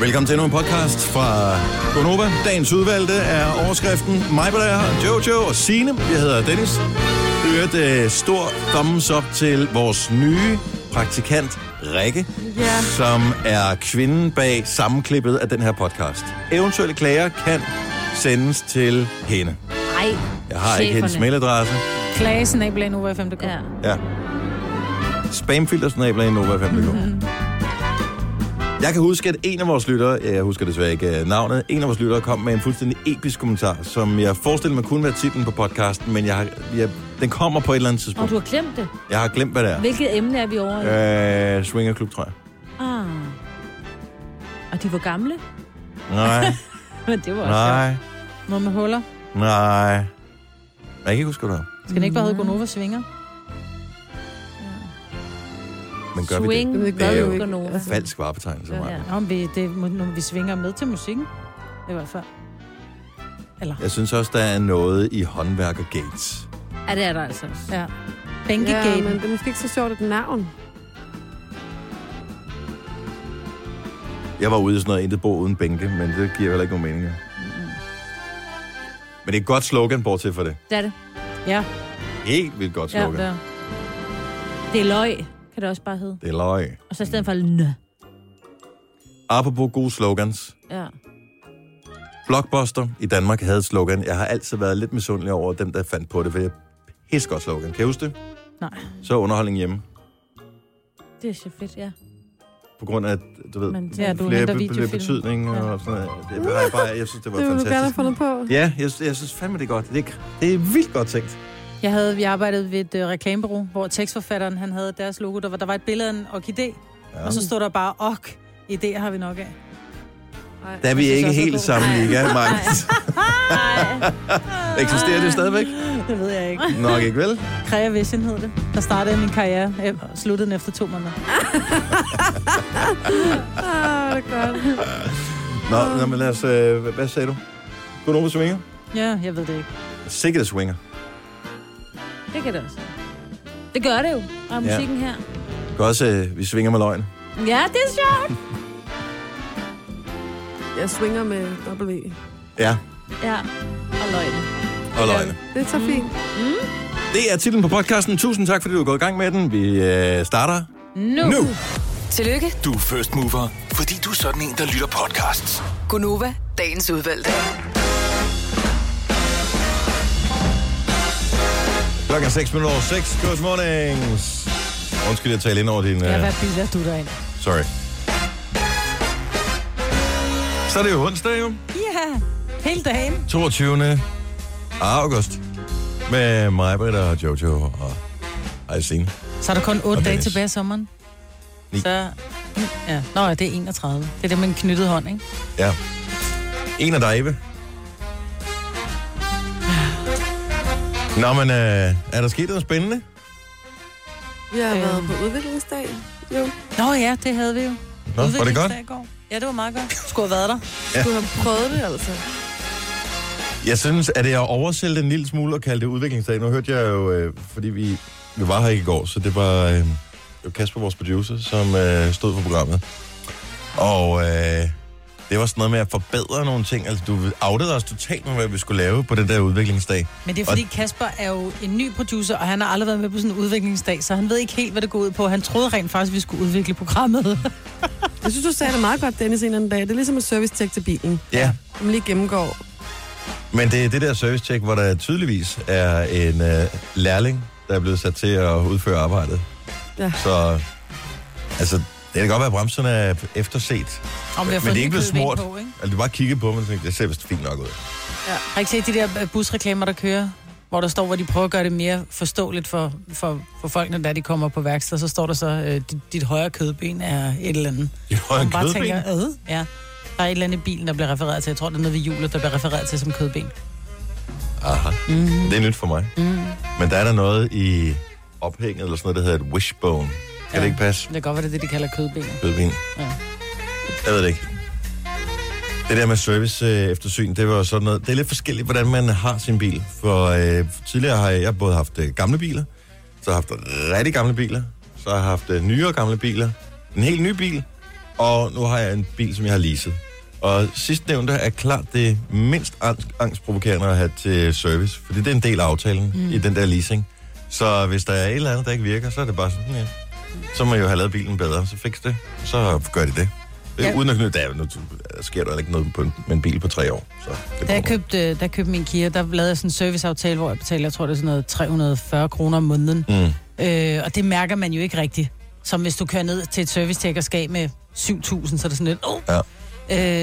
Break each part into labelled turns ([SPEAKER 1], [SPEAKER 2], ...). [SPEAKER 1] Velkommen til endnu en podcast fra Gonova. Dagens udvalgte er overskriften. Mig på der, Jojo og Sine. Jeg hedder Dennis. Hørt øh, stor thumbs up til vores nye praktikant, Rikke,
[SPEAKER 2] Ja.
[SPEAKER 1] som er kvinden bag sammenklippet af den her podcast. Eventuelle klager kan sendes til hende.
[SPEAKER 3] Ej,
[SPEAKER 1] Jeg har ikke hendes mailadresse.
[SPEAKER 3] Klasen af blandt UV5.dk. Ja.
[SPEAKER 1] Ja. Spamfiltersnabla i Nova 5. Mm-hmm. Jeg kan huske, at en af vores lyttere, jeg husker desværre ikke øh, navnet, en af vores lyttere kom med en fuldstændig episk kommentar, som jeg forestiller mig kunne være titlen på podcasten, men jeg har, jeg, den kommer på et eller andet
[SPEAKER 4] Og
[SPEAKER 1] tidspunkt.
[SPEAKER 4] du har glemt det.
[SPEAKER 1] Jeg har glemt, hvad det er.
[SPEAKER 4] Hvilket emne er vi over i?
[SPEAKER 1] Øh, swingerklub, tror jeg.
[SPEAKER 4] Ah. Og de var gamle?
[SPEAKER 1] Nej,
[SPEAKER 4] Men det var også
[SPEAKER 1] nej,
[SPEAKER 3] Noget med huller.
[SPEAKER 1] nej. Jeg kan ikke huske, hvad det
[SPEAKER 3] Skal den ikke bare hedde Gonova Svinger?
[SPEAKER 1] er. Men gør
[SPEAKER 4] Swing,
[SPEAKER 1] vi
[SPEAKER 4] ved
[SPEAKER 1] det?
[SPEAKER 4] ikke,
[SPEAKER 1] Det er
[SPEAKER 4] gør
[SPEAKER 1] jo
[SPEAKER 4] vi ikke. Altså.
[SPEAKER 1] falsk varebetegnelse.
[SPEAKER 4] Ja,
[SPEAKER 1] Ja, ja.
[SPEAKER 4] ja.
[SPEAKER 3] Nå, men vi, det, må- når vi svinger med til musikken. I hvert fald.
[SPEAKER 1] Jeg synes også, der er noget i håndværker Gates.
[SPEAKER 4] Ja, det er der altså. også.
[SPEAKER 3] Ja.
[SPEAKER 2] Ja,
[SPEAKER 3] Bænkegaten.
[SPEAKER 2] men det er måske ikke så sjovt et navn.
[SPEAKER 1] Jeg var ude i sådan noget intet bo uden bænke, men det giver heller ikke nogen mening. ja. Men det er et godt slogan, bortset for det.
[SPEAKER 4] Det er det.
[SPEAKER 3] Ja,
[SPEAKER 1] Helt vildt godt
[SPEAKER 3] ja,
[SPEAKER 1] slogan.
[SPEAKER 3] der.
[SPEAKER 4] Det er løg, kan det også bare hedde.
[SPEAKER 1] Det er løg.
[SPEAKER 4] Og så i stedet for
[SPEAKER 1] Mm.
[SPEAKER 4] nø.
[SPEAKER 1] Apropos gode slogans.
[SPEAKER 4] Ja.
[SPEAKER 1] Blockbuster i Danmark havde et slogan. Jeg har altid været lidt misundelig over dem, der fandt på det, for det er et godt slogan. Kan I huske det?
[SPEAKER 3] Nej.
[SPEAKER 1] Så er underholdning hjemme.
[SPEAKER 4] Det er så fedt, ja.
[SPEAKER 1] På grund af, du ved,
[SPEAKER 4] Men
[SPEAKER 3] Ja, du
[SPEAKER 1] flere
[SPEAKER 3] henter
[SPEAKER 1] be- be-
[SPEAKER 3] videofilm.
[SPEAKER 1] betydning og sådan noget. Det var jeg, bare, jeg synes, det var
[SPEAKER 2] Det ville du gerne have
[SPEAKER 1] fantastisk.
[SPEAKER 2] fundet på.
[SPEAKER 1] Ja, jeg, jeg synes fandme, det er godt. Det er, det er vildt godt tænkt.
[SPEAKER 3] Jeg havde, vi arbejdede ved et øh, reklamebureau, hvor tekstforfatteren han havde deres logo. Der var, der var et billede af en orkidé,
[SPEAKER 1] Ja.
[SPEAKER 3] og så stod der bare, ok, idéer har vi nok af.
[SPEAKER 2] Ej,
[SPEAKER 1] Der er vi
[SPEAKER 2] jeg synes
[SPEAKER 1] ikke
[SPEAKER 2] også,
[SPEAKER 1] helt
[SPEAKER 2] det er
[SPEAKER 1] samme
[SPEAKER 4] Nej.
[SPEAKER 1] liga,
[SPEAKER 4] Nej.
[SPEAKER 1] Marcus. Eksisterer det stadigvæk?
[SPEAKER 3] Det ved jeg ikke.
[SPEAKER 1] Nok ikke, vel?
[SPEAKER 3] Krea Vision hed det. Der startede min karriere, øh, og sluttede den efter to måneder.
[SPEAKER 2] god. Ah, det er godt.
[SPEAKER 1] Nå, nå men lad os... Øh, hvad- hvad sagde du? Godnova swinger?
[SPEAKER 3] Ja, jeg ved det ikke.
[SPEAKER 1] Sikkert det swinger.
[SPEAKER 4] Det kan det også. Det gør det jo. Og musikken her.
[SPEAKER 1] Du kan også, øh, vi svinger med løgn.
[SPEAKER 4] Ja, det er sjovt.
[SPEAKER 2] Jeg swinger med W.
[SPEAKER 1] Ja,
[SPEAKER 4] Ja. Og Mm. løgne.
[SPEAKER 1] og løgne.
[SPEAKER 2] Det er så fint.
[SPEAKER 1] Det er titlen på podcasten. Tusind tak, fordi du er gået i gang med den. Vi øh, starter
[SPEAKER 4] Nu.
[SPEAKER 1] nu.
[SPEAKER 5] Tillykke,
[SPEAKER 6] Du er first mover, fordi du er sådan en, der lytter podcasts.
[SPEAKER 5] Gunova, dagens udvalgte.
[SPEAKER 1] Klokken er 6 minutter over 6. Good mornings. Undskyld, jeg taler ind over din...
[SPEAKER 3] Ja,
[SPEAKER 1] Øh,
[SPEAKER 3] hvad biler du derind?
[SPEAKER 1] sorry. Så er det jo onsdag, jo.
[SPEAKER 3] Ja, hele dagen.
[SPEAKER 1] 22. august. Med mig, Britt og Jojo og Ejsine.
[SPEAKER 3] Så er der kun
[SPEAKER 1] Og
[SPEAKER 3] 8 dage
[SPEAKER 1] Dennis.
[SPEAKER 3] tilbage i sommeren.
[SPEAKER 1] Ni.
[SPEAKER 3] Så, ja. Nå, ja, det er 31. Det er det med en knyttet hånd, ikke?
[SPEAKER 1] Ja. En af dig, Eve. Nå, men øh, er der sket noget spændende?
[SPEAKER 2] Jeg har
[SPEAKER 3] Øhm.
[SPEAKER 2] været på udviklingsdag. Jo,
[SPEAKER 3] Nå ja, det havde vi jo.
[SPEAKER 1] Nå, var det godt?
[SPEAKER 3] Udviklingsdag i går. Ja, det var meget godt. Skulle have været der.
[SPEAKER 2] du har prøvet det altså.
[SPEAKER 1] Jeg synes, at jeg oversælgte en lille smule og kaldte det udviklingsdag. Nu hørte jeg jo, øh, fordi vi, vi var her ikke i går, så det var øh, det var Kasper, vores producer, som øh, stod for programmet. Og øh, det var sådan noget med at forbedre nogle ting. Altså, du outede os totalt med, hvad vi skulle lave på den der udviklingsdag.
[SPEAKER 3] Men det er fordi, Kasper er jo en ny producer, og han har aldrig været med på sådan en udviklingsdag, så han ved ikke helt, hvad det går ud på. Han troede rent faktisk, vi skulle udvikle programmet.
[SPEAKER 2] Jeg synes, du sagde det meget godt, Dennis, en eller anden dag. Det er ligesom et servicetjek til bilen.
[SPEAKER 1] Ja,
[SPEAKER 2] Som lige gennemgår.
[SPEAKER 1] Men det er det der servicetjek, hvor der tydeligvis er en øh, lærling, der er blevet sat til at udføre arbejdet.
[SPEAKER 2] Ja.
[SPEAKER 1] Så altså, det kan godt være, at bremserne er efterset.
[SPEAKER 3] Om vi har
[SPEAKER 1] Men det er ikke blevet smurt.
[SPEAKER 3] På, ikke?
[SPEAKER 1] Altså, du bare kigge på dem og tænkte, det ser vist fint nok ud.
[SPEAKER 3] Har I ikke set de der øh, busreklamer, der kører? Hvor der står, hvor de prøver at gøre det mere forståeligt for, for, for folkene, da de kommer på værksted. Så står der så, øh, dit, dit højre kødben er et eller andet.
[SPEAKER 1] Det var en
[SPEAKER 3] Man bare
[SPEAKER 1] kødben.
[SPEAKER 3] tænker, øh, ja. Der er et eller andet i bilen, der bliver refereret til. Jeg tror, det er noget ved hjulet, der bliver refereret til som kødben.
[SPEAKER 1] Aha.
[SPEAKER 3] Mhm.
[SPEAKER 1] Mm-hmm. Det er nyt for mig. Mm-hmm. Men der er der noget i ophænget, eller sådan noget, der hedder et wishbone. Kan ja.
[SPEAKER 3] Ja.
[SPEAKER 1] det ikke passe?
[SPEAKER 3] Det kan godt være, det er det, de kalder kødben.
[SPEAKER 1] Kødben.
[SPEAKER 3] Ja.
[SPEAKER 1] Jeg ved det ikke. Det der med service øh, eftersyn, det var jo sådan noget. Det er lidt forskelligt, hvordan man har sin bil. For øh, tidligere har jeg, jeg både haft øh, gamle biler, så har jeg haft rigtig gamle biler, så har jeg haft øh, nyere gamle biler, en helt ny bil, og nu har jeg en bil, som jeg har leaset. Og sidstnævnte er klart det mindst angst, angstprovokerende at have til service, fordi det er en del af aftalen mm. i den der leasing. Så hvis der er et eller andet, der ikke virker, så er det bare sådan, ja. Så må jeg jo have lavet bilen bedre, så fix det. Så gør de det. Ja.
[SPEAKER 3] Ja.
[SPEAKER 1] Uden at knytte, der, er jo- nu sker der ikke noget på en, med en bil på tre år. Så det
[SPEAKER 3] Da jeg
[SPEAKER 1] kommer.
[SPEAKER 3] købte, da jeg købte min Kia, der lavede jeg sådan en serviceaftale, hvor jeg betaler, jeg tror det er sådan noget 340 kroner om måneden.
[SPEAKER 1] Mm.
[SPEAKER 3] Øh, og det mærker man jo ikke rigtigt. Som hvis du kører ned til et servicetjek og skal af med 7.000, så er det sådan lidt... Oh.
[SPEAKER 1] Ja.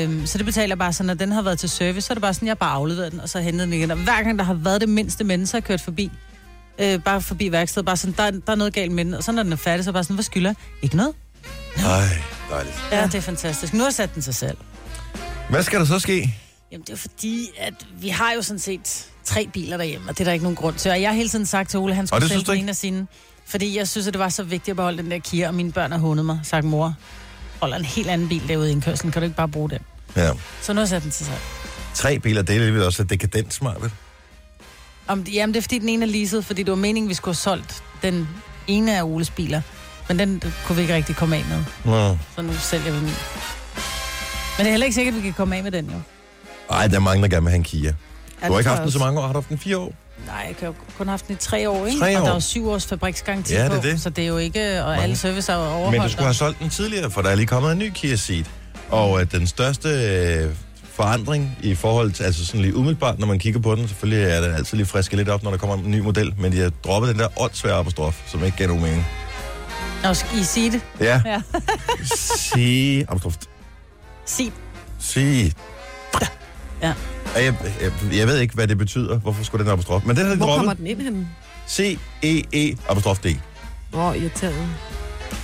[SPEAKER 3] Øhm, så det betaler jeg bare sådan, når den har været til service, så er det bare sådan, jeg har bare afleveret den, og så hentede den igen. Og hver gang der har været det mindste menneske, så har jeg kørt forbi, øh, bare forbi værkstedet, bare sådan, der, er- der er noget galt med den. Og så når den er færdig, så er jeg bare sådan, hvad skylder jeg? Ikke noget.
[SPEAKER 1] Ej, dejligt.
[SPEAKER 3] Ja, det er fantastisk. Nu har jeg sat den sig selv.
[SPEAKER 1] Hvad skal der så ske?
[SPEAKER 3] Jamen, det er fordi, at vi har jo sådan set tre biler derhjemme, og det er der ikke nogen grund til. Og jeg har hele tiden sagt til Ole, at han
[SPEAKER 1] Og
[SPEAKER 3] skulle
[SPEAKER 1] det synes
[SPEAKER 3] sælge
[SPEAKER 1] du
[SPEAKER 3] den
[SPEAKER 1] ikke?
[SPEAKER 3] ene af sine. Fordi jeg synes, at det var så vigtigt at beholde den der Kia, og mine børn har hundet mig. Sagt, mor, holder en helt anden bil derude i indkørslen. Kan du ikke bare bruge den?
[SPEAKER 1] Ja.
[SPEAKER 3] Så nu har jeg sat den til sig.
[SPEAKER 1] Tre biler, det er alligevel også dekadent smart, vel?
[SPEAKER 3] Om, jamen, det er fordi, den ene er leaset, fordi det var meningen, vi skulle have solgt den ene af Oles biler. Men den kunne vi ikke rigtig komme af med,
[SPEAKER 1] Nå.
[SPEAKER 3] så nu sælger vi min. Men det er heller ikke sikkert, at vi kan komme af med den, jo.
[SPEAKER 1] Ej, der er mange, der gerne vil have en Kia.
[SPEAKER 3] Ja,
[SPEAKER 1] Du har
[SPEAKER 3] det
[SPEAKER 1] ikke
[SPEAKER 3] tror
[SPEAKER 1] haft
[SPEAKER 3] jeg
[SPEAKER 1] den så
[SPEAKER 3] også.
[SPEAKER 1] mange år. Har du haft den fire år?
[SPEAKER 3] Nej, jeg har jo kun haft den i tre år, ikke?
[SPEAKER 1] Tre
[SPEAKER 3] Og
[SPEAKER 1] år.
[SPEAKER 3] der er jo syv års fabriksgaranti
[SPEAKER 1] Ja, det er
[SPEAKER 3] på,
[SPEAKER 1] det.
[SPEAKER 3] så det er jo ikke... Og
[SPEAKER 1] Mange.
[SPEAKER 3] alle service er jo overholdt.
[SPEAKER 1] Men du skulle have solgt den tidligere, for der er lige kommet en ny Kia Ceed. Og øh, den største øh, forandring i forhold til, altså sådan lige umiddelbart, når man kigger på den, selvfølgelig er det altid lige friske lidt op, når der kommer en ny model, men de har droppet den der åndssvære apostrof, som ikke gav nogen mening.
[SPEAKER 3] Nå, skal I sige det?
[SPEAKER 1] Ja.
[SPEAKER 3] Ja.
[SPEAKER 1] Sige, apostrof,
[SPEAKER 3] Sig.
[SPEAKER 1] sige.
[SPEAKER 3] Ja.
[SPEAKER 1] Og Jeg, jeg, jeg, ved ikke, hvad det betyder. Hvorfor skulle den apostrof? Men den har de
[SPEAKER 2] Hvor kommer
[SPEAKER 1] droppet.
[SPEAKER 2] den ind henne?
[SPEAKER 1] C-E-E apostrof D.
[SPEAKER 2] Åh, oh, irriterende.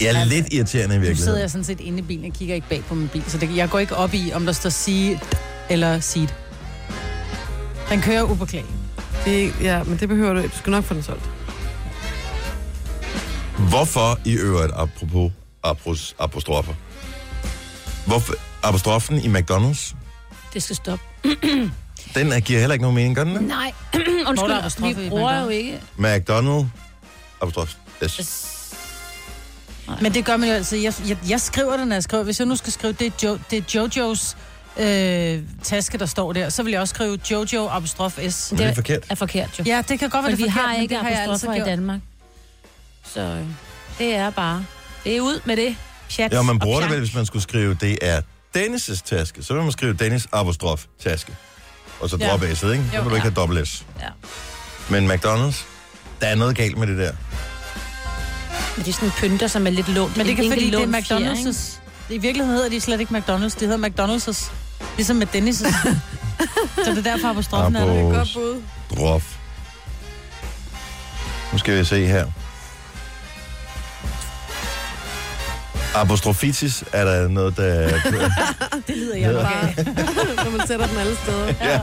[SPEAKER 1] Jeg er lidt irriterende i
[SPEAKER 3] Nu sidder
[SPEAKER 1] virkeligheden.
[SPEAKER 3] jeg sådan set inde i bilen og kigger ikke bag på min bil, så det, jeg går ikke op i, om der står sige eller sit. Den kører upåklagelig.
[SPEAKER 2] Det, ja, men det behøver du. Du skal nok få den solgt.
[SPEAKER 1] Hvorfor i øvrigt, apropos apros, apostrofer, hvorfor, apostrofen i McDonald's,
[SPEAKER 4] Det skal stoppe.
[SPEAKER 1] den er- giver heller ikke nogen mening, gør den det?
[SPEAKER 4] Nej,
[SPEAKER 3] Hvor er der
[SPEAKER 4] undskyld,
[SPEAKER 3] apostrof i,
[SPEAKER 4] vi
[SPEAKER 3] man
[SPEAKER 4] bruger
[SPEAKER 3] gør?
[SPEAKER 4] jo ikke...
[SPEAKER 1] McDonald, apostrof, yes.
[SPEAKER 3] Men det gør man jo altså. Jeg, jeg, jeg skriver det, når jeg skriver. Hvis jeg nu skal skrive, det er, jo, det er Jojos øh, taske, der står der, så vil jeg også skrive Jojo apostrof S.
[SPEAKER 1] Men det er forkert.
[SPEAKER 4] er forkert jo.
[SPEAKER 3] Ja, det kan godt
[SPEAKER 4] Men
[SPEAKER 3] være, det
[SPEAKER 4] vi
[SPEAKER 3] er forkert,
[SPEAKER 4] har
[SPEAKER 3] men
[SPEAKER 4] ikke
[SPEAKER 3] det har jeg altid
[SPEAKER 4] apostrofer i
[SPEAKER 3] gjort.
[SPEAKER 4] Danmark. Så øh, det er bare... Det er ud med det. Pjat.
[SPEAKER 1] Ja, man
[SPEAKER 4] og
[SPEAKER 1] bruger det
[SPEAKER 4] pjank.
[SPEAKER 1] vel, hvis man skulle skrive, det er Dennis' taske, så vil man skrive Dennis apostrof taske. Og så
[SPEAKER 3] Ja.
[SPEAKER 1] drop S'et, ikke? Så
[SPEAKER 4] Jo,
[SPEAKER 1] kan du ikke
[SPEAKER 4] ja.
[SPEAKER 1] have dobbelt S.
[SPEAKER 4] Ja.
[SPEAKER 1] Men McDonald's, der er noget galt med det der.
[SPEAKER 4] Men det er sådan pynter, som er lidt lånt.
[SPEAKER 3] Men det
[SPEAKER 4] En
[SPEAKER 3] kan
[SPEAKER 4] enkelt
[SPEAKER 3] fordi, det er
[SPEAKER 4] lånt fjer, ikke?
[SPEAKER 3] McDonald's. I virkeligheden hedder de slet ikke McDonald's, de hedder McDonald's. Ligesom med Dennis'. så det er derfor apostrofen er der.
[SPEAKER 1] Apos-
[SPEAKER 2] Godt bud.
[SPEAKER 1] Drof. Nu skal vi se her. Apostrofitis er der noget, der...
[SPEAKER 3] Det lider jeg bare.
[SPEAKER 2] Når man sætter den alle steder.
[SPEAKER 1] ja.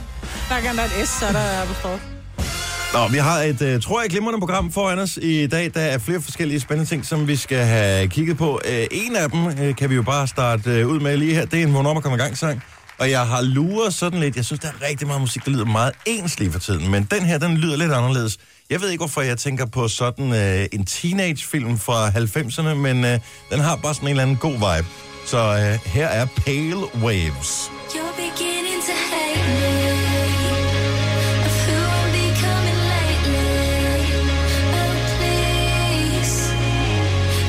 [SPEAKER 3] Hver gang der er et S, så er der apostrof.
[SPEAKER 1] Nå, vi har et, øh, tror jeg, glimrende program foran os i dag. Der er flere forskellige spændende ting, som vi skal have kigget på. Øh, en af dem øh, kan vi jo bare starte øh, ud med lige her. Det er en Vågn op og kom i gang sang. Og jeg har luret sådan lidt. Jeg synes, der er rigtig meget musik, der lyder meget ens lige for tiden. Men den her, den lyder lidt anderledes. Jeg ved ikke, hvorfor jeg tænker på sådan øh, en teenagefilm fra 90'erne, men øh, den har bare sådan en eller anden god vibe. Så øh, her er Pale Waves.
[SPEAKER 7] You're beginning to hate me. Of who I'm becoming lately. Oh, please.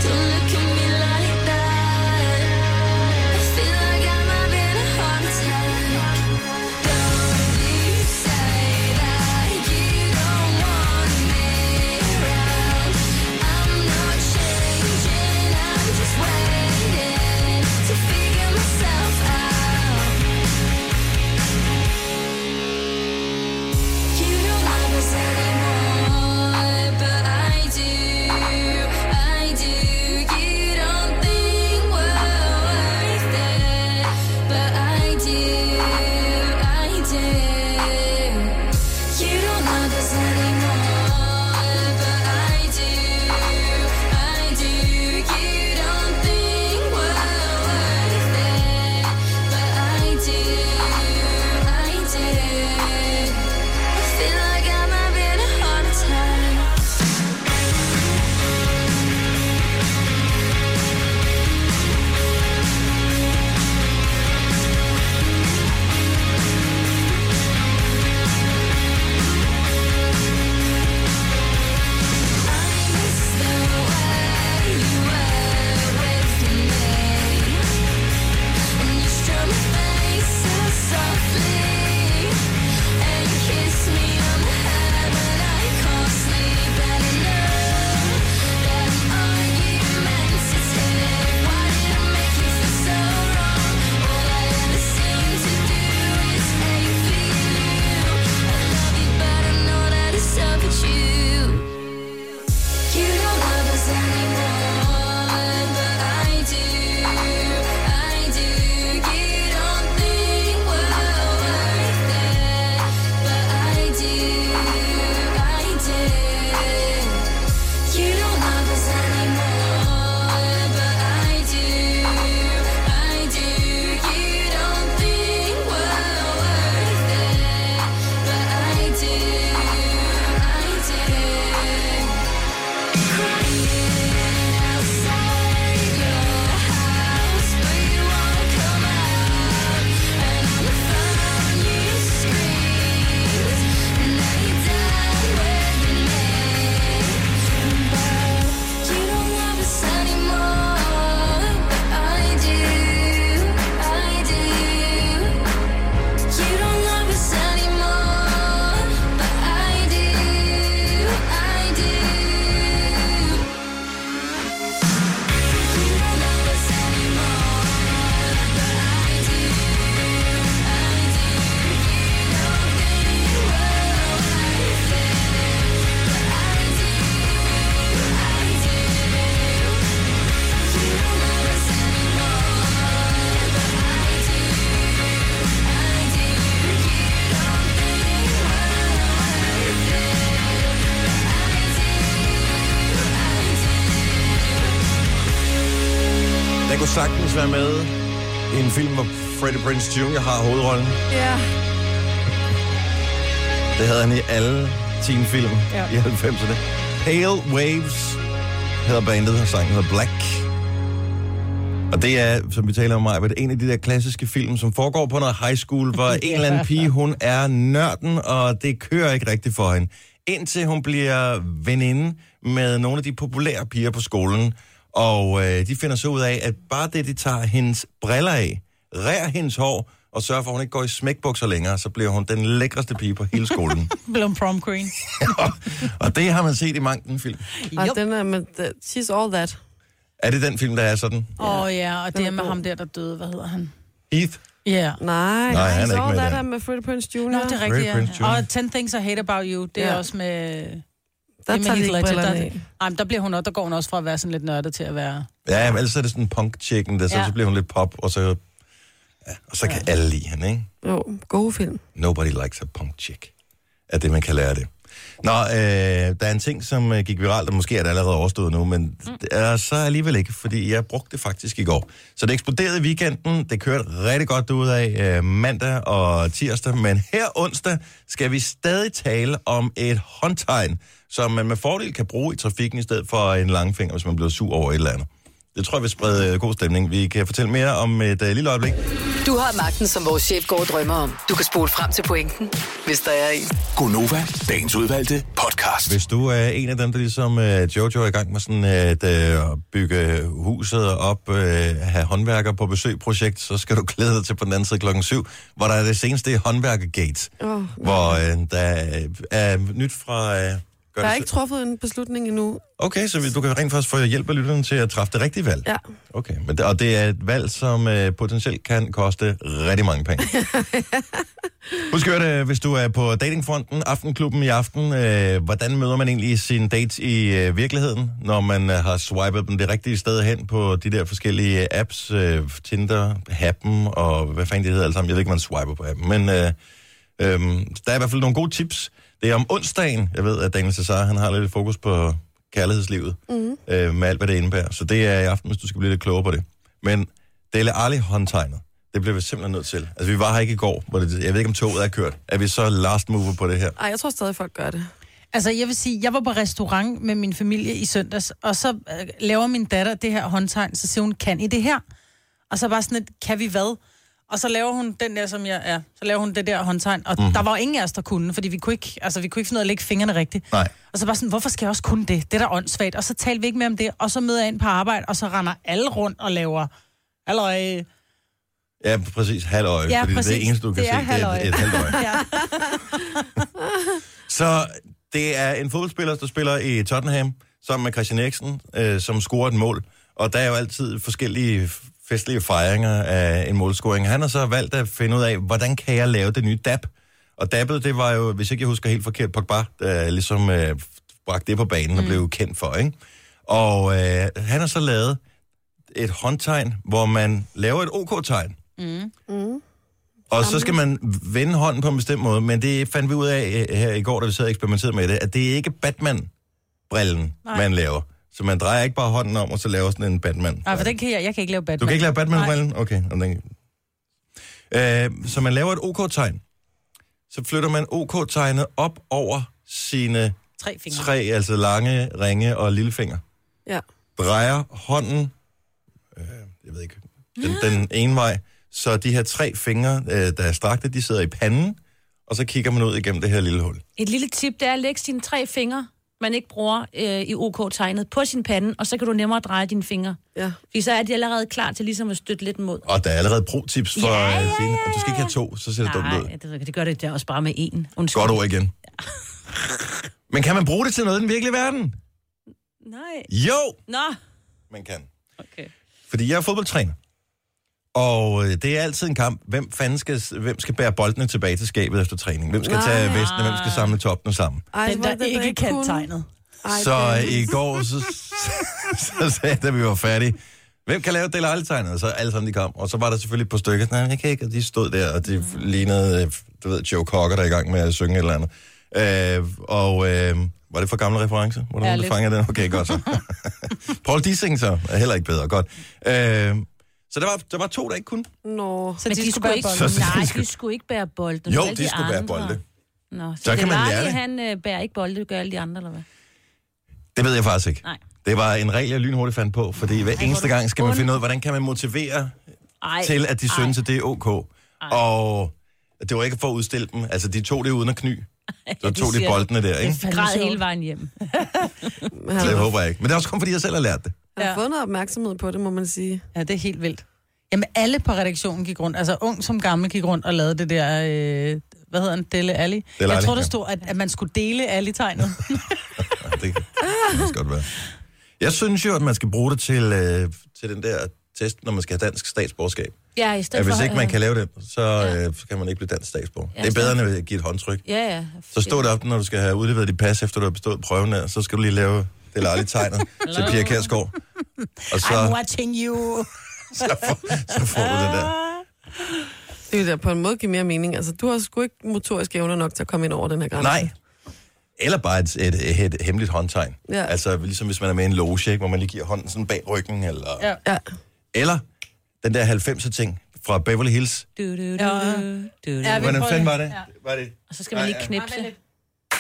[SPEAKER 7] Don't look at me like that. I feel like I'm having a heart attack. Don't you say that you don't want me around. I'm not changing. I'm just waiting to figure myself out. You don't love us anymore, but I do, I do. You don't love us anymore, but I do, I do. You don't think you were worth it, but I do, I do. You don't love us anymore, but I do, I do. You don't think you were worth it.
[SPEAKER 1] Den kunne sagtens være med i en film, hvor Freddie Prinze Jr. har hovedrollen.
[SPEAKER 4] Ja.
[SPEAKER 1] Det havde han i alle teenfilm ja.
[SPEAKER 4] Ja.
[SPEAKER 1] i 90'erne. Pale Waves hedder bandet, og sangen hedder Black. Og det er, som vi taler om mig, en af de der klassiske film, som foregår på noget high school, hvor en eller anden pige, hun er nørden, og det kører ikke rigtigt for hende. Indtil hun bliver veninde med nogle af de populære piger på skolen, og øh, de finder så ud af, at bare det, de tager hendes briller af, rærer hendes hår, og sørger for, at hun ikke går i smækbukser længere, så bliver hun den lækreste pige på hele skolen.
[SPEAKER 3] Blom prom queen.
[SPEAKER 1] og det har man set i manken film.
[SPEAKER 2] Og den er med, the- she's all that.
[SPEAKER 1] Er det den film, der er sådan?
[SPEAKER 3] Åh oh, ja, og
[SPEAKER 2] Den
[SPEAKER 3] det
[SPEAKER 2] er
[SPEAKER 3] er med
[SPEAKER 2] god.
[SPEAKER 3] ham der, der døde. Hvad hedder han?
[SPEAKER 1] Heath?
[SPEAKER 3] Ja.
[SPEAKER 2] Nej,
[SPEAKER 1] Nej, han er
[SPEAKER 2] she's
[SPEAKER 1] ikke
[SPEAKER 2] all
[SPEAKER 1] med i
[SPEAKER 2] that
[SPEAKER 1] den.
[SPEAKER 2] er med Freddie Prinze Jr.
[SPEAKER 3] Nå, det er
[SPEAKER 1] Ray Prince
[SPEAKER 3] rigtigt,
[SPEAKER 1] Jr.
[SPEAKER 3] ja. Og 10 Things I Hate About You, det er
[SPEAKER 2] Ja.
[SPEAKER 3] også med...
[SPEAKER 2] der
[SPEAKER 3] Jamen,
[SPEAKER 2] tager de
[SPEAKER 3] Heath
[SPEAKER 2] ikke
[SPEAKER 3] Ledger,
[SPEAKER 2] brillerne
[SPEAKER 3] der-
[SPEAKER 2] af.
[SPEAKER 3] Ej, men der bliver hun også, der går hun også fra at være sådan lidt nørdet til at være...
[SPEAKER 1] Ja, men ellers er det sådan punk chicken der så, ja.
[SPEAKER 3] Ja.
[SPEAKER 1] så bliver hun lidt pop, og så, ja, og så kan ja. alle lide hende, ikke?
[SPEAKER 2] Jo, gode film.
[SPEAKER 1] Nobody likes a punk chick, er det, man kan lære af det. Nå, øh, der er en ting, som øh, gik viralt, og måske er det allerede overstået nu, men det er så alligevel ikke, fordi jeg brugte det faktisk i går. Så det eksploderede i weekenden, det kørte rigtig godt ud af øh, mandag og tirsdag, men her onsdag skal vi stadig tale om et håndtegn, som man med fordel kan bruge i trafikken i stedet for en langfinger, hvis man bliver sur over et eller andet. Det tror jeg vil sprede øh, god stemning. Vi kan fortælle mere om et øh, lille øjeblik.
[SPEAKER 5] Du har magten, som vores chef går og drømmer om. Du kan spole frem til pointen, hvis der er en.
[SPEAKER 6] Gonova, dagens udvalgte podcast.
[SPEAKER 1] Hvis du er en af dem, der ligesom øh, Jojo er i gang med sådan øh, at øh, bygge huset op, øh, have håndværker på besøg-projekt, så skal du glæde dig til på den anden side klokken syv, hvor der er det seneste håndværkergate,
[SPEAKER 2] Åh,
[SPEAKER 1] hvor øh, der er nyt fra... Øh, gør
[SPEAKER 2] Der er
[SPEAKER 1] det
[SPEAKER 2] ikke
[SPEAKER 1] selv.
[SPEAKER 2] truffet en beslutning endnu.
[SPEAKER 1] Okay, så vi- du kan rent faktisk få hjælp af lytterne til at træffe det rigtige valg.
[SPEAKER 2] Ja.
[SPEAKER 1] Okay, men, det- og det er et valg, som øh, potentielt kan koste rigtig mange penge. Husk at høre det, hvis du er på datingfronten, Aftenklubben i aften. Øh, hvordan møder man egentlig sin date i øh, virkeligheden, når man øh, har swipet den det rigtige sted hen på de der forskellige apps? Øh, Tinder, Happen og hvad fanden det hedder alle sammen. Jeg ved ikke, om man swiper på Happen, men... Øh, Øhm, der er i hvert fald nogle gode tips. Det er om onsdagen. Jeg ved, at Daniel Cesar, han har lidt fokus på kærlighedslivet. Mm. Øh, med alt, hvad det indebærer. Så det er i aften, hvis du skal blive lidt klogere på det. Men Dele Alli håndtegnet. Det bliver vi simpelthen nødt til. Altså, vi var her ikke i går. Hvor det, jeg ved ikke, om toget er kørt. Er vi så last mover på det her?
[SPEAKER 2] Ej, jeg tror stadig, folk gør det.
[SPEAKER 3] Altså, jeg vil sige, jeg var på restaurant med min familie i søndags, og så øh, laver min datter det her håndtegn, så siger hun, kan I det her? Og så bare sådan et, kan vi hvad? Og så laver hun den der, som jeg er. Så laver hun det der håndtegn. Og
[SPEAKER 1] Mhm.
[SPEAKER 3] mm. der var jo ingen af os, der kunne, fordi vi kunne ikke, altså, vi kunne ikke finde ud af at lægge fingrene rigtigt.
[SPEAKER 1] Nej.
[SPEAKER 3] Og så bare sådan, hvorfor skal jeg også kunne det? Det er da åndssvagt. Og så talte vi ikke mere om det, og så møder jeg ind på arbejde, og så render alle rundt og laver... Allerede.
[SPEAKER 1] Ja, præcis. Halvøje.
[SPEAKER 3] Ja,
[SPEAKER 1] fordi det er
[SPEAKER 3] præcis.
[SPEAKER 1] det eneste, du kan
[SPEAKER 3] Det
[SPEAKER 1] se.
[SPEAKER 3] er
[SPEAKER 1] Det er et,
[SPEAKER 3] halvøje.
[SPEAKER 1] et halvøje.
[SPEAKER 3] Ja.
[SPEAKER 1] Så det er en fodboldspiller, der spiller i Tottenham, sammen med Christian Eriksen, øh, som scorer et mål. Og der er jo altid forskellige festlige fejringer af en målscoring. Han har så valgt at finde ud af, hvordan kan jeg lave det nye dab? Og dabbet, det var jo, hvis ikke jeg husker helt forkert, Pogba, der ligesom øh, bragte det på banen og blev kendt for, ikke? Og øh, han har så lavet et håndtegn, hvor man laver et OK-tegn.
[SPEAKER 3] Mm.
[SPEAKER 2] Mm.
[SPEAKER 1] Og så skal man vende hånden på en bestemt måde, men det fandt vi ud af øh, her i går, da vi sad og eksperimenterede med det, at det er ikke Batman-brillen,
[SPEAKER 3] Nej.
[SPEAKER 1] man laver. Så man drejer ikke bare hånden om, og så laver sådan en Batman.
[SPEAKER 3] Nej, for den kan jeg, jeg kan ikke lave Batman.
[SPEAKER 1] Du kan ikke lave Batman-brillen? Okay. om den- Øh, så man laver et OK-tegn. Så flytter man OK-tegnet op over sine
[SPEAKER 3] Tre fingre.
[SPEAKER 1] Tre, altså lange, ringe og lillefinger.
[SPEAKER 2] Ja.
[SPEAKER 1] Drejer hånden, øh, jeg ved ikke, den, den ene vej. Så de her tre fingre, øh, der er strakte, de sidder i panden, og så kigger man ud igennem det her lille hul.
[SPEAKER 4] Et lille tip, det er at lægge sine tre fingre, man ikke bruger øh, i OK-tegnet, på sin pande, og så kan du nemmere dreje dine fingre.
[SPEAKER 2] Ja.
[SPEAKER 4] Fordi så er de allerede klar til ligesom at støtte lidt mod.
[SPEAKER 1] Og der er allerede pro-tips for
[SPEAKER 4] Ja, ja,
[SPEAKER 1] øh,
[SPEAKER 4] ja,
[SPEAKER 1] Signe. Og Du skal ikke have to, så ser det dumt ud.
[SPEAKER 4] Nej, det, det gør det der også bare med én. Undskyld.
[SPEAKER 1] Godt ord igen. Men kan man bruge det til noget i den virkelige verden?
[SPEAKER 4] Nej.
[SPEAKER 1] Jo,
[SPEAKER 4] Nå.
[SPEAKER 1] man kan.
[SPEAKER 4] Okay.
[SPEAKER 1] Fordi jeg er fodboldtræner. Og øh, det er altid en kamp. Hvem fanden skal, hvem skal bære boldene tilbage til skabet efter træning? Hvem skal
[SPEAKER 2] Nej.
[SPEAKER 1] tage vesten, og hvem skal samle toppene sammen?
[SPEAKER 2] Ej,
[SPEAKER 3] Den,
[SPEAKER 2] hvor er
[SPEAKER 3] der
[SPEAKER 2] det da
[SPEAKER 3] ikke kan
[SPEAKER 2] cool.
[SPEAKER 3] tegnet.
[SPEAKER 2] Ej,
[SPEAKER 1] Så øh,
[SPEAKER 2] det-
[SPEAKER 1] i går, så, så sagde jeg, da vi var færdige, hvem kan lave Dele tegnet Og så alle sammen, de kom. Og så var der selvfølgelig et par stykker, sådan, "Nej, jeg kan ikke, og de stod der, og de lignede, øh, du ved, Joe Cocker, der er i gang med at synge et eller andet. Øh, og øh, var det for gamle reference? Var der nogen, der
[SPEAKER 3] lidt.
[SPEAKER 1] fangede den? Okay, godt så. Paul Dissing så er heller ikke bedre, godt. Øh, så der var, der var to, der ikke kunne.
[SPEAKER 2] Nå.
[SPEAKER 3] Så
[SPEAKER 4] Men de, de skulle,
[SPEAKER 3] bære
[SPEAKER 4] ikke,
[SPEAKER 3] bolden.
[SPEAKER 1] bolden. Så de
[SPEAKER 4] nej,
[SPEAKER 1] skulle-
[SPEAKER 4] de skulle ikke bære bolden.
[SPEAKER 1] Jo,
[SPEAKER 4] Alle
[SPEAKER 1] de skulle bære
[SPEAKER 4] andre.
[SPEAKER 1] bolde.
[SPEAKER 4] Nå, så,
[SPEAKER 1] Så
[SPEAKER 4] så det
[SPEAKER 1] kan
[SPEAKER 4] kan
[SPEAKER 1] man
[SPEAKER 4] man
[SPEAKER 1] lære det.
[SPEAKER 4] han øh, bærer ikke bolde, det gør alle de andre, eller hvad?
[SPEAKER 1] Det ved jeg faktisk ikke.
[SPEAKER 4] Nej.
[SPEAKER 1] Det var en regel, jeg lynhurtigt fandt på, fordi hver eneste gang skal man finde ud af, hvordan kan man motivere
[SPEAKER 4] Ej,
[SPEAKER 1] til, at de synes, at det er ok. Og det var ikke for at udstille dem. Altså, de tog det uden at kny. Så
[SPEAKER 4] de
[SPEAKER 1] tog de
[SPEAKER 4] siger-
[SPEAKER 1] boldene der, ikke?
[SPEAKER 3] fandme
[SPEAKER 4] græd
[SPEAKER 3] sjovt.
[SPEAKER 4] hele vejen hjem.
[SPEAKER 2] Han
[SPEAKER 1] Så det
[SPEAKER 2] har,
[SPEAKER 1] håber jeg ikke. Men det er også kun, fordi jeg selv har lært det.
[SPEAKER 2] han har fået noget opmærksomhed på det, må man sige.
[SPEAKER 3] Ja, det er helt vildt. Jamen, alle på redaktionen gik rundt, altså ung som gammel gik rundt og lavede det der, øh, hvad hedder den, Delle Alli.
[SPEAKER 1] Delle
[SPEAKER 3] jeg
[SPEAKER 1] Alli,
[SPEAKER 3] tror, der
[SPEAKER 1] ja.
[SPEAKER 3] stod, at, at man skulle dele Alli-tegnet.
[SPEAKER 1] Ja, det kan det kan også godt være. Jeg synes jo, at man skal bruge det til, øh, til den der test, når man skal have dansk statsborgerskab.
[SPEAKER 4] Ja, i stedet
[SPEAKER 1] At hvis
[SPEAKER 4] for,
[SPEAKER 1] ikke man
[SPEAKER 4] øh,
[SPEAKER 1] kan lave det, så øh, så kan man ikke blive dansk statsborger.
[SPEAKER 4] Ja,
[SPEAKER 1] Det er
[SPEAKER 4] så-
[SPEAKER 1] bedre, end at give et håndtryk.
[SPEAKER 4] Ja, ja.
[SPEAKER 1] Så stod det op, når du skal have udleveret dit pas, efter du har bestået prøven der, så skal du lige lave det lejlige tegnet til Pia Kærsgaard. Og
[SPEAKER 3] I'm
[SPEAKER 1] så,
[SPEAKER 3] watching you.
[SPEAKER 1] så, får, så får du det der.
[SPEAKER 2] Det vil da på en måde give mere mening. Altså, du har sgu ikke motoriske evner nok til at komme ind over den her grænse.
[SPEAKER 1] Nej. Eller bare et, et, et, et hemmeligt håndtegn. Ja.
[SPEAKER 2] Ja.
[SPEAKER 1] Altså ligesom hvis man er med i en loge, ikke, hvor man lige giver hånden sådan bag ryggen. Eller, ja.
[SPEAKER 3] Ja.
[SPEAKER 2] Ja.
[SPEAKER 1] eller den der 90'er ting fra Beverly Hills.
[SPEAKER 4] Du, du, du, du,
[SPEAKER 3] Ja.
[SPEAKER 4] du.
[SPEAKER 3] Ja, vi
[SPEAKER 1] Hvordan
[SPEAKER 3] prøver
[SPEAKER 1] fanden
[SPEAKER 3] det.
[SPEAKER 1] var det? Ja. Var det
[SPEAKER 4] Og så skal man lige knipse.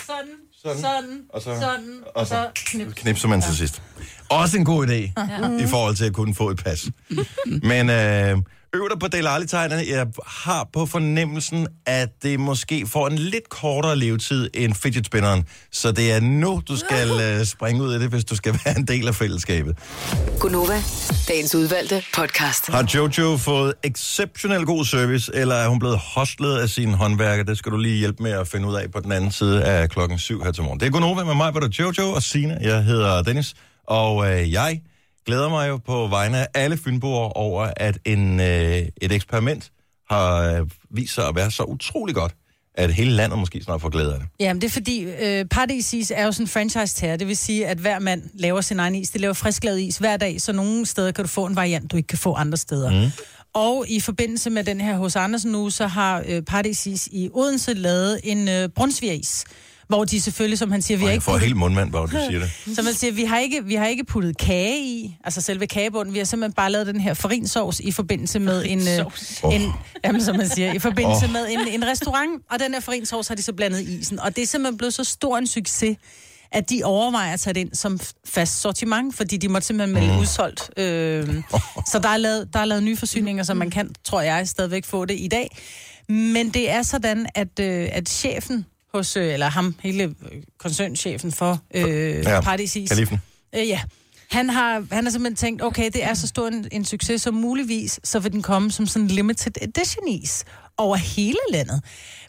[SPEAKER 3] Sådan,
[SPEAKER 1] Sådan.
[SPEAKER 3] sådan,
[SPEAKER 1] Og så-
[SPEAKER 3] sådan,
[SPEAKER 1] og så-
[SPEAKER 3] knips.
[SPEAKER 1] knipser man til sidst? Også en god idé, i forhold til at kunne få et pas. Men øh, øv dig på Dale Arli-tegnerne. Jeg har på fornemmelsen, at det måske får en lidt kortere levetid end fidget spinneren. Så det er nu, du skal øh, springe ud af det, hvis du skal være en del af fællesskabet.
[SPEAKER 5] Gunova, dagens udvalgte podcast.
[SPEAKER 1] Har Jojo fået exceptionel god service, eller er hun blevet hostlet af sine håndværker? Det skal du lige hjælpe med at finde ud af på den anden side af klokken 7 her til morgen. Det er Gunova med mig, hvor der Jojo og Sina. Jeg hedder Dennis, og øh, jeg glæder mig jo på vegne af alle fynboer over, at en, øh, et eksperiment har øh, vist sig at være så utrolig godt, at hele landet måske snart får glæde af det.
[SPEAKER 3] Jamen, det er fordi, øh, Paradis Is er jo sådan en franchise-terre. Det vil sige, at hver mand laver sin egen is. De laver frisklavet is hver dag, så nogle steder kan du få en variant, du ikke kan få andre steder. Mm. Og i forbindelse med den her hos Andersen nu, så har øh, Paradis Is i Odense lavet en øh, brunsvigeris. Hvor de selvfølgelig, som han siger, vi har
[SPEAKER 1] Og jeg
[SPEAKER 3] ikke
[SPEAKER 1] får
[SPEAKER 3] puttet-
[SPEAKER 1] helt mundmand, hvor du siger det.
[SPEAKER 3] Så man siger, vi har, ikke, vi har ikke puttet kage i, altså selve kagebunden. Vi har simpelthen bare lavet den her farinsovs i forbindelse med en...
[SPEAKER 1] Åh.
[SPEAKER 3] Øh, en jamen, som man siger, i forbindelse
[SPEAKER 1] Åh.
[SPEAKER 3] oh. med en, en restaurant. Og den her farinsovs har de så blandet i isen. Og det er simpelthen blevet så stor en succes, at de overvejer at tage det ind som fast sortiment, fordi de måtte simpelthen melde
[SPEAKER 1] Mm.
[SPEAKER 3] udsolgt. Øh, så der er, lavet, der er lavet nye forsyninger, som man kan, tror jeg, stadigvæk få det i dag. Men det er sådan, at, øh, at chefen hos, øh, eller ham, hele øh, koncernchefen for øh,
[SPEAKER 1] Ja,
[SPEAKER 3] ja, Paradis Is,
[SPEAKER 1] Kalifen.
[SPEAKER 3] øh, ja. Han har, han har simpelthen tænkt, okay, det er så stor en, en succes som muligvis, så vil den komme som sådan en limited edition is over hele landet.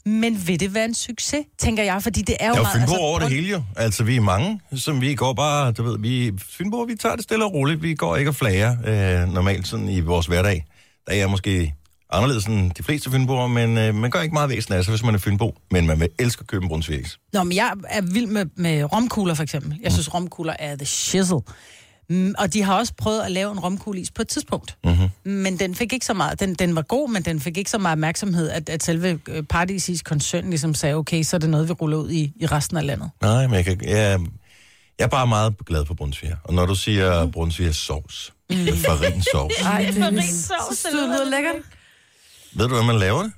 [SPEAKER 3] Men vil det være en succes, tænker jeg, fordi det er jo
[SPEAKER 1] Der er jo
[SPEAKER 3] meget... altså,
[SPEAKER 1] Fynbo over det hele jo. Altså, vi er mange, som vi går bare, du ved, vi Fynbo, vi tager det stille og roligt. Vi går ikke og flager øh, normalt sådan i vores hverdag. Der er jeg måske anderledes end de fleste Fynboer, men øh, man gør ikke meget væsen af sig, hvis man er Fynbo. Men man vil elske at købe en brunsvigs.
[SPEAKER 3] Nå, men jeg er vild med, med romkugler, for eksempel. Jeg synes, romkugler er the shizzle. Mm, og de har også prøvet at lave en romkuglis på et tidspunkt. Mm-hmm. Men den fik ikke så meget. Den, den var god, men den fik ikke så meget opmærksomhed, at, at selve øh, Paradisis koncern ligesom sagde, okay, så er det noget, vi ruller ud i, i resten af landet.
[SPEAKER 1] Nej, men jeg, kan, jeg, jeg er bare meget glad for brunsviger. Og når du siger mm. brunsviger sovs,
[SPEAKER 2] Mm.
[SPEAKER 1] med farinsovs,
[SPEAKER 2] Ej, det er
[SPEAKER 4] Farinsovs,
[SPEAKER 2] så det lyder lækkert.
[SPEAKER 1] ved du, hvordan man laver det?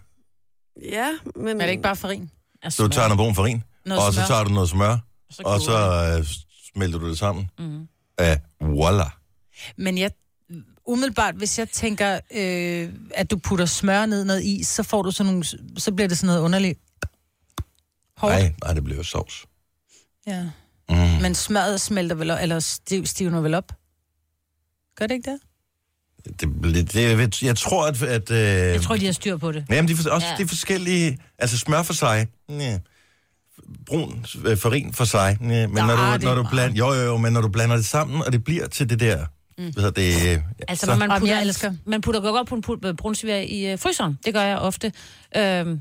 [SPEAKER 2] Ja, men...
[SPEAKER 3] Er det ikke bare farin?
[SPEAKER 1] Så du tager noget brun farin,
[SPEAKER 3] Noget
[SPEAKER 1] og så
[SPEAKER 3] smør.
[SPEAKER 1] tager du noget smør,
[SPEAKER 4] så
[SPEAKER 1] og
[SPEAKER 4] koger
[SPEAKER 1] så øh, smelter du det sammen.
[SPEAKER 4] Mhm.
[SPEAKER 1] Ja, voila.
[SPEAKER 3] Men jeg, umiddelbart, hvis jeg tænker, øh, at du putter smør ned i noget is, så får du sådan nogle, så bliver det sådan noget underligt. Hårdt.
[SPEAKER 1] Nej, nej, det bliver jo sovs.
[SPEAKER 3] Ja.
[SPEAKER 1] Mm.
[SPEAKER 3] Men smøret smelter vel op, eller stiv, stivner vel op? Gør det ikke det?
[SPEAKER 1] Det, det, det, jeg tror, at... at øh,
[SPEAKER 4] Jeg tror, de har styr på det.
[SPEAKER 1] Jamen, de, er for- også ja.
[SPEAKER 4] Ja.
[SPEAKER 1] de forskellige... Altså, smør for sig. Næh. Brun øh, farin for sig. Næh. Men når
[SPEAKER 3] er
[SPEAKER 1] du,
[SPEAKER 3] det
[SPEAKER 1] når du
[SPEAKER 3] meget.
[SPEAKER 1] blander, jo, jo, jo, men når du blander det sammen, og det bliver til det der... Mm. Hvad hedder det? øh, Ja,
[SPEAKER 4] Altså,
[SPEAKER 1] så,
[SPEAKER 4] når man
[SPEAKER 3] Jamen,
[SPEAKER 4] putter,
[SPEAKER 3] jeg elsker.
[SPEAKER 4] man putter godt på en put, øh, brunsviger i øh, fryseren. Det gør jeg ofte. Øhm,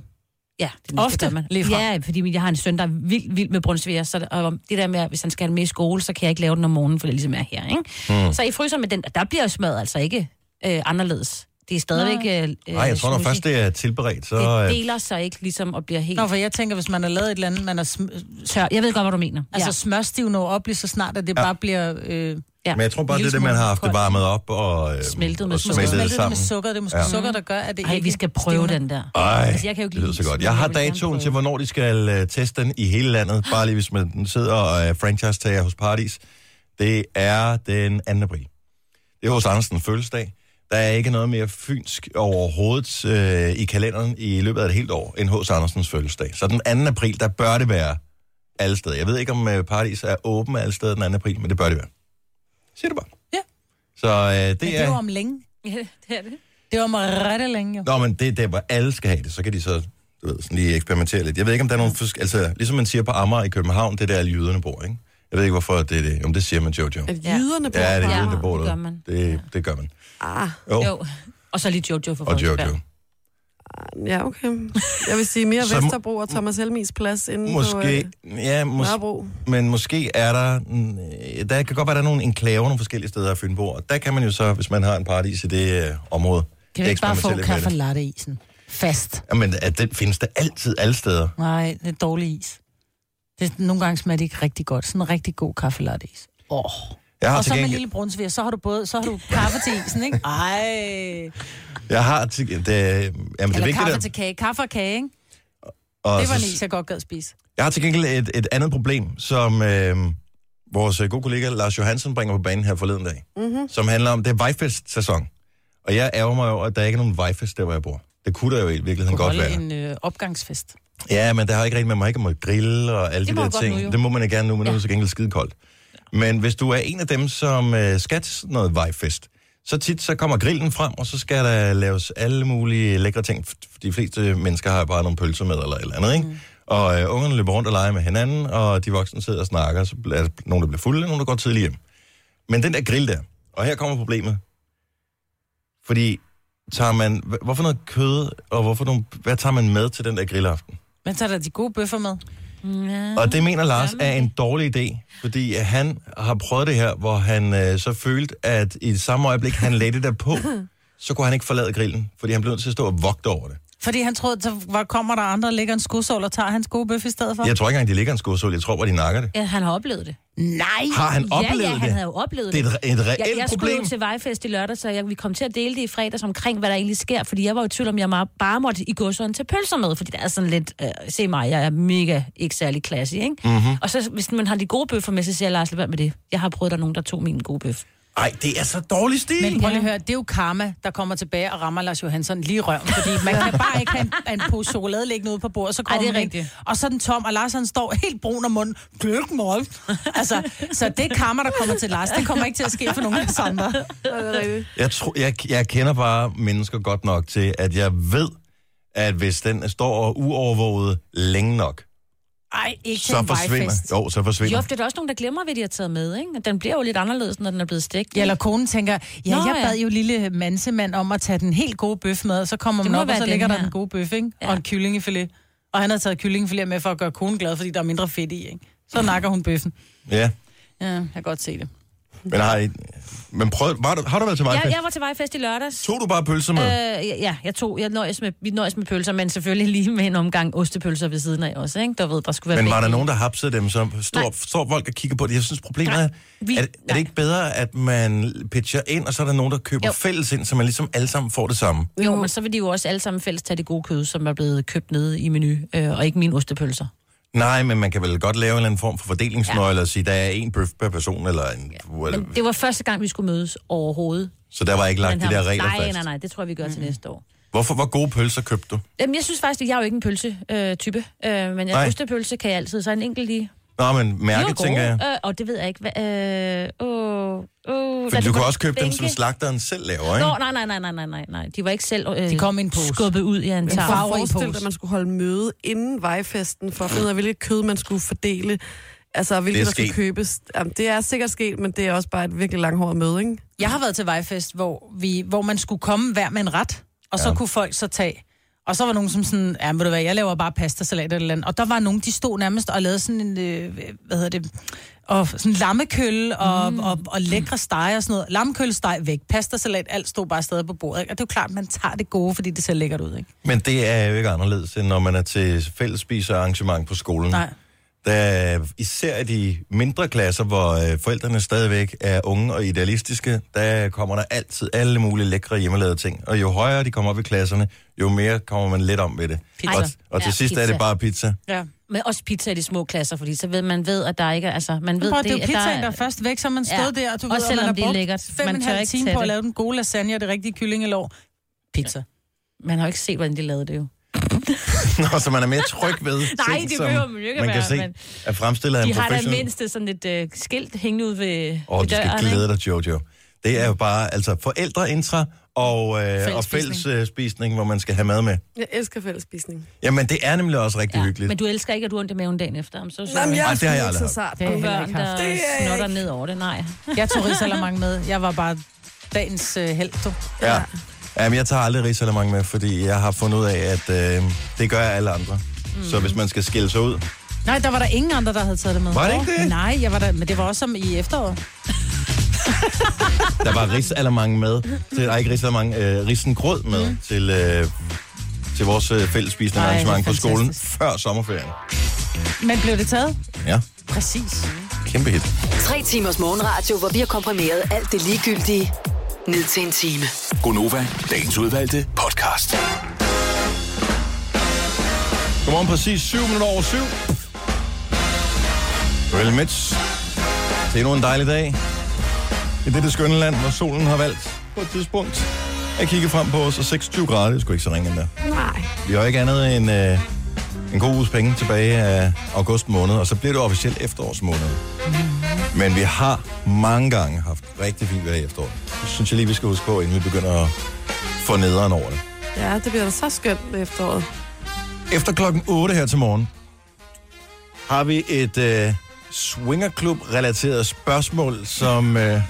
[SPEAKER 4] ja, det,
[SPEAKER 3] Ofte?
[SPEAKER 4] Det gør man.
[SPEAKER 3] Ligefrem?
[SPEAKER 4] Ja, fordi jeg har en søn, der er vild, vild med brunsviger. Så, og det der med, at hvis han skal have den med i skole, så kan jeg ikke lave den om morgenen, for det ligesom er her. Ikke? Mm. Så i fryseren med den, der bliver smadret altså ikke øh, anderledes. Det er stadigvæk... Øh,
[SPEAKER 1] Nej, jeg tror, når først det er tilberedt, så...
[SPEAKER 4] det
[SPEAKER 1] øh,
[SPEAKER 4] deler sig ikke ligesom og bliver helt
[SPEAKER 3] Nå, for jeg tænker, hvis man har lavet et eller andet, man har sm-
[SPEAKER 4] tør. Jeg ved godt, hvad du mener.
[SPEAKER 3] altså smørstivner op lige så snart, at det bare bliver... Øh,
[SPEAKER 4] ja.
[SPEAKER 1] Men jeg tror bare,
[SPEAKER 4] En
[SPEAKER 1] det er det,
[SPEAKER 4] lille
[SPEAKER 1] man har
[SPEAKER 4] smule
[SPEAKER 1] haft det
[SPEAKER 4] koldt.
[SPEAKER 1] varmet op og... Øh,
[SPEAKER 4] Smeltet med
[SPEAKER 1] og
[SPEAKER 4] sukker.
[SPEAKER 3] smeltet
[SPEAKER 1] smeltet det
[SPEAKER 3] det med
[SPEAKER 1] sammen.
[SPEAKER 3] sukker. Det er måske
[SPEAKER 1] Ja.
[SPEAKER 3] ja. sukker, der gør, at det
[SPEAKER 4] Ej,
[SPEAKER 3] ikke
[SPEAKER 4] vi skal prøve
[SPEAKER 3] stivner.
[SPEAKER 4] den der.
[SPEAKER 1] Ej,
[SPEAKER 4] Altså, jeg kan jo ikke
[SPEAKER 1] det lyder
[SPEAKER 4] lide
[SPEAKER 1] så godt.
[SPEAKER 4] is,
[SPEAKER 1] Jeg
[SPEAKER 4] men
[SPEAKER 1] har
[SPEAKER 4] jeg vil gerne
[SPEAKER 1] datoen
[SPEAKER 4] prøve.
[SPEAKER 1] til, hvornår de skal øh, teste den i hele landet. Bare lige hvis man den sidder og er franchise-tager hos Paradis. Det er den 2. april. Det er hos Andersen fødselsdag. Der er ikke noget mere fynsk overhovedet øh, i kalenderen i løbet af et helt år, end hos Andersens fødselsdag. Så den 2. april, der bør det være alle steder. Jeg ved ikke, om øh, Paradis er åben alle steder den 2. april, men det bør det være. Siger du bare.
[SPEAKER 3] Ja.
[SPEAKER 1] Så øh, det,
[SPEAKER 3] Men det er jo
[SPEAKER 1] er...
[SPEAKER 3] om længe.
[SPEAKER 4] Ja, det er det.
[SPEAKER 3] Det er om ret længe, jo.
[SPEAKER 1] Nå, men det er der, hvor alle skal have det. Så kan de så du ved, sådan lige eksperimentere lidt. Jeg ved ikke, om der er nogen... Forsk- altså, ligesom man siger på Amager i København, det er der, alle jyderne bor, ikke? Jeg ved ikke, hvorfor det er det. Jamen, det siger man, Jojo.
[SPEAKER 3] Øh,
[SPEAKER 2] At jyderne bor
[SPEAKER 1] Ja, det er
[SPEAKER 2] bare-
[SPEAKER 1] jyderne, der bor
[SPEAKER 4] det
[SPEAKER 1] derude.
[SPEAKER 4] gør man.
[SPEAKER 1] Det, det gør man.
[SPEAKER 2] Ah,
[SPEAKER 1] Jo,
[SPEAKER 4] Jo. Og så lige Jojo for
[SPEAKER 1] og
[SPEAKER 4] Frederiksberg.
[SPEAKER 1] Jojo.
[SPEAKER 2] ja, okay. Jeg vil sige mere
[SPEAKER 1] Så må-
[SPEAKER 2] Vesterbro og Thomas Helmis plads inde på øh,
[SPEAKER 1] Måske, ja, måske,
[SPEAKER 2] Nørrebro.
[SPEAKER 1] men måske er der, mm, øh, der kan godt være, der er nogle enklaver nogle forskellige steder af Fynborg, og der kan man jo så, hvis man har en paradis i det øh, område,
[SPEAKER 3] Kan vi ikke bare få
[SPEAKER 1] eksperimentere lidt med
[SPEAKER 3] kaffe og
[SPEAKER 1] det.
[SPEAKER 3] isen? Fast.
[SPEAKER 1] Jamen, at den findes der altid alle steder.
[SPEAKER 3] Nej, det er dårlig is. Det, er- nogle gange smager det ikke rigtig godt. Sådan en rigtig god kaffe latte is. Åh. Oh.
[SPEAKER 1] Jeg har,
[SPEAKER 3] Og så
[SPEAKER 1] til
[SPEAKER 3] med en
[SPEAKER 1] gengæld,
[SPEAKER 3] lille brunsviger, så har du både, så har du kaffe til isen, ikke? Ej.
[SPEAKER 1] jeg har til, det, jamen, det er
[SPEAKER 3] Eller kaffe
[SPEAKER 1] vigtigt,
[SPEAKER 3] til kage. Kaffe og kage, ikke?
[SPEAKER 1] og
[SPEAKER 3] Det var
[SPEAKER 1] så-
[SPEAKER 3] en is, jeg godt gad spise.
[SPEAKER 1] Jeg har til gengæld et, et andet problem, som øh, vores øh, gode kollega Lars Johansen bringer på banen her forleden dag, mm-hmm. som handler om, det er vejfest-sæson. Og jeg ærger mig over, at der ikke er nogen vejfest der, hvor jeg bor. Det kunne der jo i virkeligheden godt
[SPEAKER 3] Holde
[SPEAKER 1] være.
[SPEAKER 3] en øh, opgangsfest.
[SPEAKER 1] Ja, men der har ikke rigtig, man må ikke må grille og alle
[SPEAKER 4] Det
[SPEAKER 1] de
[SPEAKER 4] må
[SPEAKER 1] der
[SPEAKER 4] du godt
[SPEAKER 1] ting.
[SPEAKER 4] nu, jo.
[SPEAKER 1] det må man ikke gerne nu, men nu er det til gengæld skide koldt. Men hvis du er en af dem, som øh, skal til sådan noget vejfest, så tit så kommer grillen frem, og så skal der laves alle mulige lækre ting. F- De fleste mennesker har bare nogle pølser med eller et eller andet, ikke? Mm. Og øh, ungerne løber rundt og leger med hinanden, og de voksne sidder og snakker, så er der nogen, der bliver fulde, og nogen, der går tidligt hjem. Men den der grill der, og her kommer problemet. Fordi tager man, hva- hvorfor noget kød, og hvorfor nogle, hvad tager man med til den der grillaften?
[SPEAKER 3] Men tager der de gode bøffer med?
[SPEAKER 4] Mm.
[SPEAKER 1] Og det mener Lars er en dårlig idé, fordi han har prøvet det her, hvor han øh, så følte, at i det samme øjeblik, han lagde det der på, så kunne han ikke forlade grillen, fordi han blev nødt til at stå og vogte over det.
[SPEAKER 3] Fordi han troede, så var- kommer der andre og lægger en skudsål og tager hans gode bøf i stedet for.
[SPEAKER 1] Jeg tror ikke engang, de ligger en skosål. Jeg tror bare, de nakker det.
[SPEAKER 4] Ja, han har oplevet det.
[SPEAKER 3] Nej!
[SPEAKER 1] Har han oplevet
[SPEAKER 4] ja, ja, han
[SPEAKER 1] det?
[SPEAKER 4] havde jo oplevet
[SPEAKER 1] Det
[SPEAKER 4] det.
[SPEAKER 1] er et, et reelt
[SPEAKER 4] Jeg, jeg skulle
[SPEAKER 1] problem.
[SPEAKER 4] jo til vejfest i lørdag, så jeg, vi kom til at dele det i fredags omkring, hvad der egentlig sker, fordi jeg var jo i tvivl om, jeg meget- bare måtte i godsøjen til pølser med, fordi det er sådan lidt, øh, se mig, jeg er mega ikke særlig klasse, ikke? Mm-hmm.
[SPEAKER 1] Mhm.
[SPEAKER 4] Og så hvis man har de gode bøffer med, så siger jeg, Lars, lad være med det. Jeg har prøvet, der er nogen, der tog min gode bøf.
[SPEAKER 1] Ej, det er så dårlig stil.
[SPEAKER 3] Men prøv lige at høre, det er jo karma, der kommer tilbage og rammer Lars Johansson lige i røven, fordi man kan bare ikke have en, en pose chokolade liggende ude på bordet, så
[SPEAKER 4] Ej,
[SPEAKER 3] kommer
[SPEAKER 4] det er
[SPEAKER 3] den,
[SPEAKER 4] rigtigt.
[SPEAKER 3] og så er den tom, og Lars han står helt brun om munden, gløk mål. Altså, så det er karma, der kommer til Lars, det kommer ikke til at ske for nogen af os andre.
[SPEAKER 1] Jeg, tror, jeg, jeg kender bare mennesker godt nok til, at jeg ved, at hvis den står uovervåget længe nok,
[SPEAKER 3] Ej, ikke til
[SPEAKER 1] så
[SPEAKER 3] en
[SPEAKER 1] forsvinder.
[SPEAKER 3] vejfest.
[SPEAKER 1] Jo, så
[SPEAKER 4] Jo,
[SPEAKER 1] forsvinder.
[SPEAKER 4] for det er der også nogen, der glemmer, hvad de har taget med, ikke? Den bliver jo lidt anderledes, når den er blevet stegt.
[SPEAKER 3] Ja, eller konen tænker, ja,
[SPEAKER 4] Nå,
[SPEAKER 3] Nå, jeg
[SPEAKER 4] ja.
[SPEAKER 3] bad jo lille mansemand om at tage den helt gode bøf med, og så kommer
[SPEAKER 4] Det
[SPEAKER 3] man
[SPEAKER 4] må
[SPEAKER 3] op, og
[SPEAKER 4] være
[SPEAKER 3] så
[SPEAKER 4] den
[SPEAKER 3] ligger der
[SPEAKER 4] her.
[SPEAKER 3] den gode bøf, ikke? Ja. Og en kyllingefilet. Og han har taget kyllingefilet med for at gøre konen glad, fordi der er mindre fedt i, ikke? Så nakker hun bøffen.
[SPEAKER 1] Ja,
[SPEAKER 3] Ja, jeg kan godt se det.
[SPEAKER 1] men har, I, men prøv, var du, har du været til mig?
[SPEAKER 4] jeg, jeg var til vejfest i lørdags.
[SPEAKER 1] Tog du bare pølser med?
[SPEAKER 4] Øh, ja, ja, jeg tog, jeg nøjes med, vi nøjes med pølser, men selvfølgelig lige med en omgang ostepølser ved siden af også, ikke? Der ved, der skulle være
[SPEAKER 1] Men var
[SPEAKER 4] begge
[SPEAKER 1] der
[SPEAKER 4] dele.
[SPEAKER 1] nogen, der hapsede dem, som står,
[SPEAKER 4] Nej.
[SPEAKER 1] står folk og kigger på det? Jeg synes, problemet
[SPEAKER 4] Nej,
[SPEAKER 1] er,
[SPEAKER 4] vi-
[SPEAKER 1] er, er det
[SPEAKER 4] nej.
[SPEAKER 1] ikke bedre, at man pitcher ind, og så er der nogen, der køber jo.
[SPEAKER 4] Jo.
[SPEAKER 1] fælles ind, så man ligesom alle sammen får det samme?
[SPEAKER 4] Jo, men så vil de jo også alle sammen fælles tage det gode kød, som er blevet købt nede i menu, øh, og ikke mine ostepølser.
[SPEAKER 1] Nej, men man kan vel godt lave en eller anden form for fordelingsnøgle ja. og sige, der er en bøf per person, eller en... Ja.
[SPEAKER 4] Men det var første gang, vi skulle mødes overhovedet.
[SPEAKER 1] Så der var ikke lagt
[SPEAKER 4] Den
[SPEAKER 1] de
[SPEAKER 4] her-
[SPEAKER 1] der regler
[SPEAKER 4] nej,
[SPEAKER 1] fast.
[SPEAKER 4] Nej, nej, det tror jeg, vi gør mm. til næste år.
[SPEAKER 1] Hvorfor, hvor gode pølser købte du?
[SPEAKER 4] Jamen, jeg synes faktisk, at jeg er jo ikke en pølse-type, øh, type. øh, men
[SPEAKER 1] Nej.
[SPEAKER 4] jeg ostepølse kan jeg altid, så en enkelt lige.
[SPEAKER 1] Nå, men
[SPEAKER 4] De var
[SPEAKER 1] mærke,
[SPEAKER 4] gode.
[SPEAKER 1] tænker jeg.
[SPEAKER 4] Øh, og det ved jeg ikke. Hva, øh, åh, åh,
[SPEAKER 1] Fordi
[SPEAKER 4] lad
[SPEAKER 1] du kan
[SPEAKER 4] kun
[SPEAKER 1] også købe dem, som
[SPEAKER 4] tænke.
[SPEAKER 1] slagteren selv laver, ikke?
[SPEAKER 4] Nå, nej, nej, nej, nej, nej, nej, nej. De var ikke selv øh,
[SPEAKER 3] De kom i en pose.
[SPEAKER 4] skubbet ud i en
[SPEAKER 2] Jeg
[SPEAKER 4] tarm.
[SPEAKER 2] har
[SPEAKER 3] Farver i
[SPEAKER 2] forestillet,
[SPEAKER 3] pose.
[SPEAKER 2] at man skulle holde møde inden vejfesten, for at finde ud af, hvilket kød man skulle fordele. Altså, hvilket
[SPEAKER 1] Det er
[SPEAKER 2] der skulle
[SPEAKER 1] sket.
[SPEAKER 2] købes. Jamen, det er sikkert sket, men det er også bare et virkelig langhåret møde, ikke?
[SPEAKER 3] Jeg har været til vejfest, hvor, vi, hvor man skulle komme hver med en ret, og så ja. kunne folk så tage. Og så var nogen som sådan, ja, ved du hvad, jeg laver bare pastasalat eller et eller andet. Og der var nogen, de stod nærmest og lavede sådan en, øh, hvad hedder det, og sådan lammekølle og, mm. og, og, og lækre steg og sådan noget. Lammekølle, steg væk, pastasalat, alt stod bare stadig på bordet. Ikke? Og det er jo klart, man tager det gode, fordi det ser lækkert ud, ikke?
[SPEAKER 1] Men det er jo ikke anderledes, end når man er til fællesspisearrangement på skolen.
[SPEAKER 3] Nej.
[SPEAKER 1] Der er især i de mindre klasser, hvor øh, forældrene stadigvæk er unge og idealistiske, der kommer der altid alle mulige lækre hjemmelavede ting. Og jo højere de kommer op i klasserne, jo mere kommer man let om ved det.
[SPEAKER 3] Pizza.
[SPEAKER 1] Og, og til
[SPEAKER 4] Ja,
[SPEAKER 1] sidst er
[SPEAKER 4] pizza.
[SPEAKER 1] det bare pizza.
[SPEAKER 3] Ja.
[SPEAKER 4] Men også pizza i de små klasser, fordi så ved man ved, at der ikke er... Altså, man ved,
[SPEAKER 3] Prøv, det er jo
[SPEAKER 4] at
[SPEAKER 3] pizzaen, der er først væk, så har man stod
[SPEAKER 4] Ja.
[SPEAKER 3] ja. der, og
[SPEAKER 4] Også
[SPEAKER 3] du ved, at
[SPEAKER 4] selvom
[SPEAKER 3] man har
[SPEAKER 4] det er
[SPEAKER 3] brugt
[SPEAKER 4] lækkert.
[SPEAKER 3] fem og
[SPEAKER 4] Man
[SPEAKER 3] en
[SPEAKER 4] tør
[SPEAKER 3] halv
[SPEAKER 4] ikke
[SPEAKER 3] time
[SPEAKER 4] tage
[SPEAKER 3] på at
[SPEAKER 4] det.
[SPEAKER 3] lave den gode lasagne og det rigtige kyllingelår. Pizza. Ja.
[SPEAKER 4] Man har jo ikke set, hvordan de lavede det jo.
[SPEAKER 1] Nå, så man er mere tryg ved
[SPEAKER 4] Nej,
[SPEAKER 1] ting,
[SPEAKER 4] det
[SPEAKER 1] som
[SPEAKER 4] behøver man jo ikke
[SPEAKER 1] man
[SPEAKER 4] at
[SPEAKER 1] kan
[SPEAKER 4] være,
[SPEAKER 1] se
[SPEAKER 4] men-
[SPEAKER 1] er fremstillet af
[SPEAKER 4] De
[SPEAKER 1] en
[SPEAKER 4] har da
[SPEAKER 1] professionel.
[SPEAKER 4] mindste sådan et øh, skilt hængende ud ved,
[SPEAKER 1] Åh, oh,
[SPEAKER 4] ved
[SPEAKER 1] du skal
[SPEAKER 4] døren,
[SPEAKER 1] glæde dig, Jojo. Det er jo bare altså forældreintra og, øh, og
[SPEAKER 3] Fællesspisning.
[SPEAKER 1] fællesspisning, hvor man skal have mad med.
[SPEAKER 2] Jeg elsker fællesspisning.
[SPEAKER 1] Jamen, det er nemlig også rigtig ja,
[SPEAKER 4] ikke? Ja.
[SPEAKER 1] hyggeligt.
[SPEAKER 4] Men du elsker ikke, at du har ondt i maven dagen efter. I'm so sorry.
[SPEAKER 2] Jamen, jeg
[SPEAKER 1] Ej,
[SPEAKER 2] er
[SPEAKER 1] det har jeg
[SPEAKER 2] sgu ikke
[SPEAKER 1] aldrig
[SPEAKER 2] så
[SPEAKER 1] haft.
[SPEAKER 2] sart.
[SPEAKER 3] Det er
[SPEAKER 2] på børn.
[SPEAKER 4] børn, der
[SPEAKER 2] Det er jeg
[SPEAKER 4] snotter
[SPEAKER 2] ikke.
[SPEAKER 4] ned over det. Nej.
[SPEAKER 3] Jeg tog risalamang med. Jeg var bare dagens øh, held, du.
[SPEAKER 1] Ja. Jamen, jeg tager aldrig risalamang med, fordi jeg har fundet ud af, at øh, det gør alle andre. Mm. Så hvis man skal skille sig ud...
[SPEAKER 3] Nej, der var der ingen andre, der havde taget det med.
[SPEAKER 1] Var det ikke det?
[SPEAKER 3] Nej, jeg var der, men det var også som i efteråret.
[SPEAKER 1] Der var risalamang med. Til, nej, ikke risalamang. Øh, risengrød med mm. til, øh, til vores øh, fællesspisende
[SPEAKER 3] Ej, det er
[SPEAKER 1] arrangement på skolen
[SPEAKER 3] fantastisk.
[SPEAKER 1] før sommerferien.
[SPEAKER 3] Men blev det taget?
[SPEAKER 1] Ja,
[SPEAKER 3] Præcis.
[SPEAKER 1] kæmpe hit.
[SPEAKER 5] Tre timers morgenradio, hvor vi har komprimeret alt det ligegyldige ned til en time.
[SPEAKER 6] Gonova, dagens udvalgte podcast.
[SPEAKER 1] Godmorgen præcis 7 minutter over 7. Well, Mitch. Det er nu en dejlig dag. I dette skønne land, hvor solen har valgt på et tidspunkt at kigge frem på os, og 26 grader, det skulle ikke så ringe endda.
[SPEAKER 2] Nej.
[SPEAKER 1] Vi har ikke andet end øh, en god uges penge tilbage af august måned, og så bliver det officielt efterårsmåned. Men vi har mange gange haft rigtig fint vejr i efteråret. Det synes jeg lige, vi skal huske på, inden vi begynder at få nederen over det.
[SPEAKER 2] Ja, det bliver da så skønt ved efteråret.
[SPEAKER 1] Efter klokken 8 her til morgen har vi et øh, swingerklub-relateret spørgsmål, som øh,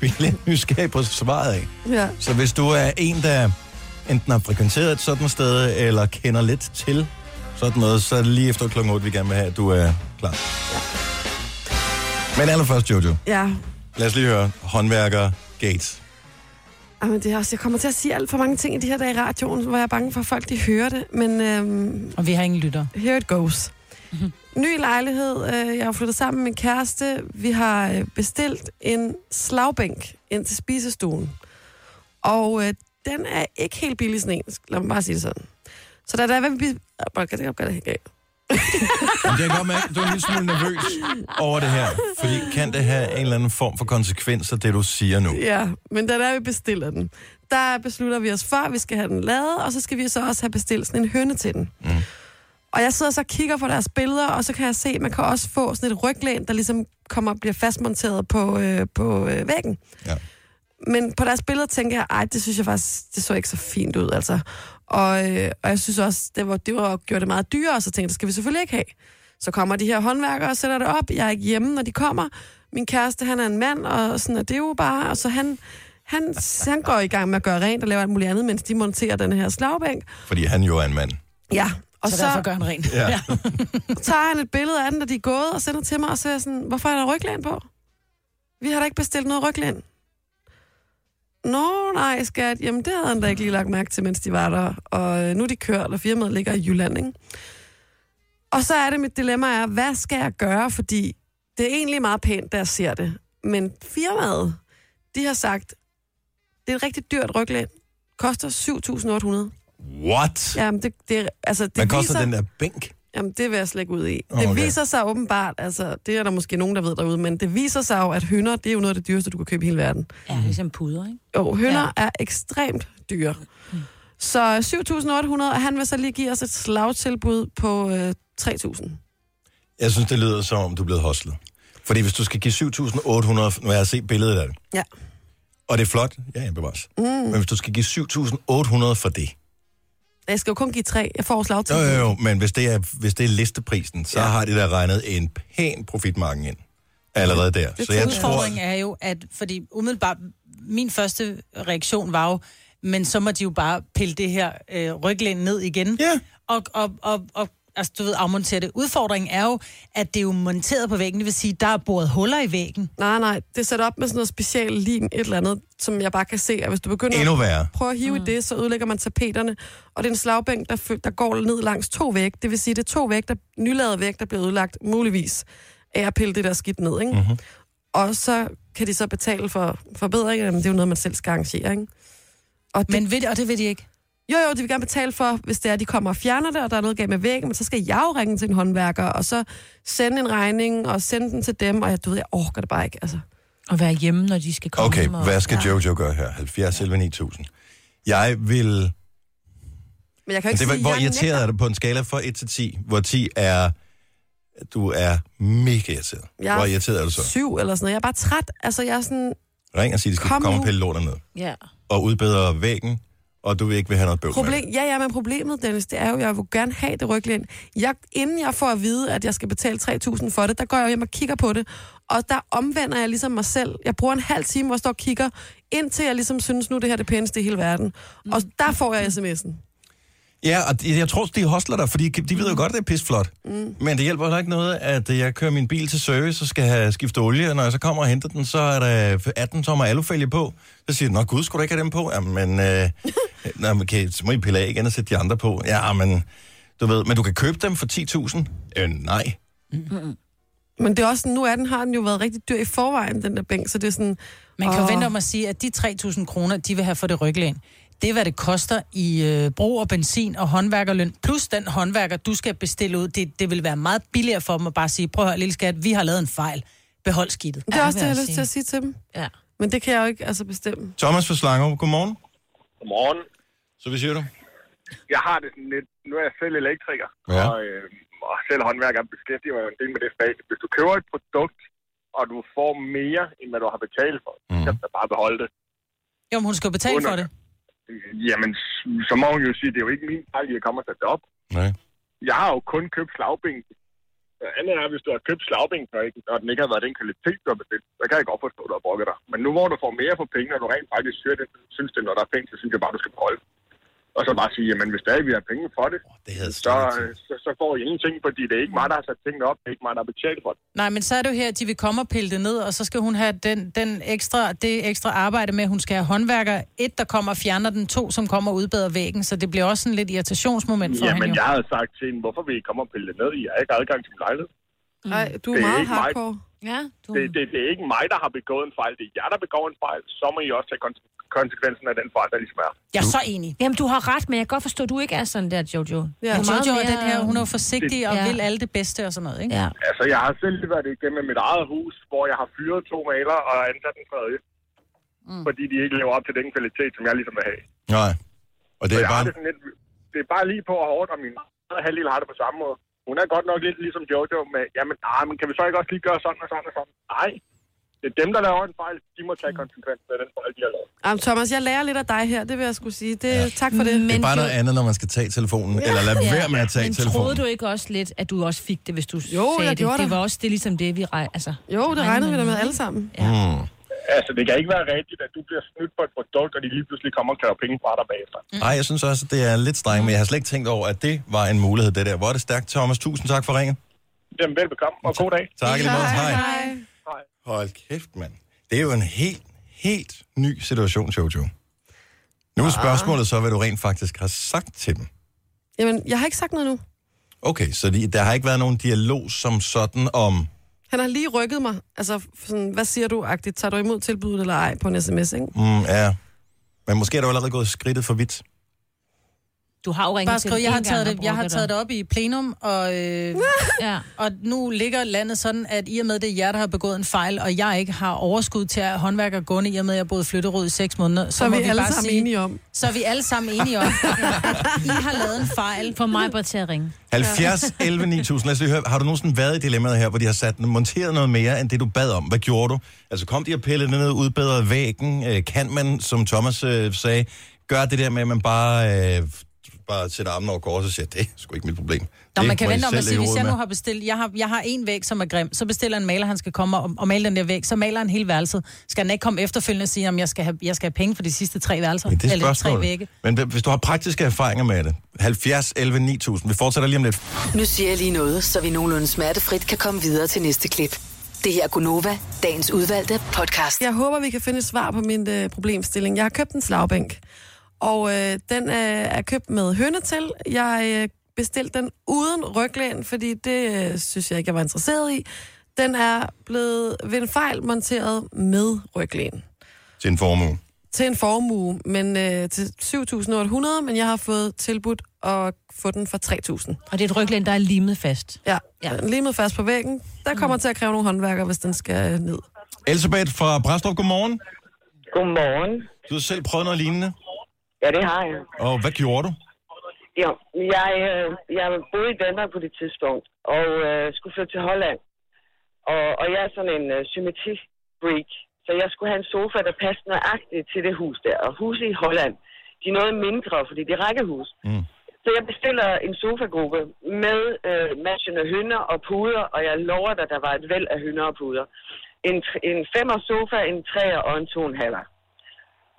[SPEAKER 1] vi er lidt nysgerrige på svaret af.
[SPEAKER 2] Ja.
[SPEAKER 1] Så hvis du er en, der enten har frekventeret et sådan sted, eller kender lidt til sådan noget, så er det lige efter klokken 8, vi gerne vil have, at du er klar. Men allerførst, Jojo,
[SPEAKER 2] Ja,
[SPEAKER 1] lad os lige høre håndværker Gates.
[SPEAKER 2] Jamen, det er også, jeg kommer til at sige alt for mange ting i de her dage i radioen, hvor jeg er bange for, at folk de hører det. Men øhm,
[SPEAKER 3] Og vi har ingen lytter.
[SPEAKER 2] here it goes. Ny lejlighed. Øh, jeg har flyttet sammen med min kæreste. Vi har øh, bestilt en slagbænk ind til spisestuen. Og øh, den er ikke helt billig sådan en. Lad mig bare sige det sådan. Så da der er ved... vi- Ah, bold, kan det godt gøre det helt
[SPEAKER 1] Men jeg kan godt mærke, at du er en lille smule nervøs over det her, fordi kan det have en eller anden form for konsekvenser, det du siger nu?
[SPEAKER 2] Ja, men da der vi bestiller den, der beslutter vi os for, at vi skal have den lavet, og så skal vi så også have bestilt sådan en høne til den. Mm. Og jeg sidder så og kigger på deres billeder, og så kan jeg se, at man kan også få sådan et ryglæn, der ligesom kommer og bliver fastmonteret på, øh, på øh, væggen.
[SPEAKER 1] Ja.
[SPEAKER 2] Men på deres billeder tænker jeg, ej, det synes jeg faktisk, det så ikke så fint ud, altså. Og, øh, og jeg synes også, det var, det var gjort det meget dyrere, og så tænkte jeg, det skal vi selvfølgelig ikke have. Så kommer de her håndværkere og sætter det op. Jeg er ikke hjemme, når de kommer. Min kæreste, han er en mand, og sådan er det jo bare. Og så han, han, han går i gang med at gøre rent og lave alt muligt andet, mens de monterer den her slagbænk.
[SPEAKER 1] Fordi han jo er en mand.
[SPEAKER 2] Ja, og
[SPEAKER 3] Så,
[SPEAKER 2] så,
[SPEAKER 3] så derfor gør han rent.
[SPEAKER 1] Ja. ja.
[SPEAKER 2] tager han et billede af den, da de er gået, og sender til mig, og så er jeg sådan, hvorfor er der ryglæn på? Vi har da ikke bestilt noget ryglæn. Nå, nej, skat. Jamen, det havde han da ikke lige lagt mærke til, mens de var der. Og øh, nu er de kørt, og firmaet ligger i Jylland, ikke? Og så er det mit dilemma er, hvad skal jeg gøre? Fordi det er egentlig meget pænt, da jeg ser det. Men firmaet, de har sagt, det er et rigtig dyrt ryglæn. Koster 7.800.
[SPEAKER 1] What?
[SPEAKER 2] Jamen, det, det, er- altså, det
[SPEAKER 1] Hvad koster
[SPEAKER 2] viser...
[SPEAKER 1] den der bænk?
[SPEAKER 2] Jamen, det vil jeg slet ikke ud i.
[SPEAKER 1] Åh,
[SPEAKER 2] Okay. Det
[SPEAKER 1] okay.
[SPEAKER 2] viser sig åbenbart, altså, det er der måske nogen, der ved derude, men det viser sig jo, at hønder, det er jo noget af det dyreste, du kan købe i hele verden.
[SPEAKER 4] Ja, ligesom puder, ikke?
[SPEAKER 2] Jo, hønder ja. er ekstremt dyre. Så 7.800, og han vil så lige give os et slagtilbud på øh, 3.000.
[SPEAKER 1] Jeg synes, det lyder som om, du er blevet hostlet. Fordi hvis du skal give 7.800, når jeg har set billedet af det,
[SPEAKER 2] Ja.
[SPEAKER 1] og det er flot, ja, jeg bevares. Mm. Men hvis du skal give 7.800 for det,
[SPEAKER 2] Jeg skal jo kun give tre. Jeg får
[SPEAKER 1] jo,
[SPEAKER 2] slagtilbud.
[SPEAKER 1] jo, jo, men hvis det er, hvis det er listeprisen, så ja. har de der regnet en pæn profitmarken ind allerede der.
[SPEAKER 2] Det
[SPEAKER 1] så jeg tror,
[SPEAKER 3] Udfordringen er jo, at fordi umiddelbart, min første reaktion var jo, men så må de jo bare pille det her øh, ryglæn ned igen.
[SPEAKER 1] Ja.
[SPEAKER 3] Og, og, og, og altså, du ved, afmontere det. Udfordringen er jo, at det er jo monteret på væggen, det vil sige, der er boret huller i væggen.
[SPEAKER 2] Nej, nej, det er sat op med sådan noget specielt lim, et eller andet, som jeg bare kan se, og hvis du begynder
[SPEAKER 1] endnu værre.
[SPEAKER 2] prøver at hive mm. i det, så ødelægger man tapeterne. Og det er en slagbænk, der, fø- der går ned langs to væg. Det vil sige, det er to væg, der nylavet væg, der bliver ødelagt muligvis af at pille det der skidt ned. Ikke?
[SPEAKER 1] Mhm.
[SPEAKER 2] Mm-hmm. Og så kan de så betale for forbedringer, men det er jo noget, man selv skal arrangere. Ikke? Og det, men...
[SPEAKER 3] Men ved, og det ved de ikke.
[SPEAKER 2] Jo, jo, de vil gerne betale for, hvis det er, de kommer og fjerner det, og der er noget galt med væggen, men så skal jeg jo ringe til en håndværker, og så sende en regning, og sende den til dem, og jeg, du ved, jeg orker det bare ikke. Altså.
[SPEAKER 4] Og være hjemme, når de skal komme
[SPEAKER 1] Okay,
[SPEAKER 4] hjem og...
[SPEAKER 1] hvad skal Jojo gøre her? 70 eller 9000. Jeg vil...
[SPEAKER 2] Men jeg
[SPEAKER 1] Men
[SPEAKER 2] kan jo ikke
[SPEAKER 1] det, var,
[SPEAKER 2] sige,
[SPEAKER 1] hvor
[SPEAKER 2] jeg
[SPEAKER 1] irriteret er du på en skala fra 1 til 10? Hvor 10 er, du er mega irriteret.
[SPEAKER 2] Jeg-
[SPEAKER 1] Hvor irriteret er du
[SPEAKER 2] nægter
[SPEAKER 1] så?
[SPEAKER 2] syv eller sådan noget. Jeg er bare træt. Altså, jeg er sådan,
[SPEAKER 1] Ring og sig, at de skal
[SPEAKER 2] Kom
[SPEAKER 1] komme og
[SPEAKER 2] nu.
[SPEAKER 1] pille lortet ned.
[SPEAKER 4] Ja.
[SPEAKER 1] Og udbedre væggen, og du vil ikke vil have noget bøvl med det.
[SPEAKER 2] Problem, ja, ja, men problemet, Dennis, det er jo, at jeg vil gerne have det ryglæn. Jeg, inden jeg får at vide, at jeg skal betale 3.000 for det, der går jeg jo hjem og kigger på det. Og der omvender jeg ligesom mig selv. Jeg bruger en halv time, hvor jeg står og kigger, indtil jeg ligesom synes, nu er det her det pæneste i hele verden. Og der får jeg sms'en.
[SPEAKER 1] Ja, og de- jeg tror, de hostler dig, fordi de ved jo godt, at det er pisflot. Mm. Men det hjælper heller ikke noget, at øh, jeg kører min bil til service og skal have skiftet olie, og når jeg så kommer og henter den, så er der 18 tommer alufælge på. Så siger de, nå gud, skulle du ikke have dem på? Jamen, øh, nå, men okay, så må I pille af igen og sætte de andre på. Ja, men du ved, men du kan købe dem for 10.000? Øh, nej.
[SPEAKER 2] Men det er også sådan, nu er den, har den jo været rigtig dyr i forvejen, den der bænk, så det er sådan...
[SPEAKER 3] Man kan
[SPEAKER 2] Åh.
[SPEAKER 3] oh. vente om at sige, at de 3.000 kroner, de vil have for det ryglæn, det er, hvad det koster i øh, brug og benzin og håndværkerløn, plus den håndværker, du skal bestille ud. Det, det vil være meget billigere for dem at bare sige, prøv at høre, lille skat, vi har lavet en fejl. Behold skidtet.
[SPEAKER 2] Det er
[SPEAKER 4] Ja,
[SPEAKER 2] også
[SPEAKER 4] vil
[SPEAKER 2] det, jeg
[SPEAKER 4] jeg
[SPEAKER 2] har lyst til at sige til dem.
[SPEAKER 4] Ja.
[SPEAKER 2] Men det kan jeg jo ikke altså bestemme.
[SPEAKER 1] Thomas fra Slangerup, godmorgen.
[SPEAKER 8] Godmorgen.
[SPEAKER 1] Så hvad siger du?
[SPEAKER 8] Jeg har det sådan lidt... Nu er jeg selv elektriker,
[SPEAKER 1] Ja.
[SPEAKER 8] ja. og, øh, og selv håndværker beskæftiger mig jo en del med det fag. Hvis du køber et produkt, og du får mere, end hvad du har betalt for, mm. så
[SPEAKER 1] Mhm.
[SPEAKER 8] skal du da bare beholde det.
[SPEAKER 3] Jo, men hun skal jo betale for det.
[SPEAKER 8] Jamen, s- så må hun jo sige, det er jo ikke min fejl, at jeg kommer til det op.
[SPEAKER 1] Nej.
[SPEAKER 8] Jeg har jo kun købt slagbænken. Øh, Andet er, hvis du har købt slagbænken, og ikke- og den ikke har været den kvalitet, du har bestilt, så kan jeg godt forstå, at du har brokket dig. Men nu hvor du får mere for pengene, og du rent faktisk synes, det, synes det, når der er penge, så synes jeg bare, du skal beholde. Og så bare sige, jamen hvis der er, vi har penge for det,
[SPEAKER 1] Det havde
[SPEAKER 8] så,
[SPEAKER 1] så...
[SPEAKER 8] øh, så, så får I ingenting, fordi det er ikke mig, der har sat tingene op. Det er ikke mig, der har betalt for det.
[SPEAKER 3] Nej, men så er det jo her, at de vil komme og pille det ned, og så skal hun have den, den ekstra, det ekstra arbejde med, at hun skal have håndværker. Et, der kommer og fjerner den. To, som kommer og udbedrer væggen. Så det bliver også sådan lidt irritationsmoment for
[SPEAKER 8] Jamen,
[SPEAKER 3] hende.
[SPEAKER 8] jeg havde sagt til hende, hvorfor vil I komme og pille det ned? I har ikke adgang til min lejlighed.
[SPEAKER 2] Nej, du er
[SPEAKER 8] Det er
[SPEAKER 2] meget
[SPEAKER 8] ikke mig.
[SPEAKER 2] hardcore.
[SPEAKER 4] Ja, du...
[SPEAKER 8] Det, det, det er ikke mig, der har begået en fejl. Det er jer, der begår en fejl. Så må I også tage kon- konsekvensen af den fejl, der ligesom er.
[SPEAKER 3] Jeg er så enig.
[SPEAKER 4] Jamen, du har ret, men jeg kan godt forstå, at du ikke er sådan der, Jojo. Du
[SPEAKER 2] Ja.
[SPEAKER 3] Og
[SPEAKER 4] meget
[SPEAKER 3] Jojo er
[SPEAKER 4] mere-
[SPEAKER 3] den her, hun er jo forsigtig og
[SPEAKER 4] Ja.
[SPEAKER 3] vil alle det bedste og sådan noget, ikke?
[SPEAKER 4] Ja.
[SPEAKER 8] Altså, jeg har selv været igennem mit eget hus, hvor jeg har fyret to malere og ansat en tredje. Mm. Fordi de ikke lever op til den kvalitet, som jeg ligesom vil have.
[SPEAKER 1] Nej. Og det
[SPEAKER 8] Så
[SPEAKER 1] er
[SPEAKER 8] jeg har
[SPEAKER 1] bare...
[SPEAKER 8] det, sådan lidt, det er bare lige på og hårdt, og min halvdel har det på samme måde. Hun er godt nok lidt ligesom Jojo med, jamen nej, men kan vi så ikke også lige gøre sådan og sådan og sådan? Nej, det er dem, der laver en fejl. De må tage konsekvensen af den fejl, de har lavet.
[SPEAKER 2] Jamen, Thomas, jeg lærer lidt af dig her, det vil jeg skulle sige. Det, ja. Tak for det.
[SPEAKER 1] Det er
[SPEAKER 4] Men
[SPEAKER 1] bare
[SPEAKER 4] jo-
[SPEAKER 1] noget andet, når man skal tage telefonen, eller lade være med at tage
[SPEAKER 4] Men troede
[SPEAKER 1] telefonen.
[SPEAKER 4] du ikke også lidt, at du også fik det, hvis du
[SPEAKER 2] jeg
[SPEAKER 4] sagde
[SPEAKER 2] gjorde
[SPEAKER 4] det?
[SPEAKER 2] det.
[SPEAKER 4] Det var også det, er ligesom det, vi rej... altså,
[SPEAKER 2] Jo, det regnede vi da med alle sammen.
[SPEAKER 1] Mm.
[SPEAKER 8] Altså, det kan ikke være rigtigt, at du bliver snydt på et produkt, og de lige pludselig kommer og kræver penge fra dig bagefter.
[SPEAKER 4] Mm.
[SPEAKER 1] Nej, jeg synes også, at det er lidt strengt, men jeg har slet ikke tænkt over, at det var en mulighed, det der. Hvor er det stærkt, Thomas. Tusind tak for ringet.
[SPEAKER 8] Jamen, velbekomme, og god dag.
[SPEAKER 1] Tak i lige måde. Hej.
[SPEAKER 2] Hej.
[SPEAKER 1] Hold kæft, mand. Det er jo en helt, helt ny situation, Jojo. Nu er
[SPEAKER 4] Ah.
[SPEAKER 1] spørgsmålet så, hvad du rent faktisk har sagt til dem.
[SPEAKER 2] Jamen, jeg har ikke sagt noget nu.
[SPEAKER 1] Okay, så de, der har ikke været nogen dialog som sådan om...
[SPEAKER 2] Han har lige rykket mig. Altså, sådan, hvad siger du, agtigt? Tager du imod tilbuddet eller ej på en sms, ikke?
[SPEAKER 1] Mm, ja. Men måske er du allerede gået skridtet for vidt.
[SPEAKER 4] Du har jo ringet
[SPEAKER 3] Bare
[SPEAKER 4] til
[SPEAKER 3] skriv,
[SPEAKER 4] dem
[SPEAKER 3] jeg har,
[SPEAKER 4] én gang
[SPEAKER 3] taget
[SPEAKER 4] og
[SPEAKER 3] det, jeg har
[SPEAKER 4] brokket dig.
[SPEAKER 3] taget det op i plenum, og, øh,
[SPEAKER 4] Ja.
[SPEAKER 3] og nu ligger landet sådan, at i og med det er jer, der har begået en fejl, og jeg ikke har overskud til at håndværke og gående, i og med at jeg boede flytterod i seks måneder, så,
[SPEAKER 2] Så er
[SPEAKER 3] må
[SPEAKER 2] vi
[SPEAKER 3] vi,
[SPEAKER 2] alle
[SPEAKER 3] bare
[SPEAKER 2] sammen
[SPEAKER 3] sige,
[SPEAKER 2] enige om.
[SPEAKER 3] så er vi alle sammen enige om, at I har lavet en fejl.
[SPEAKER 4] For mig bare til at ringe.
[SPEAKER 1] 70, 11, 9000. Lad os lige høre, har du nogensinde været i dilemmaet her, hvor de har sat, monteret noget mere, end det du bad om? Hvad gjorde du? Altså kom de og pillede det ned, udbedrede væggen? Øh, kan man, som Thomas øh, sagde, gøre det der med, at man bare, øh, bare sætter armen over kors og siger, det er sgu ikke mit problem.
[SPEAKER 3] Nå,
[SPEAKER 1] det
[SPEAKER 3] man kan
[SPEAKER 1] må I
[SPEAKER 3] vente om
[SPEAKER 1] selv
[SPEAKER 3] at sige,
[SPEAKER 1] lægge
[SPEAKER 3] hvis
[SPEAKER 1] rod
[SPEAKER 3] jeg nu
[SPEAKER 1] med."
[SPEAKER 3] har bestilt, jeg har, jeg har en væg, som er grim, så bestiller en maler, han skal komme og, og male den der væg, så maler han hele værelset. Skal han ikke komme efterfølgende og sige, om jeg skal have, jeg skal have penge for de sidste tre værelser?
[SPEAKER 1] Men det er
[SPEAKER 3] eller de tre
[SPEAKER 1] spørgsmålet.
[SPEAKER 3] vægge?
[SPEAKER 1] Men hv- hvis du har praktiske erfaringer med det, 70, 11, 9000. Vi fortsætter lige om lidt.
[SPEAKER 5] Nu siger jeg lige noget, så vi nogenlunde smertefrit kan komme videre til næste klip. Det her er Gunova, dagens udvalgte podcast.
[SPEAKER 2] Jeg håber, vi kan finde et svar på min øh, problemstilling. Jeg har købt en slagbænk, og øh, den øh, er købt med hønne til. Jeg øh, bestilte den uden ryglæn, fordi det øh, synes jeg ikke, jeg var interesseret i. Den er blevet ved en fejl monteret med ryglæn
[SPEAKER 1] Til en formue.
[SPEAKER 2] til en formue, men øh, til 7.800, men jeg har fået tilbudt at få den for 3.000.
[SPEAKER 4] Og det er et ryglæn, der er limet fast.
[SPEAKER 2] Ja,
[SPEAKER 4] Ja. Mm.
[SPEAKER 2] ja. lige med fast på væggen. Der kommer til at kræve nogle håndværkere, hvis den skal øh, ned.
[SPEAKER 1] Elisabeth fra Brastrup, godmorgen.
[SPEAKER 9] Godmorgen.
[SPEAKER 1] Du har selv prøvet noget lignende.
[SPEAKER 9] Ja, det har jeg.
[SPEAKER 1] Og hvad gjorde du?
[SPEAKER 9] Jo, jeg, øh, jeg boede i Danmark på det tidspunkt, og øh, skulle flytte til Holland. Og, og jeg er sådan en øh, symmetri-freak, så jeg skulle have en sofa, der passede nøjagtigt til det hus der. Og huset i Holland, de er noget mindre, fordi det er rækkehus.
[SPEAKER 1] Mm.
[SPEAKER 9] Så jeg bestiller en sofagruppe med øh, matchende hønder og puder, og jeg lover dig, der var et væld af hønder og puder. En, tr- en femmer sofa, en treer og en to og en halver.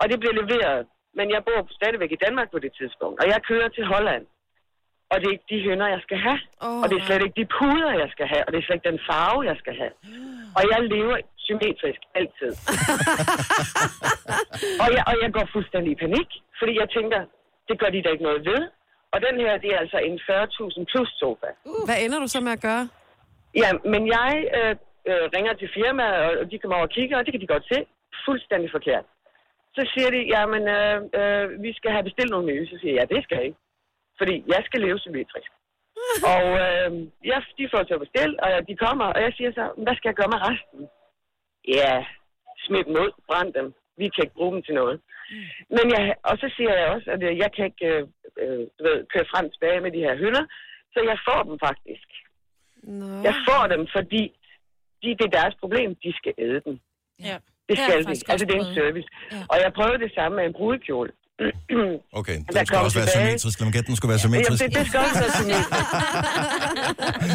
[SPEAKER 9] Og det blev leveret. Men jeg bor stadigvæk i Danmark på det tidspunkt, og jeg kører til Holland. Og det er ikke de hønder, jeg skal have.
[SPEAKER 2] Åh,
[SPEAKER 9] Oh, og det er slet ikke de puder, jeg skal have. Og det er slet ikke den farve, jeg skal have. Og jeg lever symmetrisk altid. og, jeg, og jeg går fuldstændig i panik, fordi jeg tænker, det gør de da ikke noget ved. Og den her, det er altså en 40.000 plus sofa.
[SPEAKER 4] Uh.
[SPEAKER 2] Hvad ender du så med at gøre?
[SPEAKER 9] Ja, men jeg øh, øh, ringer til firmaet, og de kommer over og kigger, og det kan de godt se. Fuldstændig forkert. Så siger de, jamen, øh, øh, vi skal have bestilt nogle nye. Så siger jeg, ja, det skal jeg ikke. Fordi jeg skal leve symmetrisk. og øh, jeg, de får til at bestille, og de kommer, og jeg siger så, "Men hvad skal jeg gøre med resten? Ja, smid dem ud, brænd dem. Vi kan ikke bruge dem til noget. Men jeg, og så siger jeg også, at øh, jeg kan ikke øh, øh, du ved, køre frem og tilbage med de her hylder, så jeg får dem faktisk.
[SPEAKER 2] Nå.
[SPEAKER 9] Jeg får dem, fordi de, det er deres problem. De skal æde dem.
[SPEAKER 3] Ja.
[SPEAKER 9] Det
[SPEAKER 4] Det har
[SPEAKER 9] skal
[SPEAKER 4] jeg
[SPEAKER 9] de.
[SPEAKER 4] faktisk
[SPEAKER 9] Altså,
[SPEAKER 4] også
[SPEAKER 9] det er en
[SPEAKER 4] prøvet.
[SPEAKER 9] service.
[SPEAKER 4] Ja.
[SPEAKER 9] Ja. Og jeg prøvede det samme med en brudekjole.
[SPEAKER 1] Okay, den
[SPEAKER 9] Der
[SPEAKER 1] skal
[SPEAKER 9] kom
[SPEAKER 1] også være
[SPEAKER 9] tilbage.
[SPEAKER 1] symmetrisk. Lad mig gætte, den skulle være
[SPEAKER 9] Jamen,
[SPEAKER 1] symmetrisk.
[SPEAKER 9] det, det skal også være symmetrisk.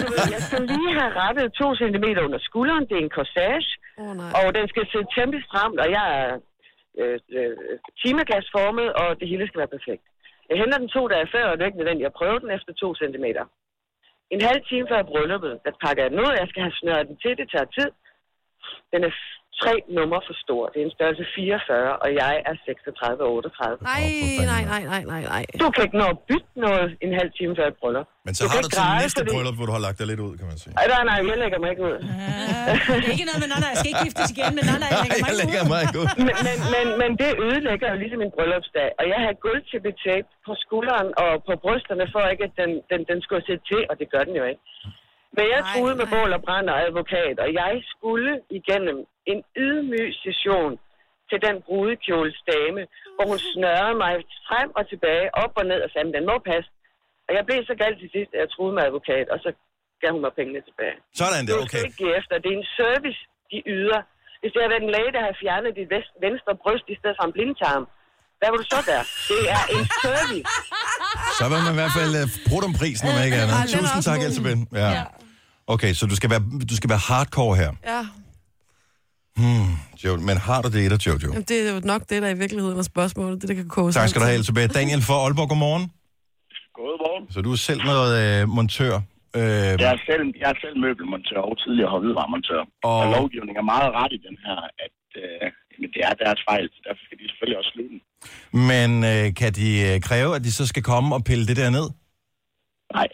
[SPEAKER 9] Du ved, Jeg skal lige have rettet to centimeter under skulderen. Det er en corsage.
[SPEAKER 2] Åh, nej.
[SPEAKER 9] Og den skal sidde temmelig stramt, og jeg er øh, øh, timeglasformet, og det hele skal være perfekt. Jeg henter den to dage før, og det er ikke nødvendigt at prøve den efter to centimeter. En halv time før brylluppet, der pakker jeg den ud, og jeg skal have snøret den til, det tager tid. Den er f- tre numre for stor. Det er en størrelse 44, og jeg er 36 og 38.
[SPEAKER 2] Nej, nej, nej, nej, nej, nej.
[SPEAKER 9] Du kan ikke nå at bytte noget en halv time før et bryllup.
[SPEAKER 1] Men så
[SPEAKER 9] du
[SPEAKER 1] har
[SPEAKER 9] kan
[SPEAKER 1] du
[SPEAKER 9] ikke
[SPEAKER 1] til
[SPEAKER 9] græde,
[SPEAKER 1] næste
[SPEAKER 9] fordi-
[SPEAKER 1] bryllup, hvor du har lagt dig lidt ud, kan man sige.
[SPEAKER 9] Ej, nej, nej, jeg lægger mig ikke ud.
[SPEAKER 3] Ah, Ikke noget med, nej, nej, jeg skal ikke giftes igen med, nej, nej,
[SPEAKER 1] Jeg lægger mig ikke ud.
[SPEAKER 9] men, men, men, men det ødelægger jo ligesom min bryllupsdag. Og jeg har guldtippetape på skulderen og på brysterne, for ikke at den, den, den skulle sidde til, og det gør den jo ikke. Men jeg troede med bål og brand og advokat, og jeg skulle igennem en ydmyg session til den brudekjolesdame, hvor hun snørrede mig frem og tilbage, op og ned og sagde, "Men den må passe. Og jeg blev så galt til sidst, at jeg troede med advokat, og så gav hun mig pengene tilbage.
[SPEAKER 1] Sådan
[SPEAKER 9] Det
[SPEAKER 1] der,
[SPEAKER 9] er
[SPEAKER 1] okay.
[SPEAKER 9] okay. ikke give efter. Det er en service, de yder. Hvis det havde været en læge, der havde fjernet dit vest- venstre bryst i stedet for en blindtarm, hvad var du så der? Det er en service.
[SPEAKER 1] Så vil man i hvert fald uh, bruge om prisen, om ikke
[SPEAKER 2] Ej,
[SPEAKER 1] andet.
[SPEAKER 2] den er
[SPEAKER 1] Tusind
[SPEAKER 2] også
[SPEAKER 1] tak,
[SPEAKER 2] god.
[SPEAKER 1] Elisabeth. Ja. Okay, så du skal være, du skal være hardcore her,
[SPEAKER 2] Ja,
[SPEAKER 1] jo, men har du det i dig, Jojo?
[SPEAKER 2] jamen, det er jo nok det, der i virkeligheden er spørgsmålet. Det, der kan koge
[SPEAKER 1] Tak skal du have, Elisabeth. Daniel fra Aalborg, godmorgen.
[SPEAKER 8] Godmorgen.
[SPEAKER 1] Så du er selv noget øh, montør. Øh,
[SPEAKER 8] Jeg er selv, jeg er selv møbelmontør og tidligere hvidevaremontør.
[SPEAKER 1] Og-
[SPEAKER 8] Og... og lovgivningen er meget ret i den her, at øh, jamen, det er deres fejl, så derfor skal de selvfølgelig også slutte den.
[SPEAKER 1] Men øh, kan de øh, kræve, at de så skal komme og pille det der ned?
[SPEAKER 8] Nej,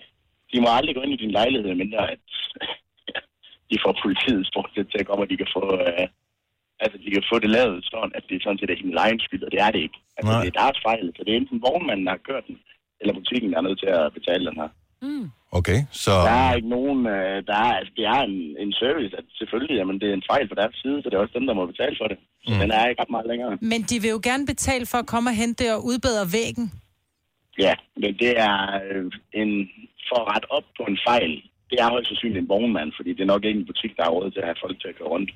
[SPEAKER 8] de må aldrig gå ind i din lejlighed, mindre at de får politiet stort set til at komme, og de kan få... Øh, altså, de kan få det lavet sådan, at det er sådan set er hendes egen skyld, og det er det ikke. Altså,
[SPEAKER 1] Nej.
[SPEAKER 8] det er deres fejl, så det er enten vognmanden, der har kørt den,
[SPEAKER 10] eller butikken, der er nødt til at betale den her.
[SPEAKER 1] Mm. Okay, så...
[SPEAKER 10] Der er ikke nogen, øh, der er, altså, det er en, en service, at selvfølgelig, jamen, det er en fejl på deres side, så det er også dem, der må betale for det. Så Den er ikke ret meget længere.
[SPEAKER 3] Men de vil jo gerne betale for at komme og hente det og udbedre væggen.
[SPEAKER 10] Ja, men det er øh, en, for at rette op på en fejl. Det er højst sandsynligt en vognmand, fordi det er nok ikke en butik, der har råd til at have folk til at køre rundt.